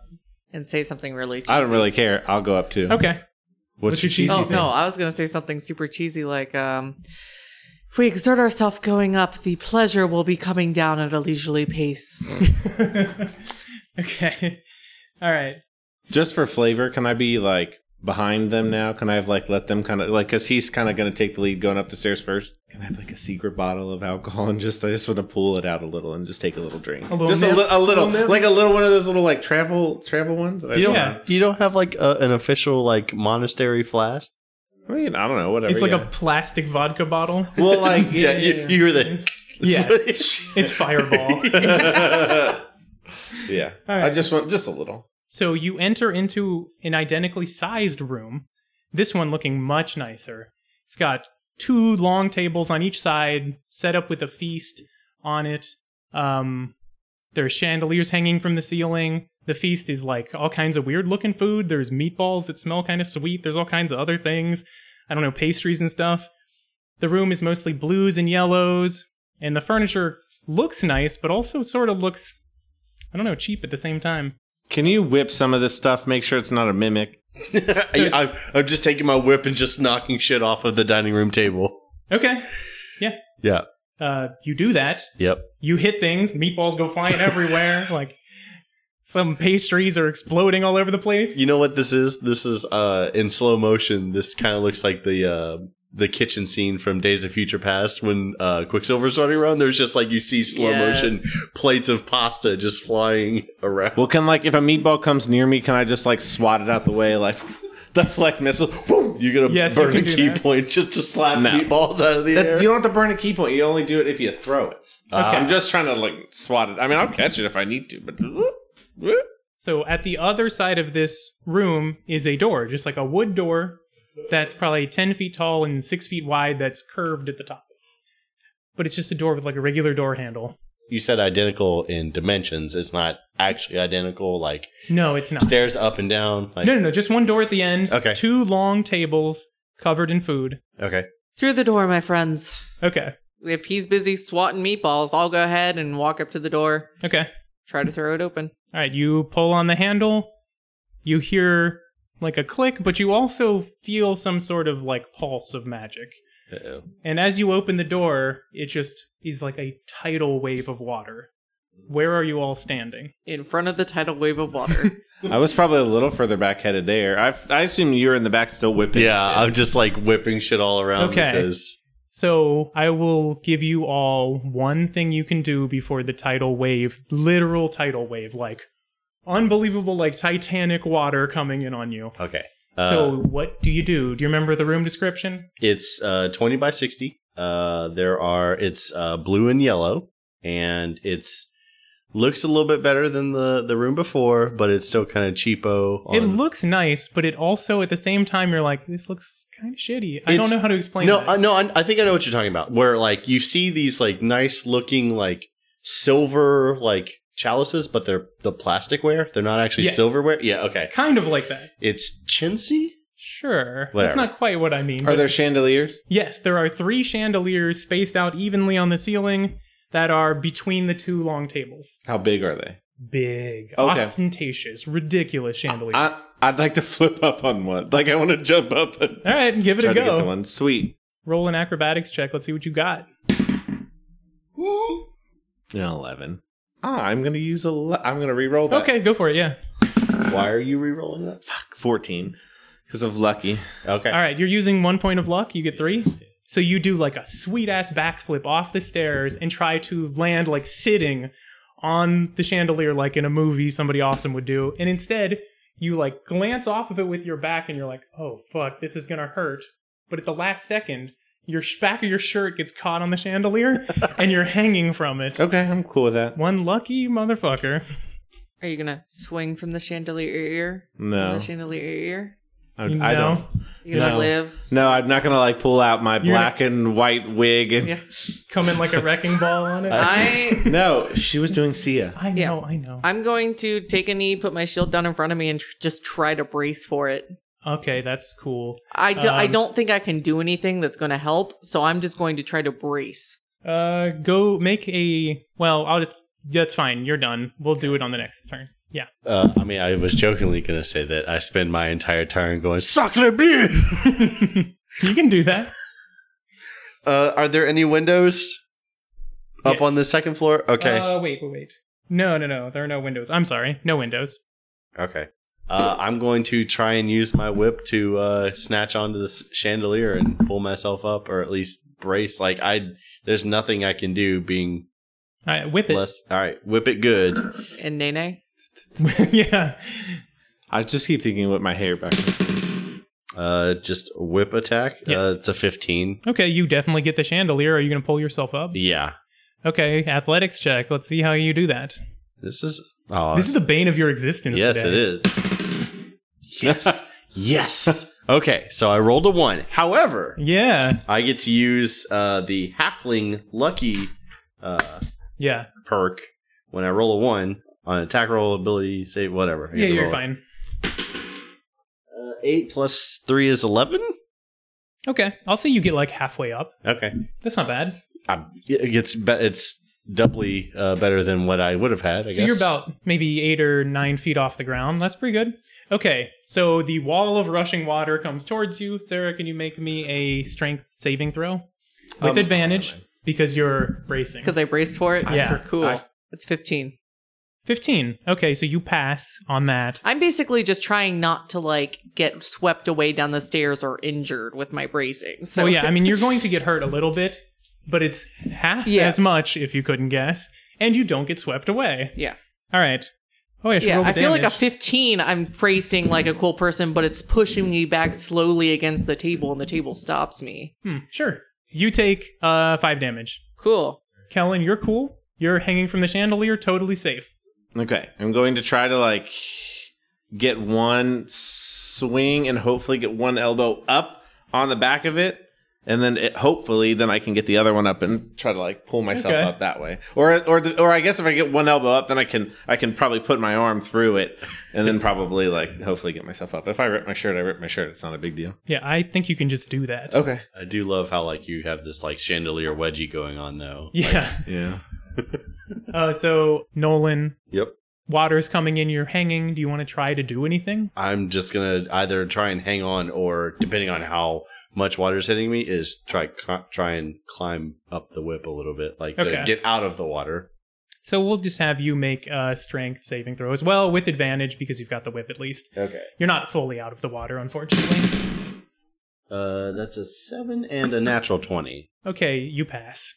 and say something really. Cheesy.
I don't really care. I'll go up too.
Okay. (laughs)
What's,
What's
your
your cheesy
cheesy
Oh
thing?
no, I was gonna say something super cheesy like um. If we exert ourselves going up, the pleasure will be coming down at a leisurely pace.
okay. All right.
Just for flavor, can I be like behind them now? Can I have like let them kind of like because he's kind of going to take the lead going up the stairs first? Can I have like a secret bottle of alcohol and just I just want to pull it out a little and just take a little drink,
little
just
nip?
a, li- a little, like a little one of those little like travel travel ones. That I just
Yeah.
wanna-
You don't have like a, an official like monastery (laughs) flask.
I mean, I don't know. Whatever.
It's like a
yeah.
plastic vodka bottle.
a well, like yeah,
you, you hear
(laughs)
the
Yeah. it's
(laughs)
fireball.
yeah. yeah.
All
I
right.
just want just a little.
So you enter into an identically sized room, this one looking much nicer. It's got two long tables on each side, set up with a feast on it. Um, there's chandeliers hanging from the ceiling. The feast is like all kinds of weird looking food. There's meatballs that smell kind of sweet. There's all kinds of other things. I don't know, pastries and stuff. The room is mostly blues and yellows, and the furniture looks nice, but also sort of looks, I don't know, cheap at the same time.
Can you whip some of this stuff? Make sure it's not a mimic.
I, I'm, I'm just taking my whip and just knocking shit off of the dining room table.
Okay.
Yeah.
Uh, you do that.
Yep.
You hit things. Meatballs go flying
(laughs)
everywhere. like some pastries are exploding all over the place.
You know what this is? This is uh, in slow motion. This kind of looks like the uh, the kitchen scene from Days of Future Past when uh, Quicksilver's running around. There's just like you see slow
Yes.
motion plates of pasta just flying around.
Well, can like if a meatball comes near me, can I just like swat it out the way, like (laughs) deflect missile? Woo!
You're gonna
Yes, you
burn a
can do
key
that.
point just to slap
No.
meatballs out of the
That-
air.
you don't have to burn a key point. You only do it if you throw it. I'm just trying to like swat it. I mean, I'll catch it if I need to, but
So at the other side of this room is a door, just like a wood door that's probably 10 feet tall and 6 feet wide that's curved at the top. But it's just a door with like a regular door handle.
you said identical in dimensions. It's not actually identical, like
No, it's not.
stairs up and down. Like,
No, no, no. Just one door at the end.
Okay.
Two long tables covered in food.
Okay.
Through the door, my friends.
Okay.
If he's busy swatting meatballs, I'll go ahead and walk up to the door,
Okay.
try to throw it open.
All right. You pull on the handle. You hear like a click, but you also feel some sort of like pulse of magic.
Uh-oh.
And as you open the door, it just is like a tidal wave of water. Where are you all standing?
In front of the tidal wave of water.
I was probably a little further back headed there. I, I assume you were in the back still whipping.
Yeah,
shit.
I'm just like whipping shit all around
Okay.
because
So I will give you all one thing you can do before the tidal wave, literal tidal wave, like unbelievable, like Titanic water coming in on you.
okay. Uh,
so what do you do? Do you remember the room description?
It's uh, 20 by 60. Uh, there are it's uh, blue and yellow, and it's looks a little bit better than the the room before, but it's still kind of cheapo.
It
on-
looks nice, but it also at the same time you're like, this looks kind of shitty. I don't
It's-
know how to explain.
no,
that.
I, no, I, I think I know what you're talking about. Where like you see these like nice looking like silver like chalices, but they're the plasticware. They're not actually
Yes.
silverware. Yeah, okay.
kind of like that.
It's chintzy.
Sure,
Whatever.
that's not quite what I mean.
Are
but-
there chandeliers?
Yes, there are three chandeliers spaced out evenly on the ceiling that are between the two long tables.
How big are they?
Big,
Okay.
ostentatious, ridiculous chandeliers.
I, I'd like to (laughs) flip up on one. Like I want to jump up and
All right, give it
try
a
to get the
go.
one. Sweet.
Roll an acrobatics check. Let's see what you got.
Eleven.
Ah, I'm gonna use a. Le- I'm gonna re-roll that.
Okay, go for it. Yeah.
Why are you re-rolling that?
Fourteen. Because of lucky.
Okay.
All right, you're using one point of luck. You get three. So you do like a sweet ass backflip off the stairs and try to land like sitting on the chandelier, like in a movie somebody awesome would do. And instead, you like glance off of it with your back and you're like, oh fuck, this is gonna hurt. But at the last second, your sh- back of your shirt gets caught on the chandelier and you're hanging from it.
Okay, I'm cool with that.
One lucky motherfucker.
Are you gonna swing from the chandelier ear? From
No,
the chandelier ear?
I,
You
I
know?
don't.
You gonna
No.
live?
No, I'm not gonna like pull out my
You're
black and white wig and.
Yeah.
Come in like a wrecking ball on it.
I
No, she was doing Sia.
I
Yeah.
know, I know.
I'm going to take a knee, put my shield down in front of me, and tr- just try to brace for it.
Okay, that's cool.
I, do, I
Um,
don't think I can do anything that's going to help, so I'm just going to try to brace.
Uh, go make a. Well, I'll just. That's fine. You're done. We'll do it on the next turn. Yeah. (laughs)
Uh, I mean, I was jokingly gonna say that I spend my entire turn going suck le bleu.
you can do that.
Uh, are there any windows up
Yes.
on the second floor? Okay,
Uh, wait, wait, wait. No, no, no. There are no windows. I'm sorry. No windows.
okay. Uh, I'm going to try and use my whip to uh, snatch onto this chandelier and pull myself up, or at least brace. Like I, there's nothing I can do being
All right, whip it.
less. All right, whip it good.
And Nene?
(laughs) yeah.
I just keep thinking with my hair back.
Uh, just whip attack. Uh,
Yes.
it's a 15.
Okay, you definitely get the chandelier. Are you going to pull yourself up?
Yeah,
Okay, athletics check. Let's see how you do that.
this is. Oh,
This is the bane of your existence.
yes,
today.
it is. (laughs) Yes, yes. Okay, so I rolled a one. However,
Yeah.
I get to use uh, the halfling lucky uh,
Yeah.
perk when I roll a one on attack roll ability save whatever. I get
Yeah,
to
you're
roll it.
fine.
Uh, eight plus three is eleven.
Okay, I'll say you get like halfway up.
Okay,
That's not bad.
i it gets be- it's doubly uh, better than what I would have had. I
So
guess
you're about maybe eight or nine feet off the ground. That's pretty good. Okay, so the wall of rushing water comes towards you. Sarah, can you make me a strength saving throw with
Um,
advantage because you're bracing?
Because I braced for it?
Yeah.
Cool.
I-
it's 15.
15. Okay, so you pass on that.
I'm basically just trying not to, like, get swept away down the stairs or injured with my bracing. So,
Well, yeah,
(laughs)
I mean, you're going to get hurt a little bit, but it's half
Yeah.
as much if you couldn't guess, and you don't get swept away.
Yeah.
All right. Oh, yeah, I should
Yeah,
roll the
I feel like a
damage.
15, I'm bracing like a cool person, but it's pushing me back slowly against the table, and the table stops me.
Hmm, sure. You take uh, five damage.
Cool.
Kellen, you're cool. You're hanging from the chandelier, totally safe.
Okay, I'm going to try to like get one swing and hopefully get one elbow up on the back of it and then it, hopefully then I can get the other one up and try to like pull myself
Okay.
up that way. Or or the, or I guess if I get one elbow up, then I can I can probably put my arm through it and then probably like hopefully get myself up. If I rip my shirt, I rip my shirt. It's not a big deal.
Yeah, I think you can just do that.
Okay.
I do love how like you have this like chandelier wedgie going on though.
(laughs) Yeah.
Yeah.
Uh, so Nolan.
Yep.
Water's coming in. You're hanging. Do you want to try to do anything?
I'm just gonna either try and hang on, or depending on how much water's hitting me, is try cl- try and climb up the whip a little bit, like
Okay.
to get out of the water.
So we'll just have you make a strength saving throw as well with advantage because you've got the whip at least.
Okay.
You're not fully out of the water, unfortunately.
Uh, that's a seven and a natural twenty.
Okay, you pass.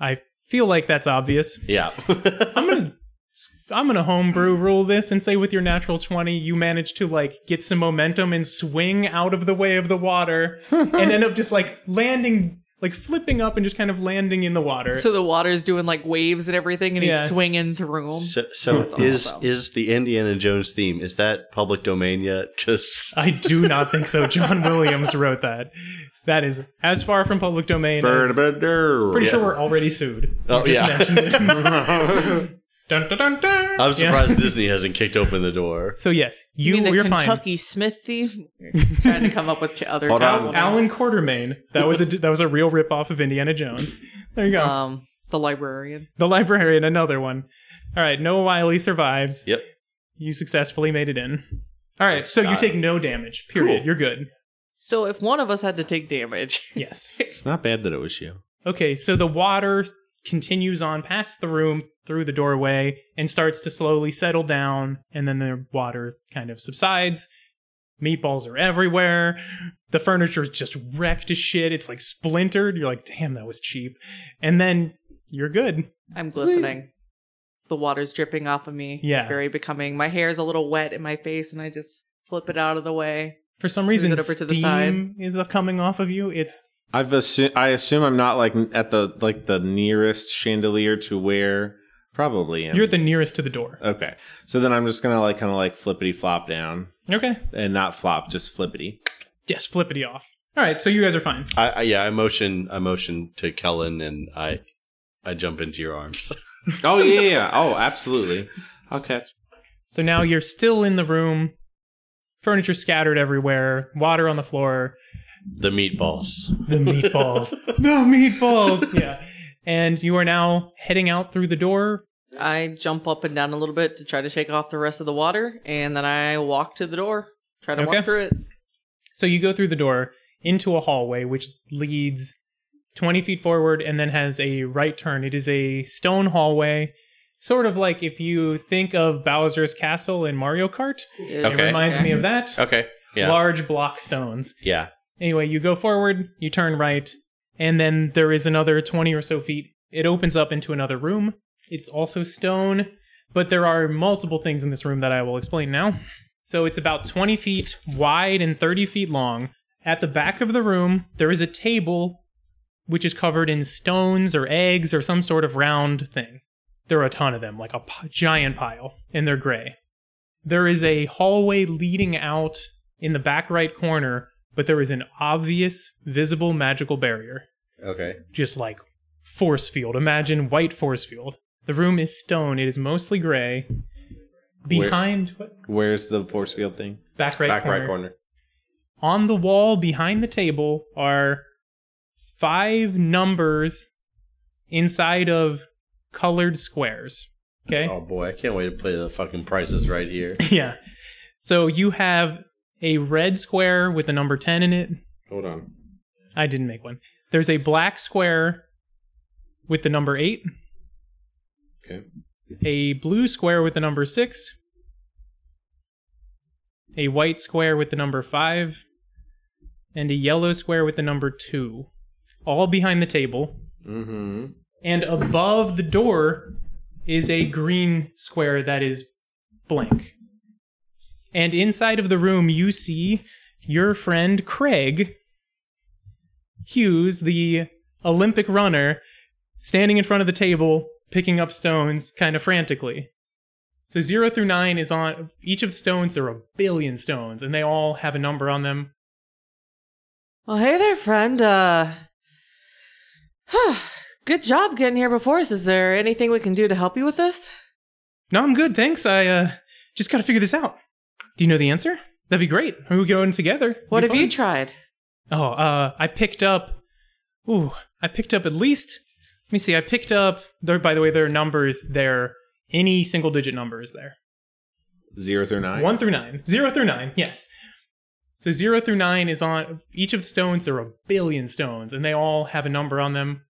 I feel like that's obvious.
Yeah.
I'm gonna I'm gonna homebrew rule this and say with your natural twenty, you manage to like get some momentum and swing out of the way of the
(laughs)
water and end up just like landing, like flipping up and just kind of landing in the water.
So the water's doing like waves and everything, and
Yeah.
he's swinging through them.
(laughs) so so is is the Indiana Jones theme? Is that public domain yet? Because
I do not think so.
(laughs)
John Williams wrote that. That is as far from public domain. as, pretty sure we're already sued.
Oh,
You
yeah.
mentioned it. dun, dun, dun, dun.
(laughs) I'm
Yeah.
surprised Disney hasn't kicked open the door.
So yes,
You
you,
mean the
you're fine.
Kentucky Smith thief?
(laughs)
Trying to come up with your other
Hold on.
titles.
Alan Quartermain. That was a that was a real rip off of Indiana Jones. There you go.
um, the librarian.
The librarian, another one. All right, Noah Wiley survives.
Yep.
You successfully made it in. All right,
Nice
so you
guy.
take no damage. Period.
Cool.
You're good.
So if one of us had to take damage, (laughs)
Yes.
It's not bad that it was you.
Okay, so the water continues on past the room through the doorway and starts to slowly settle down, and then the water kind of subsides. Meatballs are everywhere. The furniture is just wrecked to shit. It's like splintered. You're like, damn, that was cheap. And then you're good.
I'm glistening. The water's dripping off of me.
Yeah.
It's very becoming. My hair's a little wet in my face, and I just flip it out of the way.
For some
Smooth
reason,
it over to the
steam is coming off of you. It's
I've assume I assume I'm not like at the like the nearest chandelier to where
Probably. am.
you're the nearest to the door.
Uh.
okay. So then I'm just gonna like kind of like flippity flop down
Okay.
and not flop, just flippity.
Yes, flippity off. All right, so you guys are fine.
I, I yeah, I motion I motion to Kellen and I I jump into your arms.
Oh yeah, yeah, yeah. oh absolutely. I'll catch.
So now you're still in the room. Furniture scattered everywhere, water on the floor,
the meatballs.
the meatballs. (laughs) the meatballs. (laughs) Yeah. And you are now heading out through the door.
I jump up and down a little bit to try to shake off the rest of the water, and then I walk to the door, try to
Okay.
walk through it.
So you go through the door into a hallway, which leads 20 feet forward and then has a right turn. It is a stone hallway, sort of like if you think of Bowser's Castle in Mario Kart. It
It
Okay.
reminds me of that.
Okay. Yeah.
Large block stones.
yeah.
Anyway, you go forward, you turn right, and then there is another 20 or so feet. It opens up into another room. It's also stone, but there are multiple things in this room that I will explain now. So it's about 20 feet wide and 30 feet long. At the back of the room, there is a table which is covered in stones or eggs or some sort of round thing. There are a ton of them, like a p- giant pile, and they're gray. There is a hallway leading out in the back right corner, but there is an obvious, visible magical barrier.
Okay.
Just like force field. Imagine white force field. The room is stone. It is mostly gray. Behind what?
Where's the force field thing?
Back right
Back
corner.
right corner.
On the wall behind the table are five numbers inside of colored squares. Okay.
Oh boy, I can't wait to play the fucking prices right here.
(laughs) Yeah. So you have a red square with the number 10 in it.
Hold on.
I didn't make one. There's a black square with the number eight.
Okay.
A blue square with the number six. A white square with the number five. And a yellow square with the number two. All behind the table.
Mm-hmm.
And above the door is a green square that is blank. And inside of the room, you see your friend Craig Hughes, the Olympic runner, standing in front of the table, picking up stones kind of frantically. So, zero through nine is on each of the stones. There are a billion stones, and they all have a number on them.
Well, hey there, friend. Uh, good job getting here before us. Is there anything we can do to help you with this?
No, I'm good, thanks. I uh, just got to figure this out. Do you know the answer? That'd be great. We'll go in together. It'd
What
be
have you
fun.
tried?
Oh, uh, I picked up. Ooh, I picked up at least. Let me see. I picked up. There, by the way, there are numbers there. Any single digit number is there.
Zero through nine.
One through nine. Zero through nine. Yes. So zero through nine is on each of the stones. There are a billion stones, and they all have a number on them.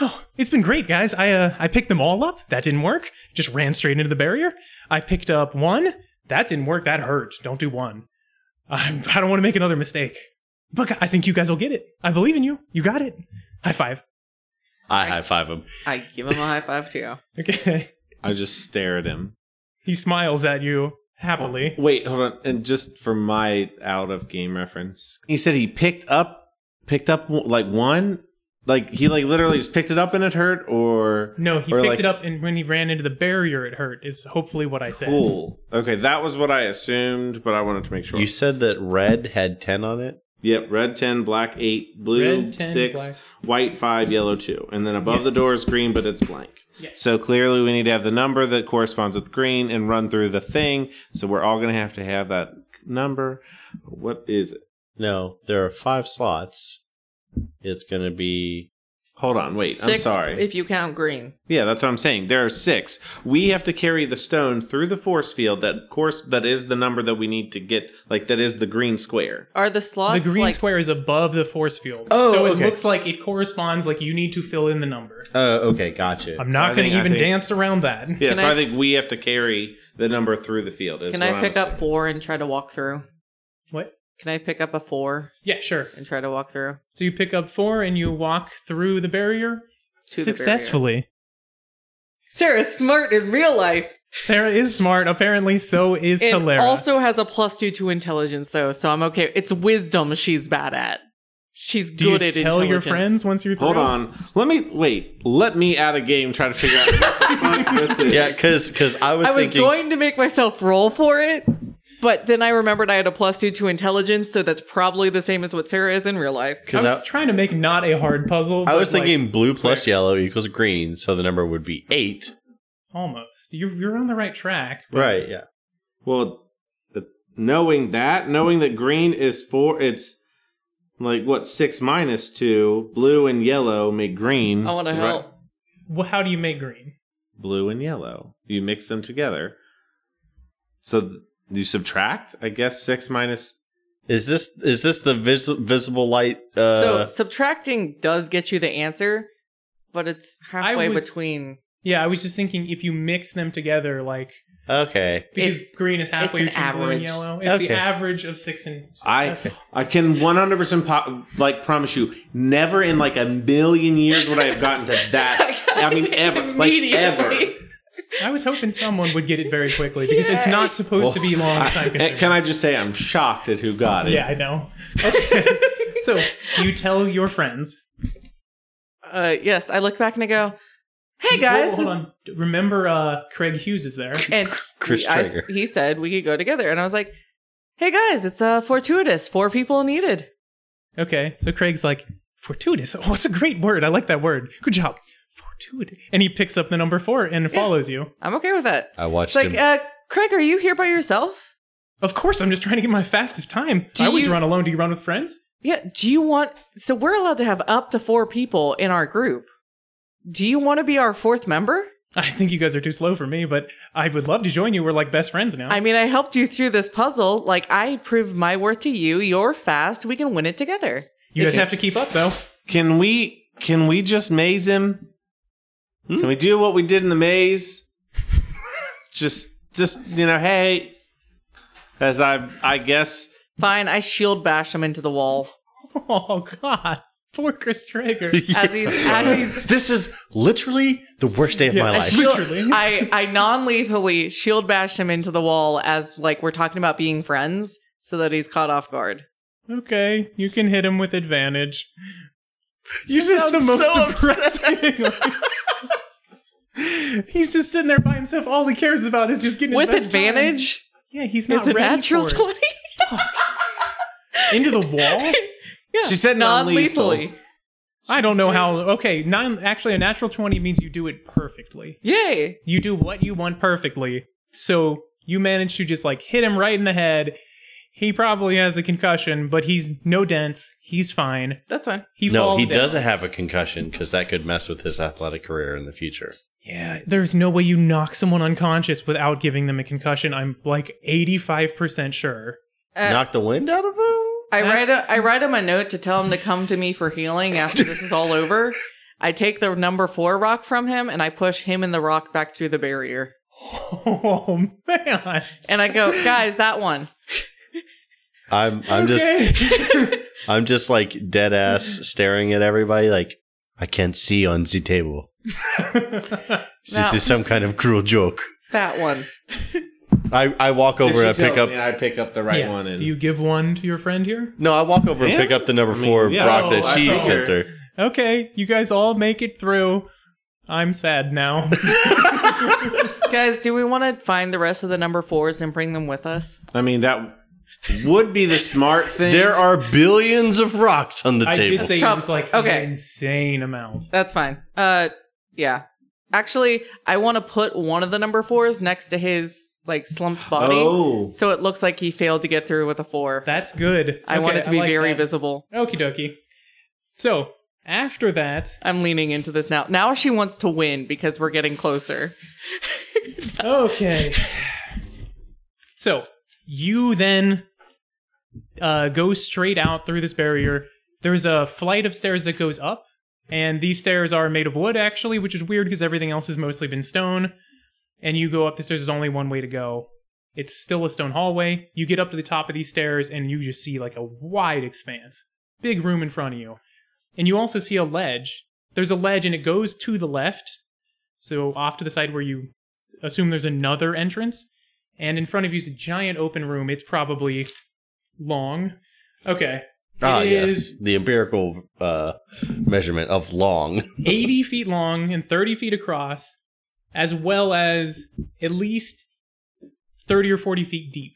Oh, it's been great, guys. I uh, I picked them all up. That didn't work. Just ran straight into the barrier. I picked up one. That didn't work. That hurt. Don't do one. I I don't want to make another mistake. But I think you guys will get it. I believe in you. You got it. High five. (laughs)
I high five him.
I give him a high five too.
Okay.
I just stare at him.
He smiles at you happily.
Wait, hold on. And just for my out of game reference,
He said he picked up, picked up like one, like he like literally just picked it up and it hurt, or
No, he
Or
picked
like-
it up, and when he ran into the barrier, it hurt. Is hopefully what I said.
cool. Okay, that was what I assumed, but I wanted to make sure.
You said that red had 10 on it.
yep, red ten, black eight, blue
Red, 10,
six,
black-
white five, yellow two, and then above the
Yes.
door is green, but it's blank.
Yes.
So clearly, we need to have the number that corresponds with green and run through the thing. So we're all going to have to have that number.
What is it?
No, there are five slots. It's going to be.
Hold on, wait. i I'm
Six
sorry.
If you count green.
yeah, that's what I'm saying. There are six. We have to carry the stone through the force field. That course, that is the number that we need to get. Like that is the green square.
Are the slots
The green
like
square is above the force field.
Oh,
so it
okay.
looks like it corresponds like you need to fill in the number.
Oh, okay. Gotcha.
I'm not
I
going
think-
to
I
even
think-
dance around that.
Yeah,
Can
so I,
I-
think we have to carry the number through the field. Is
Can
what
I
I'm
pick
saying.
up four and try to walk through?
What?
Can I pick up a four
Yeah, sure.
and try to walk through?
So you pick up 4 and you walk through the barrier
To the
successfully.
Sarah's smart in real life.
Sarah is smart, apparently so is
It
Talara.
also has a plus two to intelligence though, so I'm okay. It's wisdom she's bad at. She's
Do you
good at
tell your
intelligence.
friends once you're through?
Hold on. Let me wait. Let me out of game. Try to figure out what the fuck
(laughs)
this is.
Yeah, because I was
I was
thinking.
going to make myself roll for it, but then I remembered I had a plus two to intelligence, so that's probably the same as what Sarah is in real life.
I was
Because I,
trying to make not a hard puzzle.
I
but,
was
like,
thinking blue plus yellow equals green, so the number would be eight.
almost. You're, you're on the right track.
Right. Yeah.
Well, the, knowing that, knowing that green is four, it's like what six minus two. Blue and yellow make green.
I want to
Right.
help.
Well, how do you make green?
Blue and yellow. You mix them together. So th- you subtract. I guess six minus.
Is this is this the vis- visible light?
so
Uh,
subtracting does get you the answer, but it's halfway
was-
between.
Yeah, I was just thinking if you mix them together, like
okay.
because
It's-
green is halfway
an
between blue and
average.
yellow. It's the
Okay.
average of six and
I I can one hundred percent like promise you, never in like a million years would I have gotten to
(laughs)
that. (laughs) I mean, ever, like ever.
Immediately.
I was hoping someone would get it very quickly because it's not supposed to be long time
And
consuming.
Can I just say I'm shocked at who got it?
Yeah, I know. Okay. (laughs) so do you tell your friends?
Uh, yes, I look back and I go, "Hey
Whoa,
guys!"
hold on. Remember, uh, Craig Hughes is there.
And
Chris
he, I-
Traeger.
he said we could go together, and I was like, "Hey guys, it's uh, fortuitous. Four people needed."
Okay, so Craig's like fortuitous. Oh, that's a great word. I like that word. Good job, fortuitous. And he picks up the number four and follows you.
I'm okay with that.
I
It's
watched
like,
him.
uh, Craig, are you here by yourself?
Of course, I'm just trying to get my fastest time.
Do
I always
you-
run alone. Do you run with friends?
Yeah. Do you want? So we're allowed to have up to four people in our group. Do you want to be our fourth member?
I think you guys are too slow for me, but I would love to join you. We're like best friends now.
I mean, I helped you through this puzzle. Like, I prove my worth to you. You're fast. We can win it together.
you guys have to keep up though. (laughs)
Can we can we just maze him? Can we do what we did in the maze? just just you know, hey. As I I guess
Fine. I shield bash him into the wall
Oh God, poor Chris Traeger.
as he's as he's.
this is literally the worst day of
Yeah.
my
uh, I
life.
shield-
Literally.
I I non lethally shield bash him into the wall as like we're talking about being friends, so that he's caught off guard.
Okay, you can hit him with advantage. You're
sound so
depressing. (laughs) he's just sitting there by himself. All he cares about is just getting
With
his best time.
advantage,
Yeah, he's not
it's a
ready
natural
for it.
twenty. (laughs)
into the wall.
Yeah.
She said non-lethal.
non-lethally.
I don't know how. Okay, non, actually, a natural 20 means you do it perfectly.
Yay.
You do what you want perfectly. So you manage to just like hit him right in the head. He probably has a concussion, but he's no dents. He's fine.
That's fine.
He
no,
falls
he
down.
doesn't have a concussion because that could mess with his athletic career in the future.
Yeah, there's no way you knock someone unconscious without giving them a concussion. I'm like 85% sure. (laughs)
Uh,
Knock the wind out of him?
I write
That's-
a, I write him a note to tell him to come to me for healing after this is all over. I take the number four rock from him and I push him and the rock back through the barrier.
Oh, man.
And I go, guys, that one.
I'm I'm just (laughs) I'm just like dead ass staring at everybody like I can't see on
(laughs)
the table. This
No.
is some kind of cruel joke.
That one.
I, I walk over and I pick up
I pick up the right
Yeah.
one. And
Do you give one to your friend here?
No, I walk over
Yeah?
and pick up the number
mean,
four
yeah.
rock that
Oh, I
she
figured.
sent her.
Okay, you guys all make it through. I'm sad now.
guys, do we want to find the rest of the number fours and bring them with us?
I mean, that would be the
(laughs)
smart thing.
There are billions of rocks on (laughs) the
I
table.
did say it
Prob-
was like
okay.
an insane amount.
That's fine. Uh, yeah. Actually, I want to put one of the number fours next to his like slumped body,
(laughs) Oh.
so it looks like he failed to get through with a four.
That's good.
I want it to be very visible.
Okie dokie. So, after that,
I'm leaning into this now. Now she wants to win because we're getting closer.
Okay. (sighs) So you then uh, go straight out through this barrier. There's a flight of stairs that goes up, and these stairs are made of wood, actually, which is weird because everything else has mostly been stone. And you go up the stairs. There's only one way to go. It's still a stone hallway. You get up to the top of these stairs, and you just see like a wide expanse, big room in front of you, and you also see a ledge. There's a ledge, and it goes to the left. So off to the side where you assume there's another entrance. And in front of you is a giant open room. It's probably long. Okay.
ah,
It
yes.
is-
The empirical uh, measurement of long. (laughs)
80 feet long and 30 feet across, as well as at least 30 or 40 feet deep.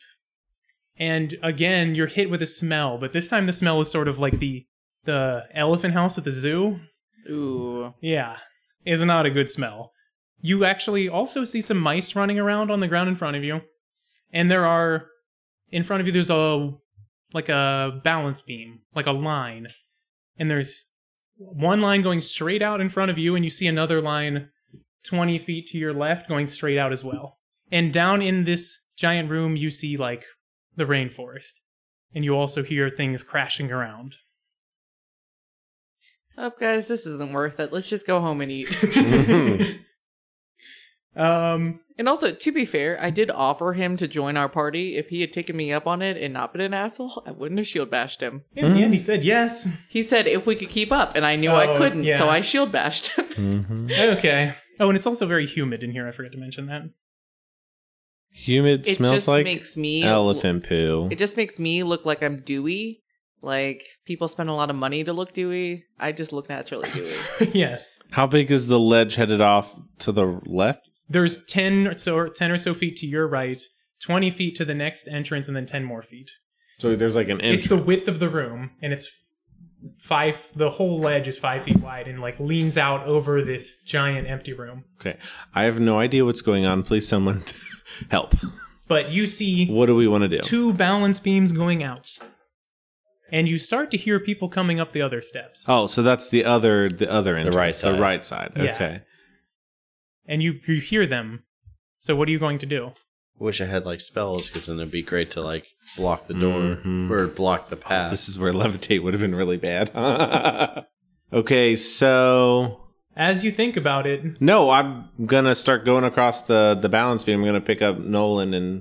And again, you're hit with a smell, but this time the smell is sort of like the the elephant house at the zoo.
Ooh.
Yeah, is not a good smell. You actually also see some mice running around on the ground in front of you, and there are in front of you. There's a like a balance beam, like a line, and there's one line going straight out in front of you, and you see another line twenty feet to your left going straight out as well. And down in this giant room, you see like the rainforest, and you also hear things crashing around.
Up, guys, this isn't worth it. Let's just go home and eat. (laughs)
Um.
and also, to be fair, I did offer him to join our party. If he had taken me up on it and not been an asshole, I wouldn't have shield bashed him.
In the end, he said yes.
He said if we could keep up, and I knew
Oh,
I couldn't,
yeah.
so I shield bashed him.
Mm-hmm.
Okay. Oh, and it's also very humid in here. I forgot to mention that.
Humid
it
smells
just
like
makes me
elephant poo.
It just makes me look like I'm dewy. Like people spend a lot of money to look dewy. I just look naturally dewy.
yes.
How big is the ledge headed off to the left?
There's 10 or so, 10 or so feet to your right, 20 feet to the next entrance, and then 10 more feet.
So there's like an
It's the width of the room, and it's five, the whole ledge is five feet wide and like leans out over this giant empty room.
Okay. I have no idea what's going on. Please, someone (laughs) help.
But you see
What do we want to do?
two balance beams going out, and you start to hear people coming up the other steps.
Oh, so that's the other the other end.
right side.
The right side.
Yeah.
Okay.
And you, you hear them. So, what are you going to do?
Wish I had like spells because then it'd be great to like block the door
Mhm.
or block the path.
This is where levitate would have been really bad. (laughs) okay, so
As you think about it,
no, I'm gonna start going across the the balance beam. I'm gonna pick up Nolan and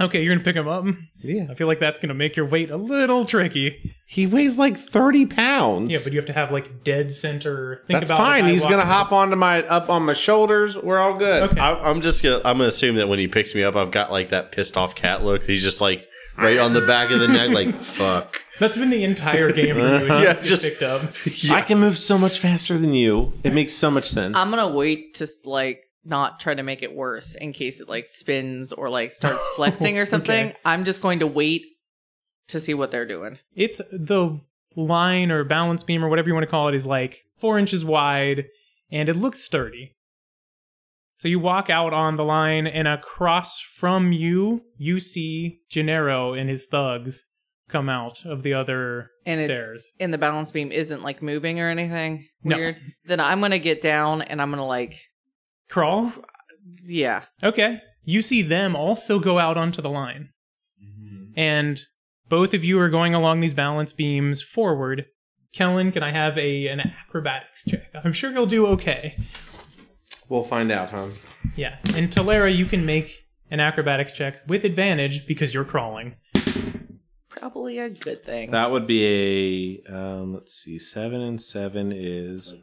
okay, you're going to pick them up.
yeah,
I feel like that's going to make your weight a little tricky.
he weighs like 30 pounds.
Yeah, but you have to have like dead center. Think
that's
about
fine.
if I
He's
walk-
gonna hop onto my up on my shoulders. We're all good.
Okay.
I, I'm just gonna. I'm gonna assume that when he picks me up, I've got like that pissed off cat look. He's just like right on the back of the neck, like fuck.
That's been the entire game for you.
Yeah,
yeah, just,
just-
get picked up.
I can move so much faster than you. It makes so much sense.
I'm gonna wait to like not try to make it worse in case it like spins or like starts flexing or something.
Okay.
I'm just going to wait to see what they're doing.
It's the line or balance beam or whatever you want to call it is like four inches wide and it looks sturdy. So you walk out on the line, and across from you, you see Gennaro and his thugs come out of the other
And it's-
stairs.
and the balance beam isn't like moving or anything
No.
weird, then I'm gonna get down and I'm gonna like,
Crawl?
yeah,
Okay. You see them also go out onto the line. And both of you are going along these balance beams forward. Kellen, can I have a an acrobatics check? I'm sure you'll do okay.
We'll find out, huh?
Yeah. And Talera, you can make an acrobatics check with advantage because you're crawling.
probably a good thing.
That would be a um, let's see, seven and seven is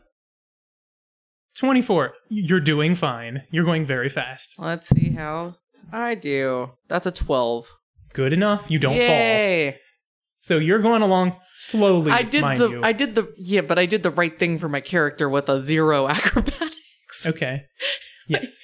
24. You're doing fine. You're going very fast.
Let's see how I do. That's a twelve.
Good enough. You don't fall.
Yay!
So you're going along slowly.
I did
mind
the
you.
I did the yeah, but I did the right thing for my character with a zero (laughs) acrobatics.
(laughs)
Okay. Yes.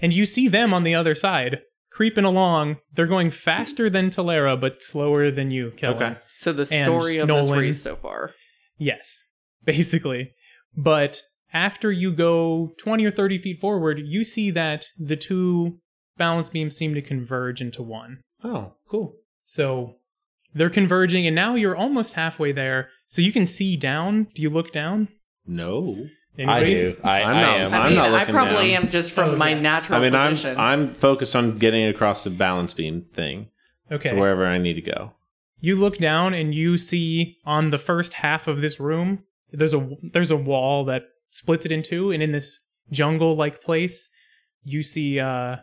And you see them on the other side creeping along. They're going faster than Talera, but slower than you, Kellen.
Okay.
So the
And
story of this
Nolan.
race so far.
Yes, (laughs) basically. But after you go 20 or 30 feet forward, you see that the two balance beams seem to converge into one.
oh cool.
So they're converging, and now you're almost halfway there. So you can see down. Do you look down?
No,
I
Anybody?
do. I,
I'm
I
not-
am.
I'm
I mean,
not
I
looking
probably
down.
am just
Oh,
from my natural
I mean I'm
position.
I'm focused on getting across the balance beam thing
Okay.
to wherever I need to go.
you look down and you see on the first half of this room there's a there's a wall that splits it in two and in this jungle like place you see uh,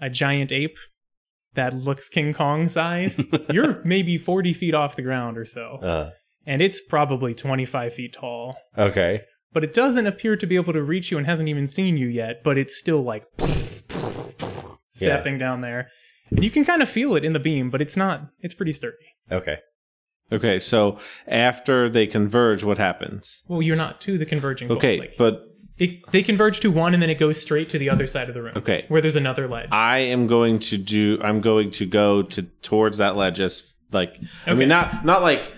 a giant ape that looks king kong sized you're maybe 40 feet off the ground or so
Uh,
and it's probably 25 feet tall
okay.
but it doesn't appear to be able to reach you and hasn't even seen you yet but it's still like stepping down there and you can kind of feel it in the beam but it's not it's pretty sturdy
Okay.
Okay, so after they converge, what happens?
Well, you're not to the converging. goal,
Okay,
like-
but
they they converge to one, and then it goes straight to the other side of the room.
Okay.
where there's another ledge.
I am going to do. I'm going to go to towards that ledge as like. I
Okay.
mean, not not like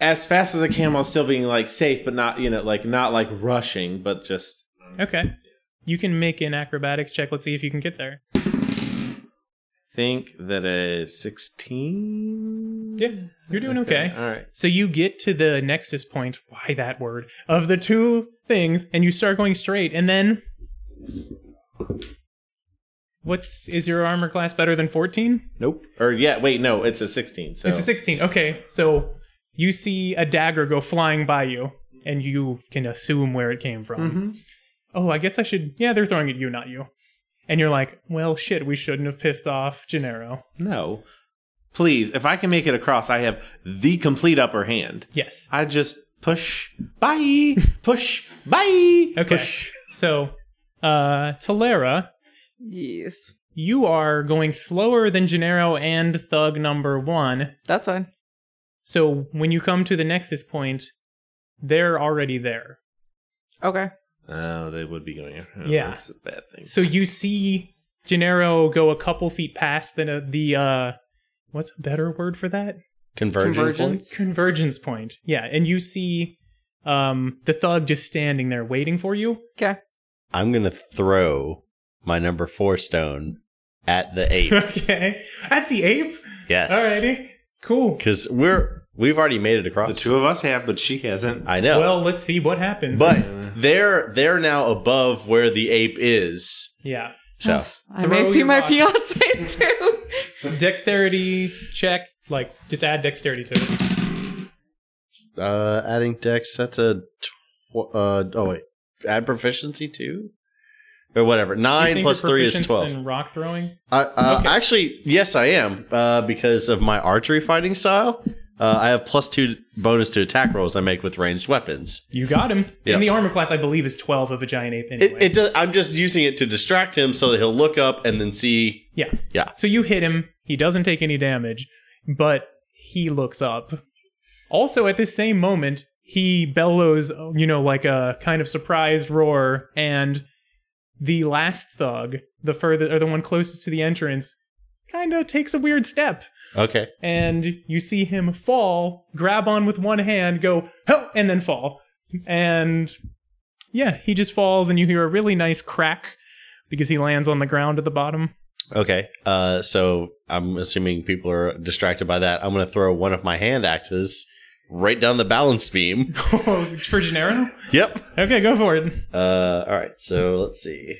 as fast as I can while still being like safe, but not you know like not like rushing, but just
okay, you can make an acrobatics check. Let's see if you can get there.
think that a sixteen.
Yeah, you're doing okay.
All right.
So you get to the nexus point. Why that word of the two things, and you start going straight, and then what's is your armor class better than 14?
Nope. Or yeah. Wait. No. It's a sixteen. So
It's a 16. Okay, so you see a dagger go flying by you, and you can assume where it came from.
Mhm.
oh, I guess I should. Yeah, they're throwing at you, not you. And you're like, well, shit, we shouldn't have pissed off Gennaro.
No. Please, if I can make it across, I have the complete upper hand.
Yes.
I just push.
(laughs)
Bye. Push. Bye.
Okay.
Push.
So, uh, Talera,
yes.
you are going slower than Gennaro and thug number one.
That's fine.
So when you come to the Nexus point, they're already there.
Okay.
Oh, they would be going. Oh,
Yeah.
that's a bad thing.
So you see Gennaro go a couple feet past the, the uh, what's a better word for that?
Convergent.
Convergence.
Convergence point. Yeah. And you see um, the thug just standing there waiting for you.
(laughs)
Okay.
I'm gonna throw my number four stone at
(laughs)
the ape.
okay. At the ape?
yes.
Alrighty. Cool.
Because we're we've already made it across.
the two of us have, but she hasn't.
I know.
Well, let's see what happens.
but they're they're now above where the ape is.
yeah.
So
I
Throw
may see
your
my
rock.
fiance (laughs) too.
Dexterity check. Like, just add dexterity to it.
uh adding dex, that's a tw- uh oh wait. Add proficiency too? Or whatever.
You
Nine
think
plus
you're
three is
proficient
twelve.
In rock throwing.
I, uh,
Okay.
Actually, yes, I am uh, because of my archery fighting style. Uh, I have plus two bonus to attack rolls I make with ranged weapons.
You got him.
Yeah.
And the armor class, I believe, is 12 of a giant ape anyway.
It, it does, I'm just using it to distract him so that he'll look up and then see.
yeah.
Yeah.
So you hit him. He doesn't take any damage, but he looks up. Also, at this same moment, he bellows, you know, like a kind of surprised roar, and the last thug, the further or the one closest to the entrance, kind of takes a weird step
Okay.
and you see him fall, grab on with one hand, go help, and then fall. And yeah, he just falls, and you hear a really nice crack because he lands on the ground at the bottom.
Okay. Uh, so I'm assuming people are distracted by that. I'm going to throw one of my hand axes right down the balance
(laughs)
beam. (laughs)
For Gennaro?
yep.
Okay, go for it.
Uh, all right. So let's see.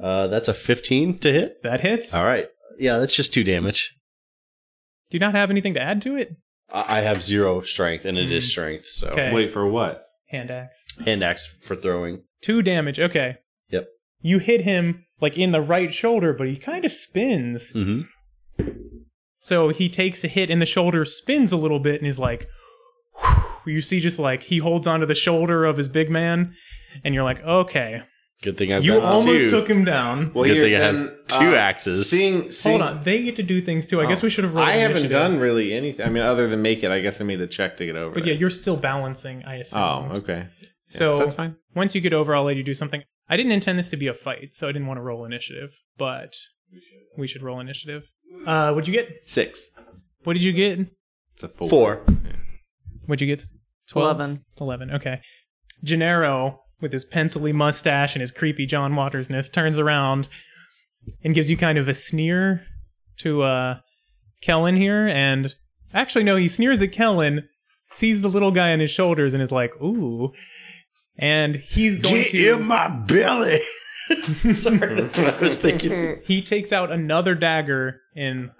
Uh, that's a 15 to hit.
That hits.
All right. Yeah, that's just two damage.
Do you not have anything to add to it?
I I have zero strength, and it is
Mm.
strength. So
Okay.
Wait for what?
Hand axe.
hand axe for throwing.
Two damage. Okay.
Yep.
You hit him like in the right shoulder, but he kind of
Hmm.
spins.
Mm-hmm.
So he takes a hit in the shoulder, spins a little bit, and is like, whew. you see, just like he holds onto the shoulder of his big man, and you're like, okay,
Good thing I've
you
got
almost
two.
took him down.
Well,
Good
you're
thing I had
then,
two axes.
Seeing, seeing,
Hold on, they get to do things too. I guess we should have. rolled
Oh. I haven't
initiative.
done really anything. I mean, other than make it, I guess I made a check to get over.
But yeah,
there.
you're still balancing, I assume.
Oh, okay. Yeah,
So
that's fine.
once you get over, I'll let you do something. I didn't intend this to be a fight, so I didn't want to roll initiative, but we should roll initiative. Uh, what'd you get?
Six.
What did you get?
It's a four.
Four.
What'd you get?
11.
11, okay. Gennaro, with his pencily mustache and his creepy John Watersness, turns around and gives you kind of a sneer to uh, Kellen here. And actually, no, he sneers at Kellen, sees the little guy on his shoulders, and is like, ooh. And he's going to.
my belly. (laughs) Sorry, that's what I was thinking.
He takes out another dagger and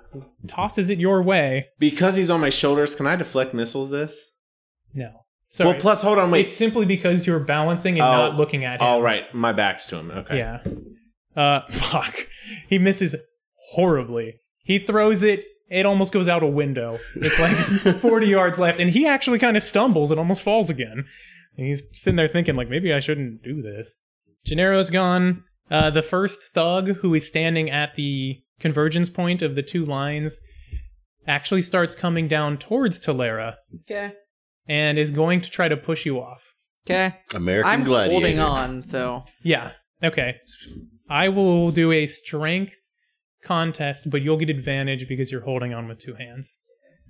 tosses it your way.
Because he's on my shoulders, can I deflect missiles? This.
No. Sorry.
Well, plus, hold on, wait.
it's simply because you're balancing and
Oh.
not looking at him.
All right, my back's to him. Okay.
Yeah. Uh, (laughs) fuck. He misses horribly. He throws it. It almost goes out a window. It's like 40 yards left, and he actually kind of stumbles and almost falls again. And he's sitting there thinking, like, maybe I shouldn't do this. Gennaro's gone. Uh, the first thug who is standing at the convergence point of the two lines actually starts coming down towards Tolera
Okay.
and is going to try to push you off.
Okay.
American
I'm
Gladiator.
holding on, so.
Yeah. Okay. I will do a strength contest, but you'll get advantage because you're holding on with two hands.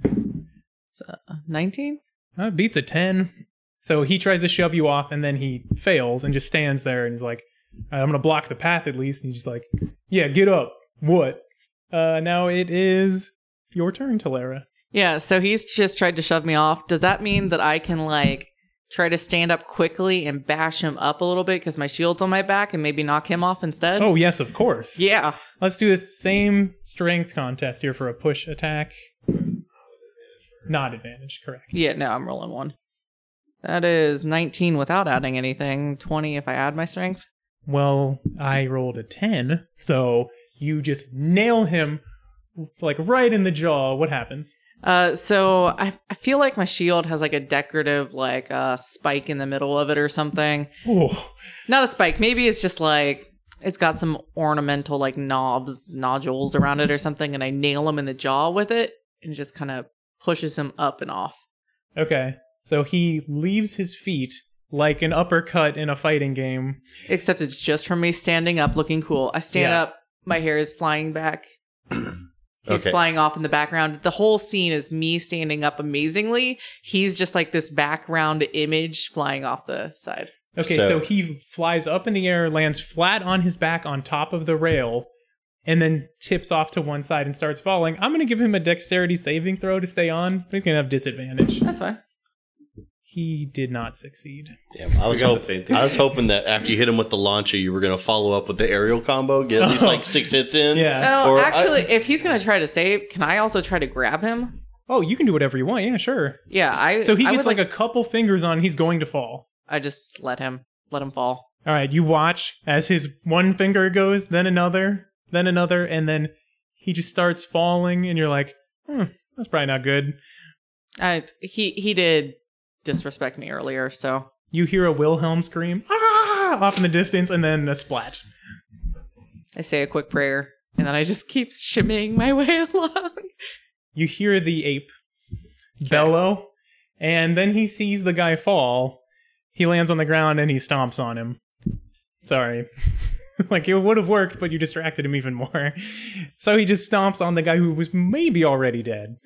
It's, uh, 19?
Uh, beats a 10. So he tries to shove you off and then he fails and just stands there and he's like, "All right, I'm going to block the path at least. And he's just like, yeah, get up. What? Uh, now it is your turn, Talera.
Yeah, so he's just tried to shove me off. Does that mean that I can, like, try to stand up quickly and bash him up a little bit because my shield's on my back and maybe knock him off instead?
Oh, yes, of course.
Yeah.
Let's do this same strength contest here for a push attack. Not advantage, correct.
Yeah, no, I'm rolling one. That is 19 without adding anything, 20 if I add my strength.
Well, I rolled a 10, so you just nail him like right in the jaw. What happens?
Uh, so I, I feel like my shield has like a decorative like uh, spike in the middle of it or something.
Ooh.
Not a spike. Maybe it's just like it's got some ornamental like knobs, nodules around it or something, and I nail him in the jaw with it and it just kind of pushes him up and off.
Okay. So he leaves his feet like an uppercut in a fighting game.
Except it's just from me standing up looking cool. I stand
Yeah.
up, my hair is flying
(clears throat)
back. He's
Okay.
flying off in the background. The whole scene is me standing up amazingly. He's just like this background image flying off the side.
Okay, so,
So-
he flies up in the air, lands flat on his back on top of the rail, and then tips off to one side and starts falling. I'm going to give him a dexterity saving throw to stay on. He's going to have disadvantage.
That's fine.
He did not succeed.
Damn, I was
got the
hoping.
same thing.
I was hoping that after you hit him with the launcher, you were going to follow up with the aerial combo, get at
(laughs)
least like six hits in.
Yeah.
Oh,
Uh, Or I-
actually, if he's gonna try to save, can I also try to grab him?
Oh, you can do whatever you want. Yeah, sure.
Yeah, I.
So he
I
gets
would
like a couple fingers on, he's going to fall.
I just let him, let him fall.
All right, you watch as his one finger goes, then another, then another, and then he just starts falling, and you're like, hmm, that's probably not good.
I, he he did disrespect me earlier, so
You hear a Wilhelm scream ah! off in the distance, and then a splat.
I say a quick prayer, and then I just (laughs) keep shimmying my way along.
You hear the ape bellow, and then he sees the guy fall. He lands on the ground and he stomps on him. Sorry. (laughs) like it would have worked, but you distracted him even more. (laughs) So he just stomps on the guy who was maybe already dead.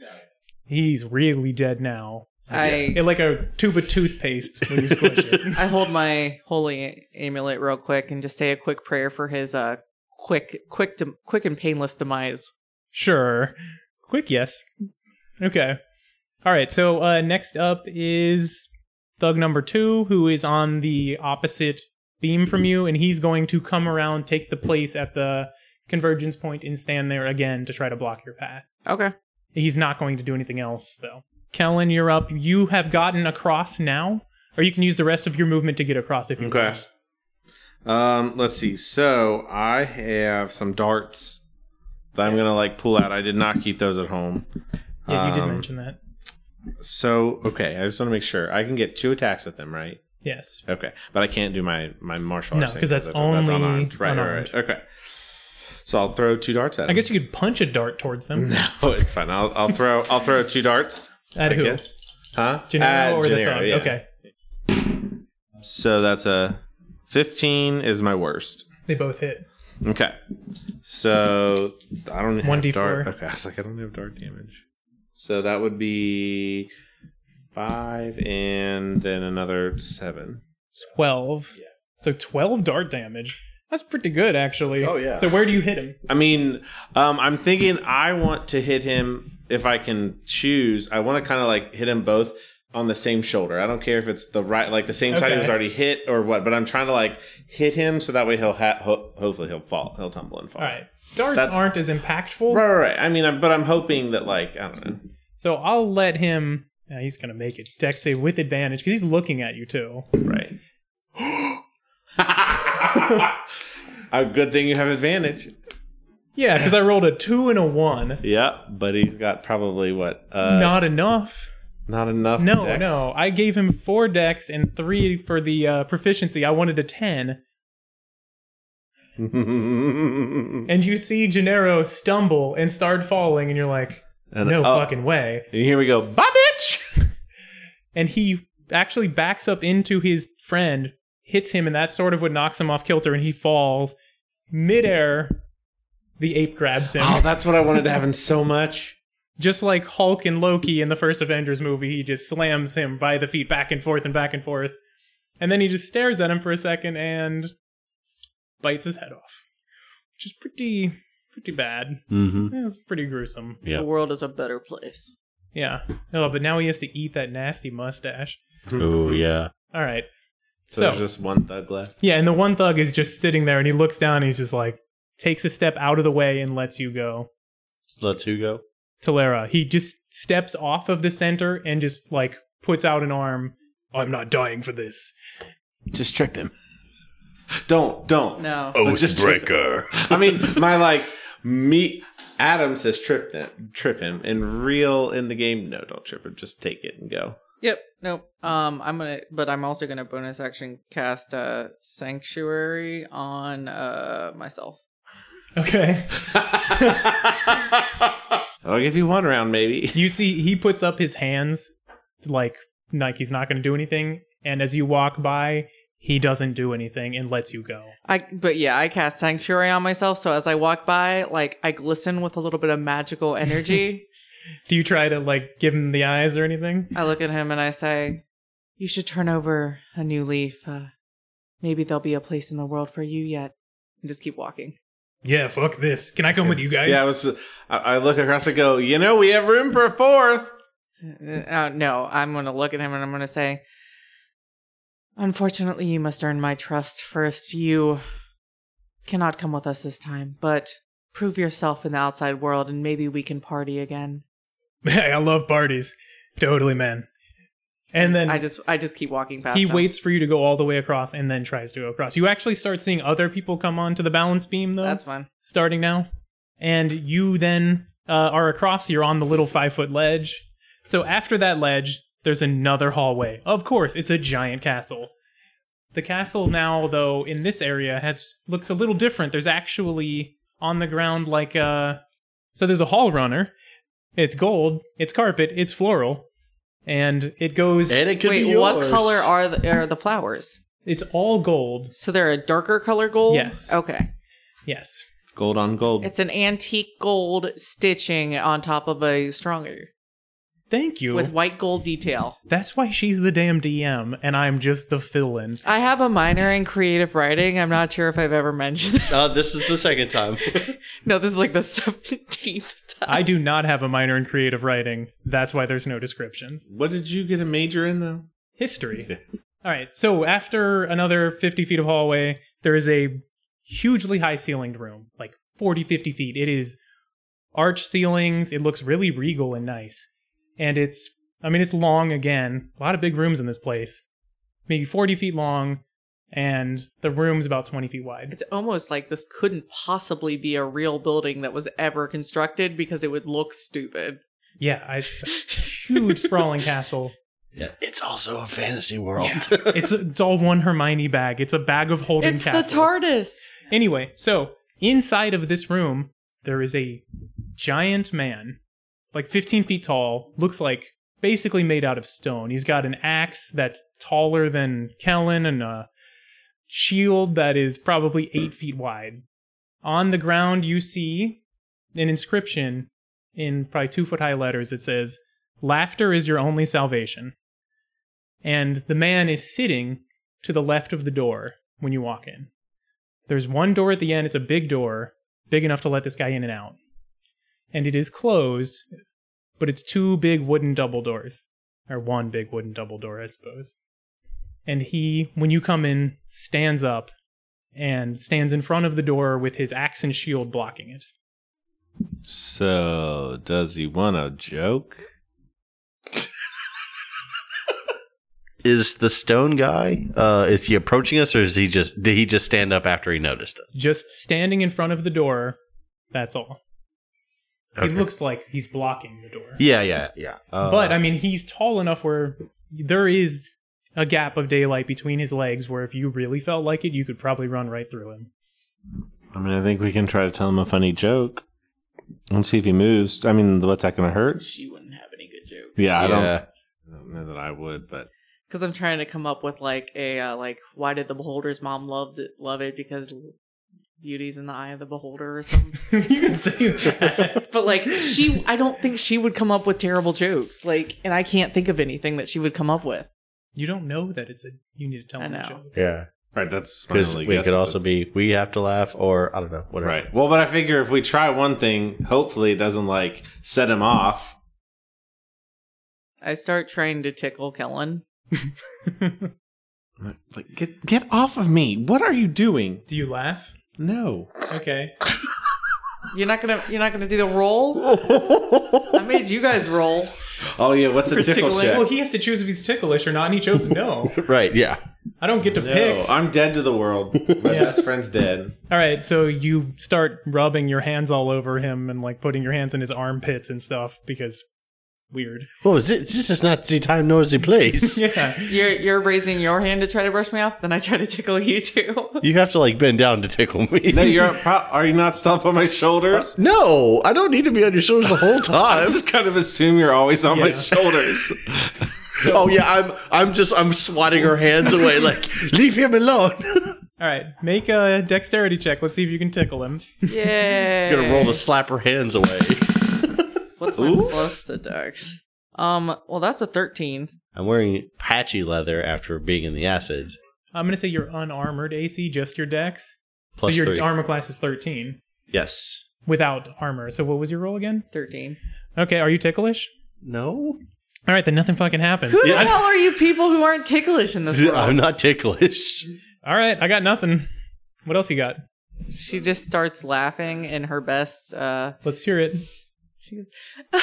He's really dead now.
I
It like a tube of toothpaste when you squish it.
I hold my holy amulet real quick and just say a quick prayer for his uh quick quick dem- quick and painless demise.
Sure. Quick yes. Okay. All right. So uh, next up is thug number two, who is on the opposite beam from you, and he's going to come around, take the place at the convergence point, and stand there again to try to block your path.
Okay.
He's not going to do anything else, though. Kellen, you're up. You have gotten across now, or you can use the rest of your movement to get across if you
Okay.
want.
Um, let's see. So I have some darts that I'm gonna like pull out. I did not keep those at home.
Yeah, you did
Um,
mention that.
So okay, I just want to make sure I can get two attacks with them, right?
Yes.
Okay, but I can't do my my martial
No,
arts thing,
'cause that's only
Right,
unarmed.
right, right. Okay. So I'll throw two darts at.
I guess you could punch a dart towards them.
(laughs) No, it's fine. I'll, I'll throw I'll throw two darts.
At
I
who?
guess. Huh?
Gennaro
At
or the
Gennaro,
thug?
yeah.
Okay.
So that's a fifteen is my worst.
They both hit.
Okay. So I don't have
1d4.
dart. Okay, I was like, I don't have dart damage. So that would be five and then another seven.
12. So 12 dart damage. That's pretty good, actually.
Oh, yeah.
So where do you hit (laughs) him?
I mean, um, I'm thinking I want to hit him if I can choose. I want to kind of like hit him both on the same shoulder. I don't care if it's the right, like the same side he was
Okay.
already hit or what. But I'm trying to like hit him so that way he'll ha- ho- hopefully he'll fall, he'll tumble and fall.
All right. Darts
That's-
aren't as impactful.
Right, right, right. I mean, I'm, but I'm hoping that like I don't know.
So I'll let him. Yeah, he's going to make it. Dex save with advantage because he's looking at you, too.
(gasps) Right. A good thing you have advantage.
Yeah, because I rolled a 2 and a 1.
Yeah, but he's got probably what? Uh,
Not enough.
not enough.
No,
dex. (laughs)
no. I gave him four decks and three for the uh, proficiency. I wanted a ten,
and
and you see Gennaro stumble and start falling, and you're like, "No
oh,
fucking way!"
And here we
(laughs)
go. Bye, bitch.
And he actually backs up into his friend, hits him, and that sort of what knocks him off kilter, and he falls midair. The ape grabs him,
Oh, that's what I wanted to happen so much.
just like Hulk and Loki in the first Avengers movie. He just slams him by the feet back and forth and back and forth, and then he just stares at him for a second and bites his head off, which is pretty pretty bad.
Mm-hmm.
Yeah, It's pretty gruesome.
Yeah.
The world is a better place.
Yeah. Oh, but now he has to eat that nasty mustache.
Oh yeah.
All right. So,
So, there's just one thug left.
yeah, and the one thug is just sitting there, and he looks down, and he's just like takes a step out of the way and lets you go.
Let's who go.
Talera. He just steps off of the center and just like puts out an arm. I'm not dying for this. (laughs)
Just trip him.
Don't, don't.
No.
(laughs)
Oathbreaker. I mean, my like me. Adam says trip him, trip him, and real in the game. No, don't trip him. Just take it
(laughs)
and go.
Yep. Nope. Um, I'm gonna, but I'm also gonna bonus action cast uh, sanctuary on uh myself.
Okay.
I'll give you one round, maybe.
You see, he puts up his hands like like he's not going to do anything, and as you walk by, he doesn't do anything and lets you go.
I, but yeah, I cast sanctuary on myself. So as I walk by, like I glisten with a little bit of magical energy.
Do you try to like give him the eyes or anything?
I look at him and I say, "You should turn over a new leaf. Uh, maybe there'll be a place in the world for you yet." And just keep walking.
Yeah, fuck this. Can I come with you guys?
Yeah, I was. I, I look across. I go. You know, we have room for a fourth.
Uh, no, I'm going to look at him and I'm going to say, Unfortunately, you must earn my trust first. You cannot come with us this time, but prove yourself in the outside world and maybe we can party again.
(laughs) hey, I love parties. Totally, man. And then
I just I just keep walking past.
he
him.
waits for you to go all the way across and then tries to go across. You actually start seeing other people come onto the balance beam though.
That's fine.
starting now. And you then uh, are across, you're on the little five foot ledge. So after that ledge, there's another hallway. Of course, it's a giant castle. The castle now, though, in this area has looks a little different. There's actually on the ground like a so there's a hall runner. It's gold, it's carpet, it's floral, and it goes.
And it could
Wait,
be
what
yours.
color are the, are the flowers?
It's all gold.
So they're a darker color gold?
Yes.
Okay.
Yes.
It's gold on gold.
It's an antique gold stitching on top of a stronger
Thank you.
with white gold detail.
That's why she's the damn DM and I'm just the fill in.
I have a minor in creative writing. I'm not sure if I've ever mentioned that. (laughs)
Uh, this is the second time.
No, this is like the 17th time.
I do not have a minor in creative writing. That's why there's no descriptions.
what did you get a major in though?
History. All right. So after another 50 feet of hallway, there is a hugely high ceilinged room, like 40, 50 feet. It is arch ceilings. It looks really regal and nice. And it's, I mean, it's long again. A lot of big rooms in this place. Maybe 40 feet long, and the room's about 20 feet wide.
It's almost like this couldn't possibly be a real building that was ever constructed because it would look stupid.
Yeah, I, it's a huge
(laughs)
sprawling castle.
(laughs) yeah. It's also a fantasy world.
It's it's all one Hermione bag. It's a bag of holding
It's
castle.
the TARDIS.
Anyway, so inside of this room, there is a giant man, like 15 feet tall, looks like basically made out of stone. He's got an axe that's taller than Kellen and a shield that is probably eight feet wide. On the ground, you see an inscription in probably two foot high letters that says, Laughter is your only salvation. And the man is sitting to the left of the door when you walk in. There's one door at the end. It's a big door, big enough to let this guy in and out. And it is closed, but it's two big wooden double doors, or one big wooden double door, I suppose. And he, when you come in, stands up and stands in front of the door with his axe and shield blocking it.
So does he want a joke?
is the stone guy? Uh, is he approaching us, or is he just? Did he just stand up after he noticed us?
Just standing in front of the door, that's all.
Okay.
He looks like he's blocking the door.
Yeah, yeah, yeah. Uh,
but I mean, he's tall enough where there is a gap of daylight between his legs where if you really felt like it, you could probably run right through him.
I mean, I think we can try to tell him a funny joke and see if he moves. I mean, what's that going to hurt?
She wouldn't have any good jokes.
Yeah, I don't.
Yeah.
I don't know that I would, but
Because I'm trying to come up with like a uh, like why did the beholder's mom loved it, love it because beauty's in the eye of the beholder or something.
(laughs) you can say
(laughs)
that.
but like she, I don't think she would come up with terrible jokes. Like, and I can't think of anything that she would come up with.
you don't know that it's a. You need to tell
I
him a
know.
joke.
yeah,
right. That's
because we could also be we have to laugh, or I don't know, whatever.
right. Well, but I figure if we try one thing, hopefully it doesn't like set him off.
I start trying to tickle Kellen.
Like, get get off of me! What are you doing?
Do you laugh?
No. (laughs)
Okay.
You're not gonna, you're not gonna do the roll. I made you guys roll.
Oh yeah, what's a
For
tickle
tickling.
check?
Well, he has to choose if he's ticklish or not, and he chose
(laughs)
no.
(laughs) right, yeah.
I don't get to
No,
pick.
I'm dead to the world. My best friend's dead.
All right, so you start rubbing your hands all over him and like putting your hands in his armpits and stuff because weird. (laughs)
Well, this, this is not the time nor the (laughs) place.
Yeah.
You're you're raising your hand to try to brush me off. Then I try to tickle you too. (laughs)
You have to like bend down to tickle me.
No, you're. Pro- are you not stomped on my shoulders?
(laughs) No, I don't need to be on your shoulders the (laughs) whole
I
time.
just kind of assume you're always on my
Yeah.
shoulders.
(laughs) oh yeah, I'm I'm just I'm swatting her hands away like leave him alone. (laughs)
All right, make a dexterity check. Let's see if you can tickle him.
Yeah.
gonna roll to slap her hands away.
What's my plus to dex? Um. Well, that's a thirteen.
I'm wearing patchy leather after being in the acid.
I'm gonna say your unarmored AC, just your dex.
Plus
so your
three.
armor class is 13
yes.
without armor. So what was your roll again?
13.
Okay, are you ticklish?
No.
All right, then nothing fucking happens.
Who the hell are you people who aren't ticklish in this world?
(laughs) I'm not ticklish.
All right, I got nothing. What else you got?
She just starts laughing in her best. Uh,
Let's hear it.
she goes,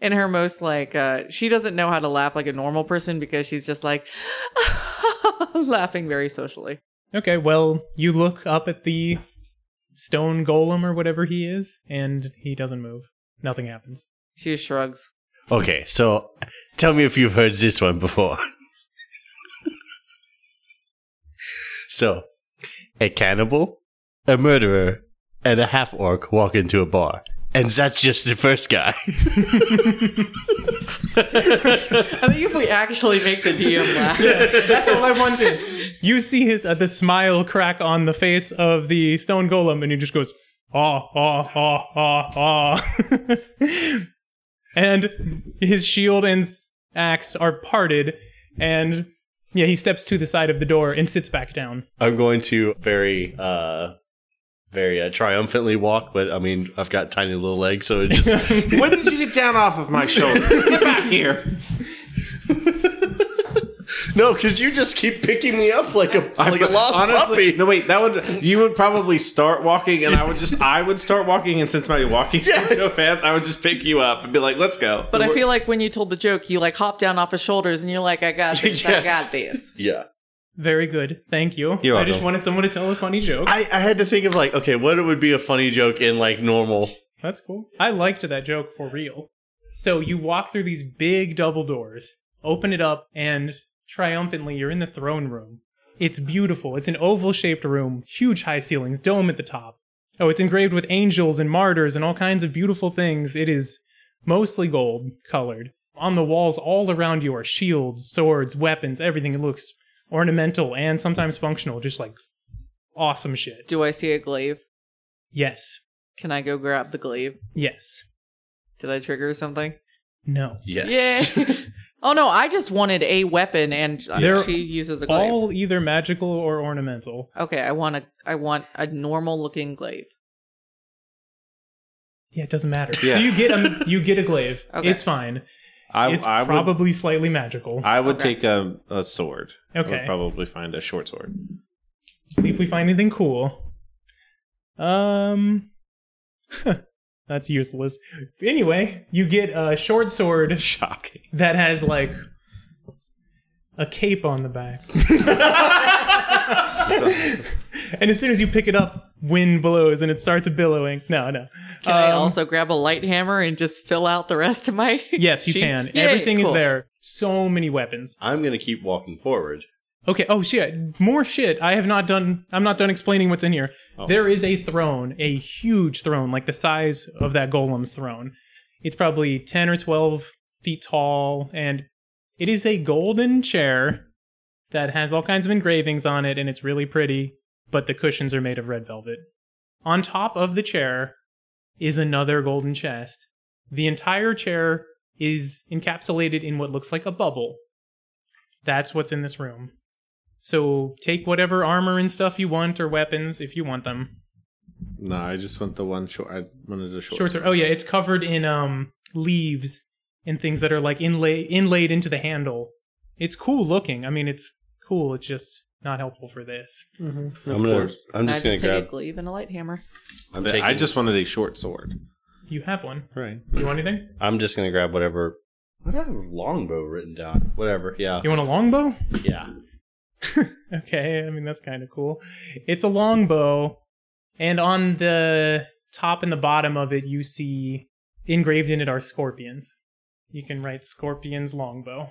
in her most like, uh, she doesn't know how to laugh like a normal person because she's just like (laughs) laughing very socially.
Okay, well, you look up at the stone golem or whatever he is, and he doesn't move. Nothing happens.
She just shrugs.
Okay, so tell me if you've heard this one before. (laughs) so, a cannibal, a murderer, and a half orc walk into a bar. And that's just the first guy.
I think if we actually make the (laughs) DM laugh,
(laughs) That's all I wanted. You see his, uh, the smile crack on the face of the stone golem, and he just goes, ah, ah, ah, ah, ah. (laughs) and his shield and s- axe are parted, and yeah, he steps to the side of the door and sits back down.
I'm going to very, uh, very uh, triumphantly walk, but I mean, I've got tiny little legs, so it just. (laughs)
when did you get down off of my shoulders? Get back here.
no, because you just keep picking me up like a, like a lost
honestly,
puppy.
no wait, that would you would probably start walking, and I would just I would start walking, and since my walking's going so fast, I would just pick you up and be like, "Let's go."
but I feel like when you told the joke, you like hopped down off his shoulders and you're like, I got (laughs) this, I
Yes.
got this.
Yeah.
Very good, thank you.
You're
I just
welcome.
wanted someone to tell a funny joke.
I, I had to think of like, okay, what would be a funny joke in like normal?
That's cool. I liked that joke for real. So you walk through these big double doors, open it up, and triumphantly you're in the throne room. It's beautiful. It's an oval shaped room, huge high ceilings, dome at the top. Oh, it's engraved with angels and martyrs and all kinds of beautiful things. It is mostly gold colored. On the walls all around you are shields, swords, weapons, everything. It looks ornamental and sometimes functional, just like awesome shit.
Do I see a glaive?
Yes.
Can I go grab the glaive?
Yes.
Did I trigger something?
No.
Yes.
(laughs) Yeah. oh no, I just wanted a weapon and uh,
They're
she uses a glaive.
all either magical or ornamental.
okay, I want a I want a normal looking glaive.
Yeah, it doesn't matter.
Yeah.
So you get a you get a glaive.
(laughs) Okay.
It's fine.
I,
it's
I would,
probably slightly magical.
I would
Okay.
take a, a sword. I
Okay.
would probably find a short sword. (laughs)
See if we find anything cool. Um, (laughs) that's useless. Anyway, you get a short sword
Shocking.
that has like a cape on
(laughs)
the back, (laughs) and as soon as you pick it up, wind blows and it starts billowing. No, no.
Can I
Um,
also grab a light hammer and just fill out the rest of my
Yes, you
sheet?
can.
Yay,
Everything is
cool.
there. So many weapons.
I'm going to keep walking forward.
Okay. Oh shit. More shit. I have not done. I'm not done explaining what's in here. There is a throne, a huge throne, like the size of that golem's throne. It's probably ten or twelve feet tall, and it is a golden chair that has all kinds of engravings on it, and it's really pretty. But the cushions are made of red velvet. On top of the chair is another golden chest. The entire chair is encapsulated in what looks like a bubble. That's what's in this room. So take whatever armor and stuff you want or weapons if you want them.
No, I just want the one short. I wanted a short.
Shorts are oh yeah, it's covered in um leaves and things that are like inlay inlaid into the handle. It's cool looking. I mean it's cool, it's just not helpful for this.
Of
I'm gonna,
course.
(laughs)
I'm
Can I just
just going
take
to grab.
a glaive and a light hammer.
I'm taking,
I just wanted a short sword.
You have one.
Right.
You want anything?
I'm just going to grab whatever. What do I have longbow written down? Whatever. Yeah.
You want a longbow?
Yeah.
Okay, I mean that's kind of cool. It's a longbow, and on the top and the bottom of it, you see engraved in it are scorpions. You can write "scorpions longbow."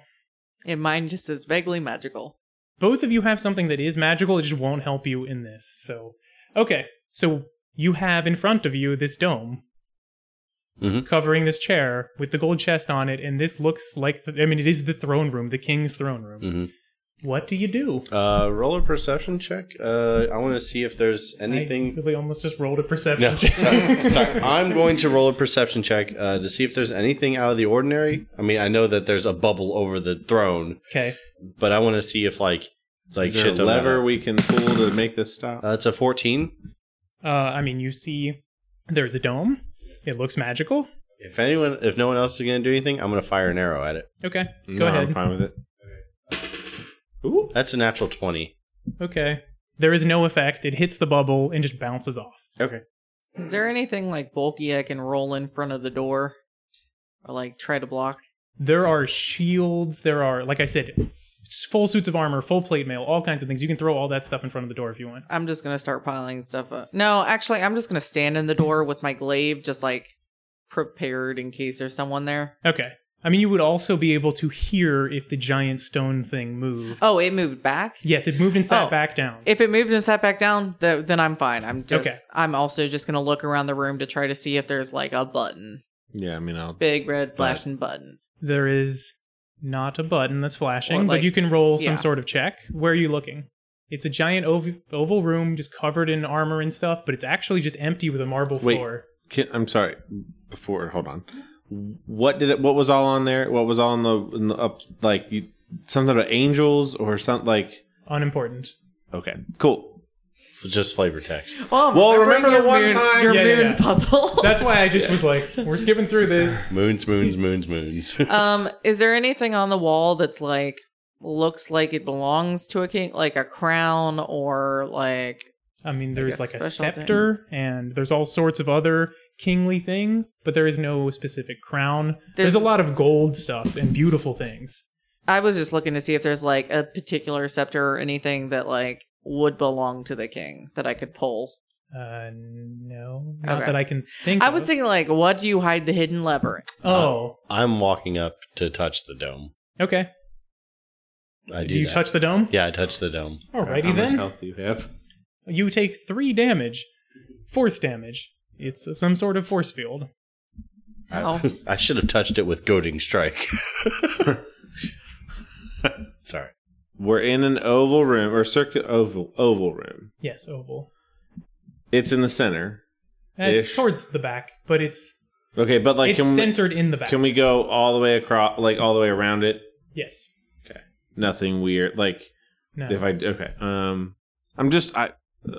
And mine just is vaguely magical.
Both of you have something that is magical. It just won't help you in this. So, okay, so you have in front of you this dome
Mm-hmm.
Mhm.
covering this chair with the gold chest on it, and this looks like the, I mean it is the throne room, the king's throne room.
Mhm.
Mm-hmm.
What do you do?
Uh, roll a perception check. Uh, I want to see if there's
I
anything.
really almost just rolled a perception
(laughs)
No,
check. (laughs)
sorry, sorry. I'm going to roll a perception check uh, to see if there's anything out of the ordinary. I mean, I know that there's a bubble over the throne,
Okay.
but I want to see if like like
Is there
shit
a
don't
lever
matter.
we can pull to make this stop?
Uh, it's a 14.
Uh, I mean, you see, there's a dome. It looks magical.
If anyone, if no one else is going to do anything, I'm going to fire an arrow at it.
Okay, go
No, I'm
ahead.
fine with it.
That's a natural 20.
Okay, there is no effect. It hits the bubble and just bounces off.
Okay.
Is there anything like bulky I can roll in front of the door? Or like try to block?
There are shields. There are, like I said, s- full suits of armor, full plate mail, all kinds of things. You can throw all that stuff in front of the door if you want.
I'm just gonna start piling stuff up. No, actually I'm just gonna stand in the door with my glaive just like prepared in case there's someone there.
Okay. I mean, you would also be able to hear if the giant stone thing moved.
Oh, it moved back.
Yes, it moved and sat
Oh.
back down.
If it moved and sat back down, th- then I'm fine. I'm just.
Okay.
I'm also just gonna look around the room to try to see if there's like a button,
Yeah, I mean, I'll.
big red flashing button.
there is not a button that's flashing,
Or,
but
like-
you can roll some
yeah.
sort of check. Where are you looking? It's a giant ov- oval room just covered in armor and stuff, but it's actually just empty with a marble
Wait.
floor.
Can, I'm sorry. Before, hold on. What did it? What was all on there? What was all in the, in the up? Like you, something about angels or something like?
(laughs)
Unimportant.
Okay, cool.
F- Just flavor text.
Well,
Well,
remembering
remember the
your
one
moon-
time-
your
Yeah, yeah,
moon
yeah.
puzzle.
(laughs)
That's why I just was like, we're skipping through this.
Moons, moons,
(laughs)
moons, moons.
um, is there anything on the wall that's like looks like it belongs to a king, like a crown or like
I mean, there's
guess
like a
special thing.
scepter and there's all sorts of other kingly things, but there is no specific crown. There's,
There's-
a lot of gold stuff and beautiful things.
I was just looking to see if there's like a particular scepter or anything that like would belong to the king that I could pull.
Uh, no, not
Okay.
that I can think.
I
of.
Uh-huh.
was thinking like, what do you hide the hidden lever?
Oh,
I'm walking up to touch the dome.
okay.
I do.
Do you
that.
touch the dome?
Yeah, I touch the dome. (laughs)
Alrighty
How much
then.
health do you have?
You take three damage, force damage. It's uh, some sort of force field.
Oh,
I should have touched it with
(laughs)
goading strike. (laughs) Sorry.
We're in an oval room or circular oval oval room.
Yes, oval.
It's in the center.
It's
Ish.
towards the back, but it's
Okay, but like,
it's
can we,
centered in the back.
can we go all the way across? Like all the way around it?
Yes.
Nothing weird. Like
No.
if I okay. Um, I'm just I. Uh,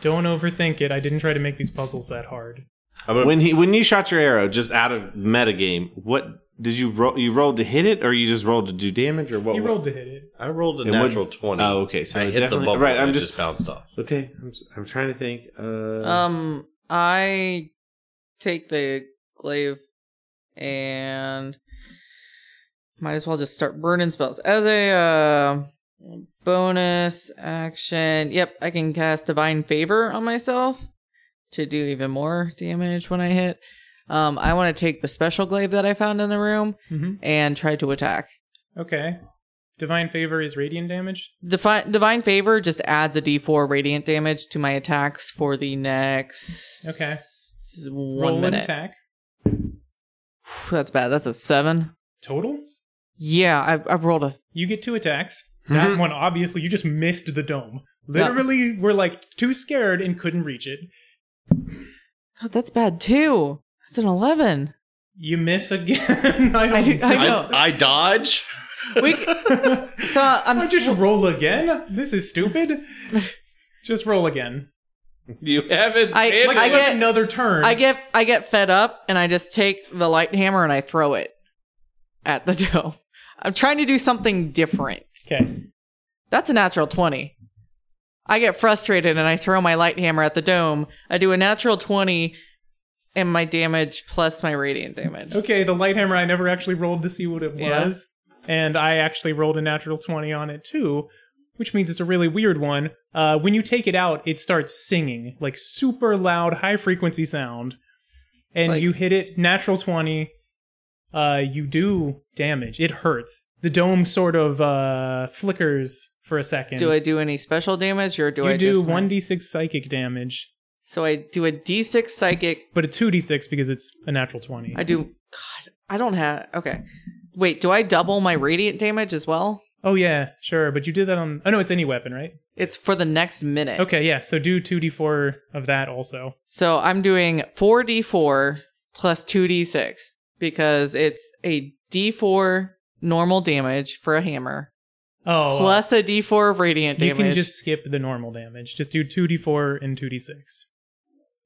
Don't overthink it. I didn't try to make these puzzles that hard.
I'm gonna,
when he when you shot your arrow, just out of metagame, what did you roll? You rolled to hit it, or you just rolled to do damage, or what?
You rolled to hit it.
I rolled a
It
natural twenty.
Oh, okay. So
I
it
hit the
definitely-
bubble.
right,
and
I'm
it
just-
bounced off.
Okay, I'm s- I'm trying to think. Uh, (laughs)
Um, I take the glaive and might as well just start burning spells as a uh, bonus action. Yep, I can cast divine favor on myself to do even more damage when I hit. Um, I want to take the special glaive that I found in the room
hmm
and try to attack.
Okay. Divine favor is radiant damage.
Defi- divine favor just adds a d4 radiant damage to my attacks for the next
Okay.
one
Roll
minute.
an attack.
Phew, That's bad. That's a seven.
Total.
Yeah, I've, I've rolled a.
You get two attacks. That one obviously you just missed the dome.
Yeah.
Literally, were like too scared and couldn't reach it.
God, that's bad too. That's an eleven.
You miss again. (laughs) I don't
I, do, I know.
I, I dodge.
we,
(laughs)
c- so I'm
I
s-
just roll again? This is
(laughs)
stupid. just roll again.
you haven't.
I-
hit
Like
I
I
it.
get
get-
another turn.
I get I get fed up and I just take the light hammer and I throw it at the (laughs) dough. I'm trying to do something different.
okay.
That's a natural 20. I get frustrated and I throw my light hammer at the dome. I do a natural 20 and my damage plus my radiant
(laughs)
damage.
Okay, the light hammer I never actually rolled to see what it
Yeah.
was. And I actually rolled a natural 20 on it too, which means it's a really weird one. Uh, when you take it out, it starts singing, like super loud, high frequency sound. And
Like-
you hit it, natural 20. Uh, you do damage. It hurts. The dome sort of uh, flickers for a second.
Do I do any special damage or do
you
I
do
just
1d6 psychic damage,
So I do a d6 psychic.
but a 2d6 because it's a natural 20.
I do God, I don't have okay. Wait, do I double my radiant damage as well?
oh, yeah, sure. But you did that on. Oh, no, it's any weapon, right?
It's for the next minute.
Okay, yeah. So do 2d4 of that also.
So I'm doing 4d4 plus 2d6 because it's a d4 normal damage for a hammer
Oh, uh,
plus a d4 of radiant
you
damage.
can just skip the normal damage. Just do 2d4 and 2d6.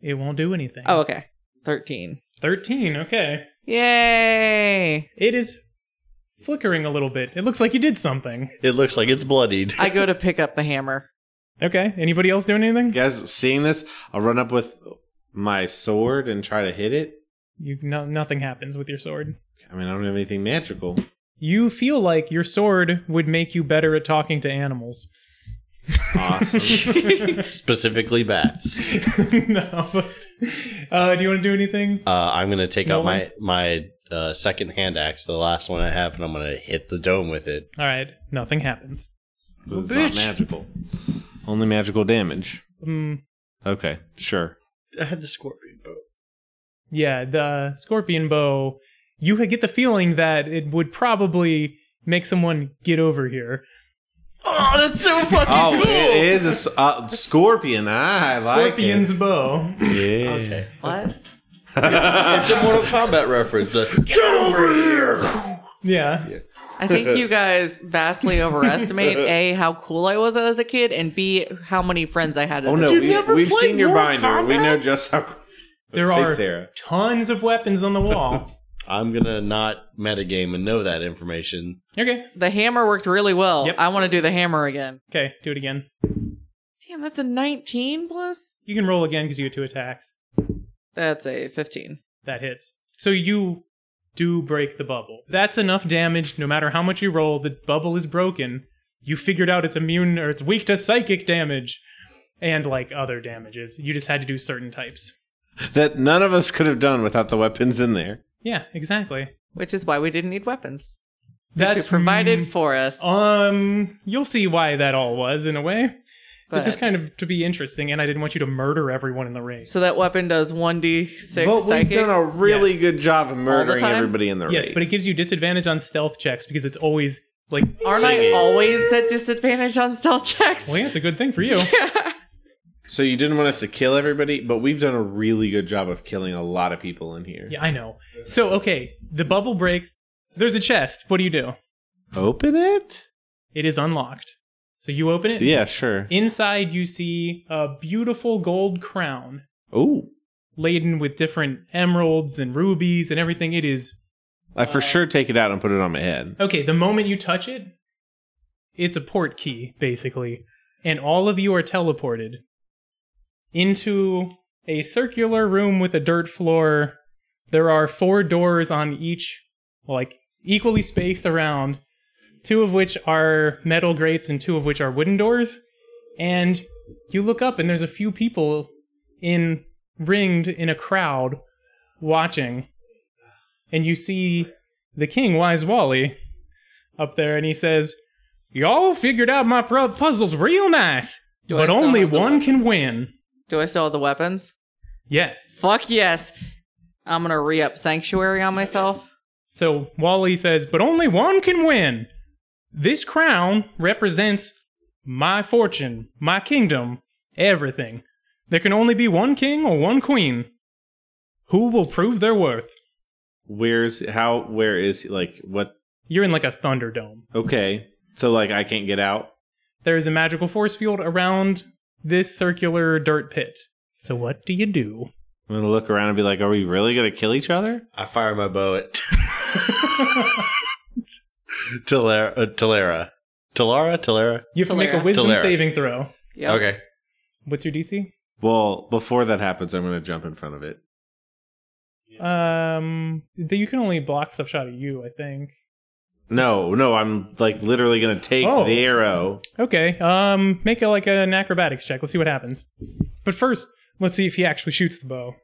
It won't do anything.
Oh, okay. 13.
13. Okay.
Yay!
It is flickering a little bit. It looks like you did something.
It looks like it's bloodied. (laughs)
I go to pick up the hammer.
Okay. Anybody else doing anything?
guys seeing this. I'll run up with my sword and try to hit it.
You no, nothing happens with your sword.
I mean, I don't have anything magical.
You feel like your sword would make you better at talking to animals. (laughs)
(laughs)
Awesome.
Specifically bats.
no. But, uh, do you want to do anything?
Uh, I'm gonna take out
Nolan?
my my uh, second hand axe, the last one I have, and I'm gonna hit the dome with it.
All right, nothing happens.
This is not magical.
Only magical damage.
Mm,
Okay,
(laughs)
sure.
I had the scorpion bow.
yeah, the scorpion bow. You could get the feeling that it would probably make someone get over here.
Oh, that's so fucking
Oh,
cool.
it is a s- uh, scorpion. Ah, I like it.
Scorpion's bow.
Yeah.
What?
It's a Mortal Kombat reference. The-
(laughs) Yeah.
I think
(laughs)
you guys vastly overestimate A, how cool I was as a kid, and B, how many friends I had. at
Oh
the
no,
time.
we, we've seen your binder. We know just how.
There
Hey,
are
Sarah.
tons of
(laughs)
weapons on the wall.
I'm gonna not metagame and know that information.
okay.
The hammer worked really well.
Yep.
I want to do the hammer again.
Okay, do it again.
Damn, that's a 19 plus?
You can roll again because you get two attacks.
That's a 15.
That hits. So you do break the bubble. That's enough damage. No matter how much you roll, the bubble is broken. You figured out it's immune or it's weak to psychic damage and like other damages. You just had to do certain types.
That none of us could have done without the weapons in there.
Yeah, exactly.
Which is why we didn't need weapons.
That's
It's provided
mm,
for us.
Um, you'll see why that all was in a way.
but-
It's just kind of to be interesting, and I didn't want you to murder everyone in the race.
so that weapon does 1d6
but
psychic.
we've done a really
Yes.
good job of murdering
time?
everybody in the race.
Yes, but it gives you disadvantage on stealth checks because it's always like.
(laughs) Aren't I always at disadvantage on stealth checks?
Well, yeah, it's a good thing for
(laughs)
you.
So you didn't want us to kill everybody, but we've done a really good job of killing a lot of people in here.
Yeah, I know. So, okay, the bubble breaks. There's a chest. What do you do?
Open it?
It is unlocked. So you open it.
Yeah, sure.
Inside, you see a beautiful gold crown
Ooh.
laden with different emeralds and rubies and everything. It is
I
Uh,
for sure take it out and put it on my head.
Okay, the moment you touch it, it's a port key, basically. And all of you are teleported into a circular room with a dirt floor. There are four doors on each, like equally spaced around, two of which are metal grates and two of which are wooden doors. And you look up and there's a few people in ringed in a crowd watching. And you see the king, Wise Wally, up there, and he says, "Y'all figured out my pu- puzzles real nice,
Do I
but
still
only
have the
one
weapon?
can win."
Do I still have the weapons?
Yes.
Fuck yes. I'm going to re up sanctuary on myself.
So Wally says, "But only one can win. This crown represents my fortune, my kingdom, everything. There can only be one king or one queen. Who will prove their worth?"
Where's how? Where is he? Like what?
You're in like a thunderdome.
Okay, so like I can't get out.
There is a magical force field around this circular dirt pit. So what do you do? (laughs)
I'm gonna look around and be like, "Are we really gonna kill each other?"
I fire my bow at (laughs) Talara. Uh, Talara. Talara. Talara.
You have to make a
Talera.
wisdom
Talera.
saving throw.
Yep.
Okay.
What's your DC?
Well, before that happens, I'm gonna jump in front of it.
Um, th- you can only block stuff shot at you, I think.
No, no, I'm like literally gonna take
Oh.
the arrow.
Okay. Um, make a, like an acrobatics check. Let's see what happens. But first, let's see if he actually shoots the bow.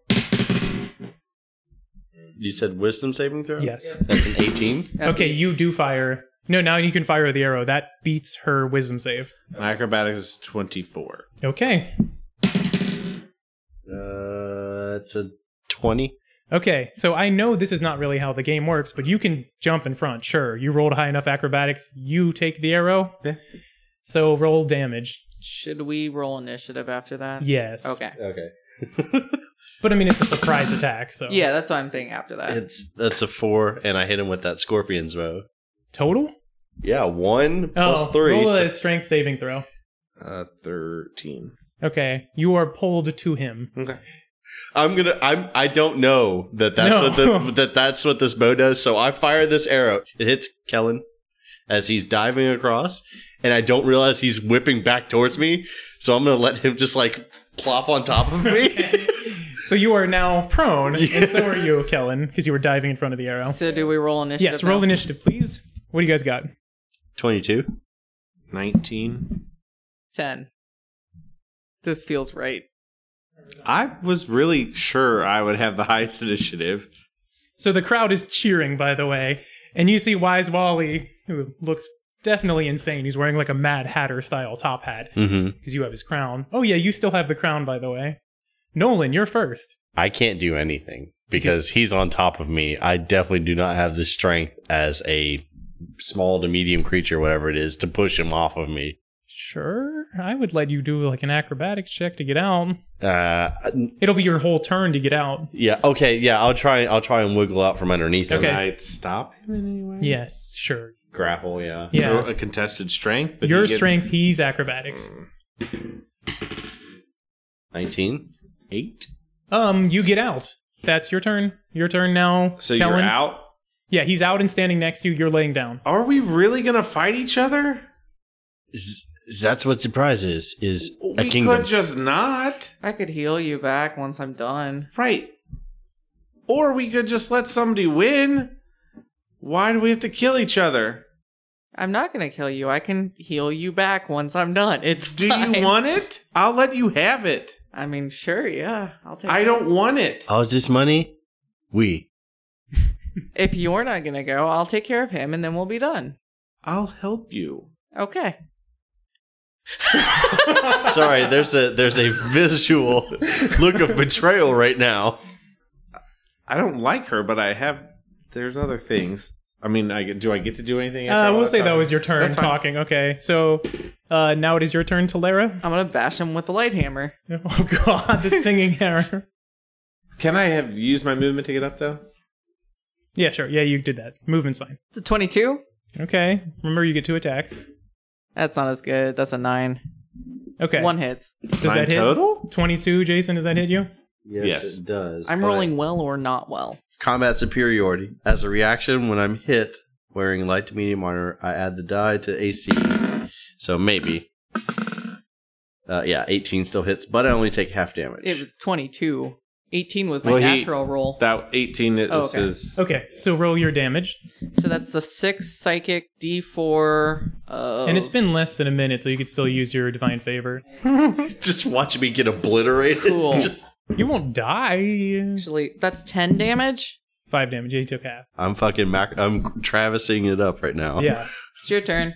You said wisdom saving throw?
Yes.
That's an 18.
That
okay,
beats.
you do fire. No, now you can fire the arrow. That beats her wisdom save.
My acrobatics is 24.
Okay.
Uh, it's a 20.
Okay, so I know this is not really how the game works, but you can jump in front. Sure, you rolled high enough acrobatics. You take the arrow.
Yeah.
So roll damage.
Should we roll initiative after that?
Yes.
Okay.
Okay.
But I mean, it's a surprise attack, so.
Yeah, that's what I'm saying after that.
It's that's a four, and I hit him with that scorpion's bow.
Total?
Yeah, one plus
oh,
three.
Roll
so-
a strength saving throw.
Uh, 13.
Okay, you are pulled to him.
I'm gonna. I'm. I don't know that that's
No.
what the, that that's what this bow does. So I fire this arrow. It hits Kellen as he's diving across, and I don't realize he's whipping back towards me. So I'm gonna let him just like plop on top of me.
So you are now prone, and so are you, Kellen, because you were diving in front of the arrow.
So do we roll initiative?
Yes, roll
now?
initiative, please. What do you guys got?
(laughs) Twenty-two.
19.
10. This feels right.
(laughs) I was really sure I would have the highest initiative.
So the crowd is cheering, by the way. And you see Wise Wally, who looks definitely insane. He's wearing like a Mad Hatter style top hat
Mm-hmm.
because you have his crown. Oh, yeah, you still have the crown, by the way. Nolan, you're first.
I can't do anything because he's on top of me. I definitely do not have the strength as a small to medium creature, whatever it is, to push him off of me.
Sure, I would let you do like an acrobatics check to get out.
Uh,
It'll be your whole turn to get out.
yeah. Okay. Yeah. I'll try. I'll try and wiggle out from underneath him.
Okay.
Can I stop him in any way?
Yes, sure.
Grapple. Yeah.
Yeah.
Throw a contested strength. uh, but
Your
you get-
strength, he's acrobatics.
Nineteen.
eight.
Um, you get out. That's your turn. Your turn now.
So
Kellen.
you're out.
Yeah, he's out and standing next to you. You're laying down.
Are we really gonna fight each other?
Z- that's what surprise is. Is a
Oh,
we
kingdom.
could just not.
I could heal you back once I'm done.
Right. Or we could just let somebody win. Why do we have to kill each other?
I'm not gonna kill you. I can heal you back once I'm done. It's
Do
fine.
you want it? I'll let you have it.
I mean, sure, yeah. I'll take.
I
it.
don't want it.
oh, is this money? We.
If you're not gonna go, I'll take care of him, and then we'll be done.
I'll help you.
Okay.
Sorry. There's a there's a (laughs) visual look of betrayal right now.
I don't like her, but I have. There's other things. I mean, I get- do I get to do anything?
Uh,
after all
we'll
that
say that
time?
was your turn
That's fine.
talking. Okay, so uh, now it is your turn, Talera. (laughs)
I'm gonna bash him with the light hammer.
Oh
(laughs)
God, the singing error.
Can I have used my movement to get up though?
Yeah, sure. Yeah, you did that. Movement's fine.
It's a 22.
Okay. Remember, you get two attacks.
That's not as good. That's a nine.
Okay.
One hits.
Does
Nine
that hit?
total?
Twenty-two, Jason. Does that hit you?
Yes,
Yes.
it does.
I'm
but-
rolling well or not well.
combat superiority. As a reaction, when I'm hit wearing light to medium armor, I add the die to AC. So maybe. Uh, yeah, 18 still hits, but I only take half damage.
It was 22. 18 was my
Well, he-
natural roll.
That 18 is.
Oh, okay.
is-
Okay. So roll your damage,
so that's the six psychic uh, D4. Of,
and it's been less than a minute, so you could still use your divine favor.
(laughs) just watch me get obliterated.
Cool.
(laughs) Just-
You won't die.
actually that's 10 damage.
Five damage. Yeah, you took half.
I'm fucking mac- I'm travising it up right
Oh.
now.
Yeah.
It's your turn.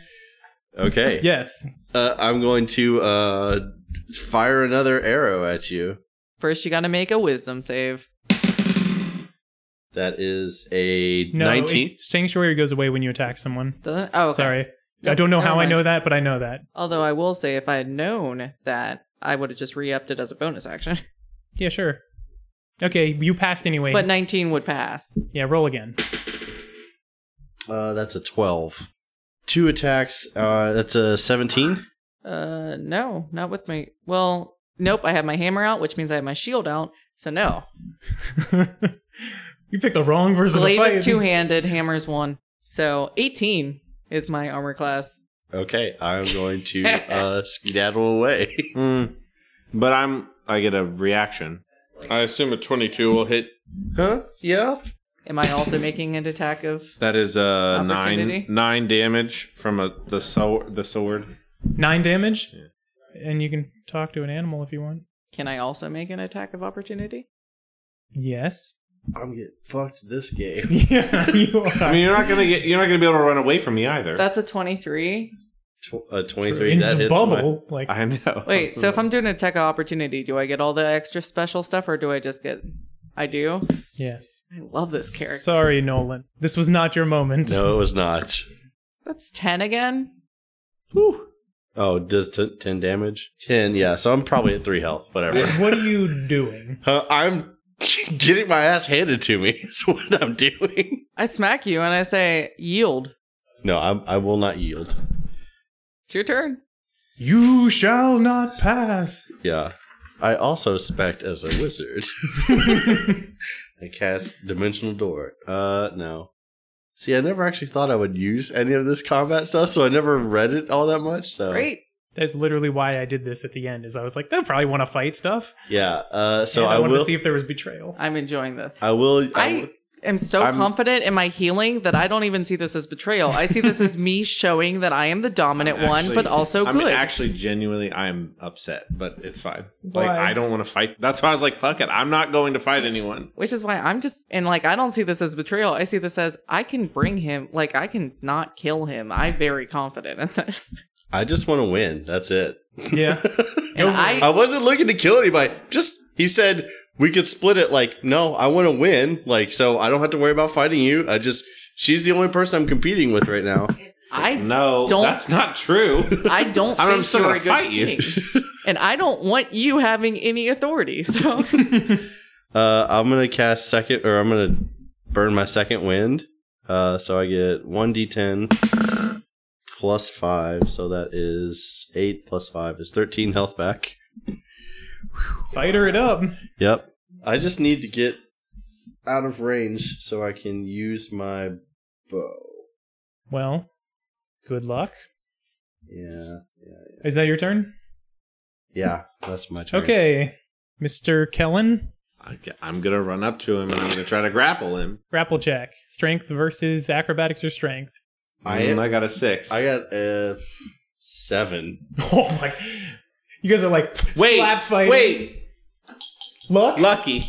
Okay.
Yes.
Uh, I'm going to uh, fire another arrow at you.
First, you got to make a wisdom save.
That is a
No.
19.
it- Sanctuary goes away when you attack someone.
Doesn't? Oh, okay.
Sorry. I
Nope,
don't know
never
how I
mind.
know that, but I know that.
Although I will say, if I had known that, I would have just re upped it as a bonus
(laughs)
action.
Yeah, sure. Okay, you passed anyway.
But 19 would pass.
yeah, roll again. (laughs)
Uh, that's a 12. Two attacks. Uh, that's a 17.
Uh, no, not with my. Well, nope. I have my hammer out, which means I have my shield out. So no.
you picked the wrong version
Glaive
of the fight.
is two handed, hammer is one. So 18 is my armor class.
Okay, I'm going to uh, skedaddle away. (laughs)
Hmm. But I'm. I get a reaction. I assume a 22 will hit.
huh? Yeah.
Am I also making an attack of?
That is a nine
Opportunity.
nine damage from a the sword. The sword.
Nine damage, and you can talk to an animal if you want.
Can I also make an attack of opportunity?
(laughs)
Yes. (laughs)
I'm getting fucked this game. (laughs)
Yeah, you are.
I mean, you're not gonna get. You're not gonna be able to run away from me either.
That's a 23.
Tw- uh, 23.
in
that
this
hits
bubble,
(laughs)
like
I know.
Wait, so if I'm doing an attack of opportunity, do I get all the extra special stuff or do I just get. I do.
yes.
I love this character.
Sorry, Nolan. This was not your moment.
My- no, it was not.
That's 10 again.
Oh, does t- 10 damage? 10, yeah. So I'm probably at 3 health, whatever. (laughs)
What are you doing?
uh, I'm (laughs) getting my ass handed to me, (laughs) is what I'm doing.
I smack you and I say, yield.
No, I'm, I will not yield.
It's your turn.
You shall not pass.
Yeah. I also spect as a wizard. I cast Dimensional Door. Uh, no. See, I never actually thought I would use any of this combat stuff, so I never read it all that much.
Uh,
So
Great.
That's literally why I did this at the end. Is I was like, they'll probably want to fight stuff.
yeah. Uh, so
And I,
I
wanted
will.
to see if there was betrayal.
I'm enjoying this.
I will. I,
I am so
I'm-
confident in my healing that I don't even see this as betrayal. I see this as me (laughs) showing that I am the dominant one,
Actually,
but also
I'm
good.
actually genuinely I'm upset, but it's fine. Like
Why?
I don't want to fight. That's why I was like, fuck it. I'm not going to fight anyone.
which is why I'm just and like I don't see this as betrayal. I see this as I can bring him, like I can not kill him. I'm very confident in
(laughs)
this.
I just want to win. That's it.
Yeah.
And I,
I wasn't looking to kill anybody. Just he said we could split it. Like, no, I want to win. Like, so I don't have to worry about fighting you. I just she's the only person I'm competing with right now.
I,
No,
Don't-
that's not true. (laughs)
I don't.
I mean, I'm
think
still
you're
gonna
a good
fight you.
king. and I don't want you having any authority. (laughs) So
Uh, I'm gonna cast second, or I'm gonna burn my second wind. Uh, so I get one d10 plus five. So that is eight plus five is thirteen health back.
Fighter it up.
Yep. I just need to get out of range so I can use my bow.
Well, good luck.
Yeah.
Is that your turn?
Yeah, that's my turn.
Okay. Mr. Kellen,
I ca- I'm gonna run up to him and I'm gonna try to grapple him.
grapple check. Strength versus acrobatics or strength. (laughs)
I
I,
am-
I got a six.
I got a seven.
Oh my. You guys are like
Wait,
slap fighting.
wait,
Luck?
lucky.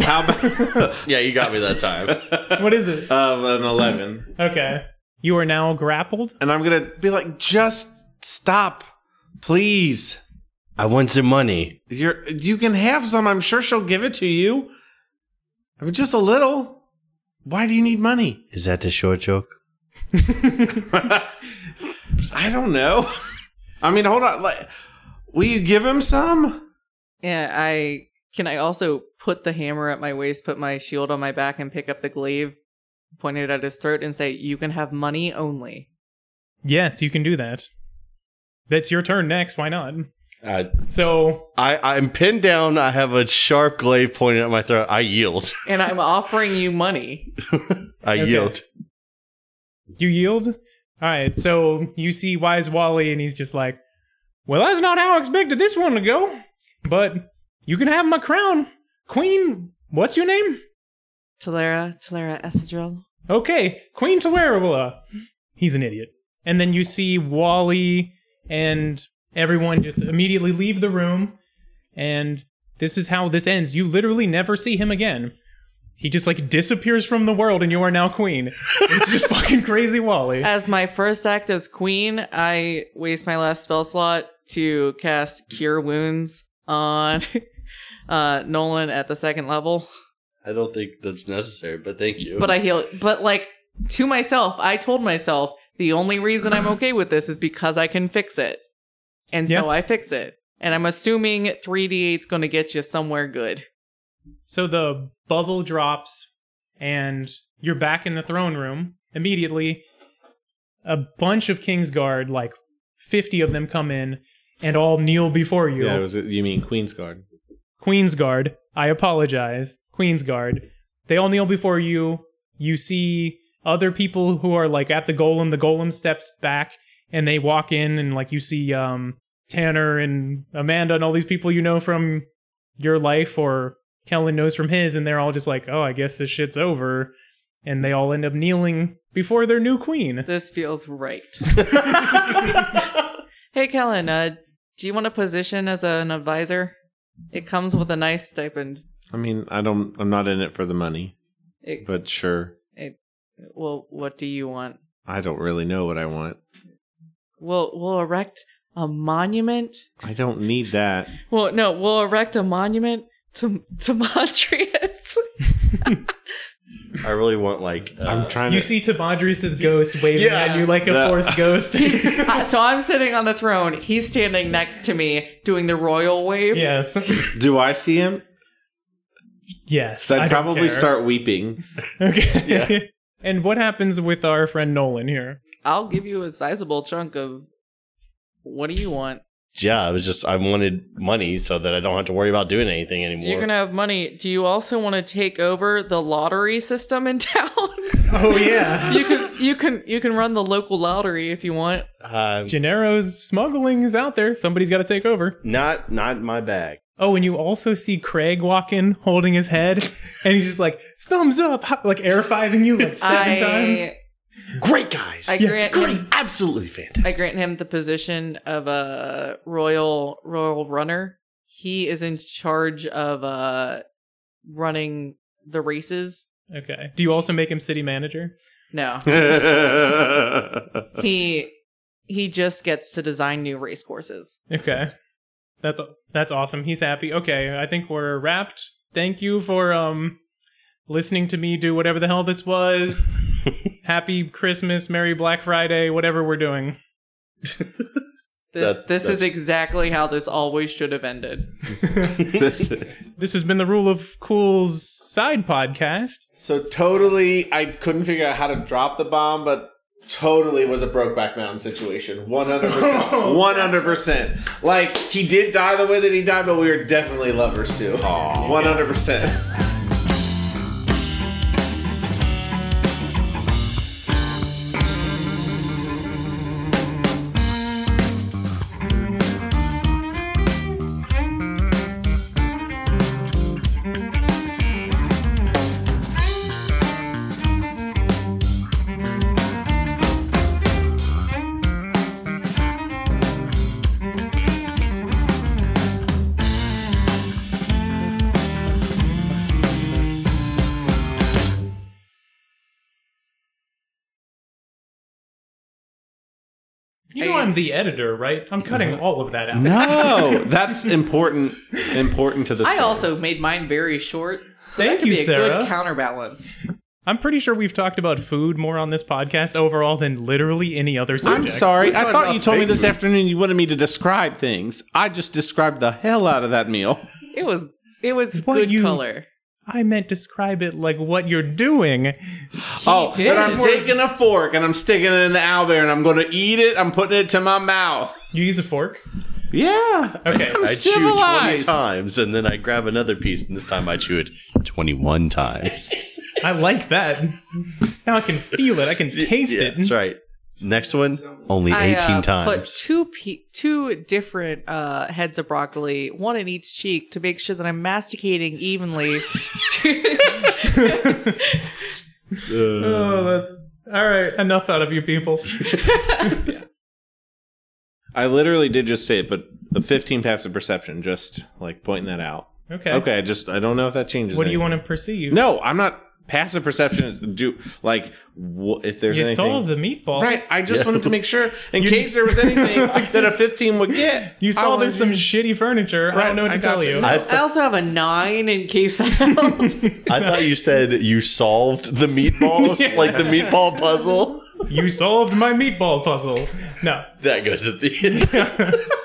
How about (laughs)
Yeah, you got me
(laughs)
that time.
What is it?
um, an eleven?
Okay. You are now grappled.
And I'm gonna be like, just stop, please.
I want some money.
You're you can have some. I'm sure she'll give it to you. I mean, just a little. Why do you
(laughs)
need money?
Is that the short joke?
I don't know. I mean, hold on. Like, will you give him some?
yeah, I can. I also put the hammer at my waist, put my shield on my back, and pick up the glaive, point it at his throat, and say, "You can have money only."
Yes, you can do that. That's your turn next. Why not?
I,
So,
I I'm pinned down. I have a sharp glaive pointed at my throat. I yield.
And I'm offering you money.
(laughs)
I
Okay.
yield.
You yield? All right. So you see Wise Wally, and he's just like, "Well, that's not how I expected this one to go, but you can have my crown, Queen. What's your name?
Talera, Talera Essadrill.
Okay, Queen Tawerula." He's an idiot. And then you see Wally and everyone just immediately leave the room, and this is how this ends. You literally never see him again. He just like disappears from the world, and you are now queen. It's just (laughs) fucking crazy, Wally.
As my first act as queen, I waste my last spell slot to cast Cure Wounds on (laughs) uh, Nolan at the second level.
I don't think that's necessary, but thank you.
But I heal. But like to myself, I told myself the only reason I'm okay with this is because I can fix it, and
Yeah.
so I fix it. And I'm assuming 3d8's going to get you somewhere good.
So the bubble drops, and you're back in the throne room immediately. A bunch of Kingsguard, like 50 of them, come in and all kneel before you.
Yeah, it was, you mean Queen's Guard?
Queensguard, I apologize. Queensguard, they all kneel before you. You see other people who are like at the golem. The golem steps back and they walk in, and like you see um, Tanner and Amanda and all these people you know from your life or Kellen knows from his, and they're all just like, oh, I guess this shit's over. And they all end up kneeling before their new queen.
This feels right. (laughs) hey, Kellen, uh, do you want a position as an advisor? It comes with a nice stipend.
I mean, I don't. I'm not in it for the money,
It,
but sure.
well, what do you want?
I don't really know what I want.
We'll we'll erect a monument.
I don't need that.
Well, no, we'll erect a monument to to (laughs) Montreus.
I really want like
I'm
uh,
trying
You
to.
see Tamadrius' ghost waving
Yeah.
at you like a
The-
force
(laughs)
ghost.
Uh, so I'm sitting on the throne. He's standing next to me doing the royal wave.
yes.
do I see him?
Yes.
So
I
I'd
don't
probably
care.
start weeping.
(laughs) Okay.
Yeah.
and what happens with our friend Nolan here?
I'll give you a sizable chunk of. What do you want?
yeah. I was just I wanted money so that I don't have to worry about doing anything anymore.
You're gonna have money. Do you also want to take over the lottery system in (laughs) town?
Oh yeah. (laughs)
you can you can you can run the local lottery if you want.
Uh,
Gennaro's smuggling is out there. Somebody's got to take over.
not not my bag.
Oh, and you also see Craig walk in holding his head, and he's just like thumbs up, hop- like air fiving you like seven times.
I,
Great guys.
I grant
Great.
him-
(laughs) Absolutely fantastic.
I grant him the position of a royal royal runner. He is in charge of uh running the races.
Okay. Do you also make him city manager?
No,
That's
he he just gets to design new race courses.
Okay. That's that's awesome. He's happy. Okay, I think we're wrapped. Thank you for um listening to me do whatever the hell this was. Happy Christmas, Merry Black Friday, whatever we're doing.
This
That's-
this
that's-
is exactly how this always should have ended.
this is
This has been the Rule of Cool's side podcast.
so totally. I couldn't figure out how to drop the bomb, but totally was a Brokeback Mountain
(laughs)
situation. One hundred
Oh,
percent. One hundred percent. Like he did die the way that he died, but we were definitely lovers too. One hundred percent.
You know
Hey.
I'm the editor, right? I'm cutting all of that out.
Mm-hmm. No, that's important. Important to the
I
story.
also made mine very short, so
Thank
that could
you,
be a
Sarah.
good counterbalance.
I'm pretty sure we've talked about food more on this podcast overall than literally any other subject.
I'm sorry.
We're
I
talking
thought
about
you told me
fake
this
food.
afternoon you wanted me to describe things. I just described the hell out of that meal.
It was it was
What
good
you-
color.
I meant describe it like what you're doing.
oh,
did.
and I'm
It's more-
taking a fork and I'm sticking it in the owlbear and I'm going to eat it. I'm putting it to my mouth.
You use a fork.
Yeah.
Okay.
I chew 20
civilized.
times and then I grab another piece and this time I chew it
(laughs)
21 times.
I like that. Now I can feel it. I can taste
Yeah,
it.
That's right. Next one, only 18
I, uh, Put
times.
two pe- two different uh, heads of broccoli, one in each cheek, to make sure that I'm masticating evenly. (laughs)
Oh, that's all right. Enough out of you people.
I literally did just say it, but the 15 passive perception, just like pointing that out.
Okay.
Okay, I just I don't know if that changes.
What do you
anything.
want to perceive?
No, I'm not. Passive perception is do like wh- if there's
you
anything.
solved the meatball.
Right, I just wanted to make sure in case there
(laughs)
was anything that a 15 would get.
You saw
I
there's some
wanted
shitty furniture. I don't
Right,
know what to
I
tell
gotcha.
you.
I,
I also have a nine in case (laughs) that helps.
(laughs) I thought you said you solved the meatballs, like the meatball puzzle.
You solved my meatball puzzle. No.
That goes at the end.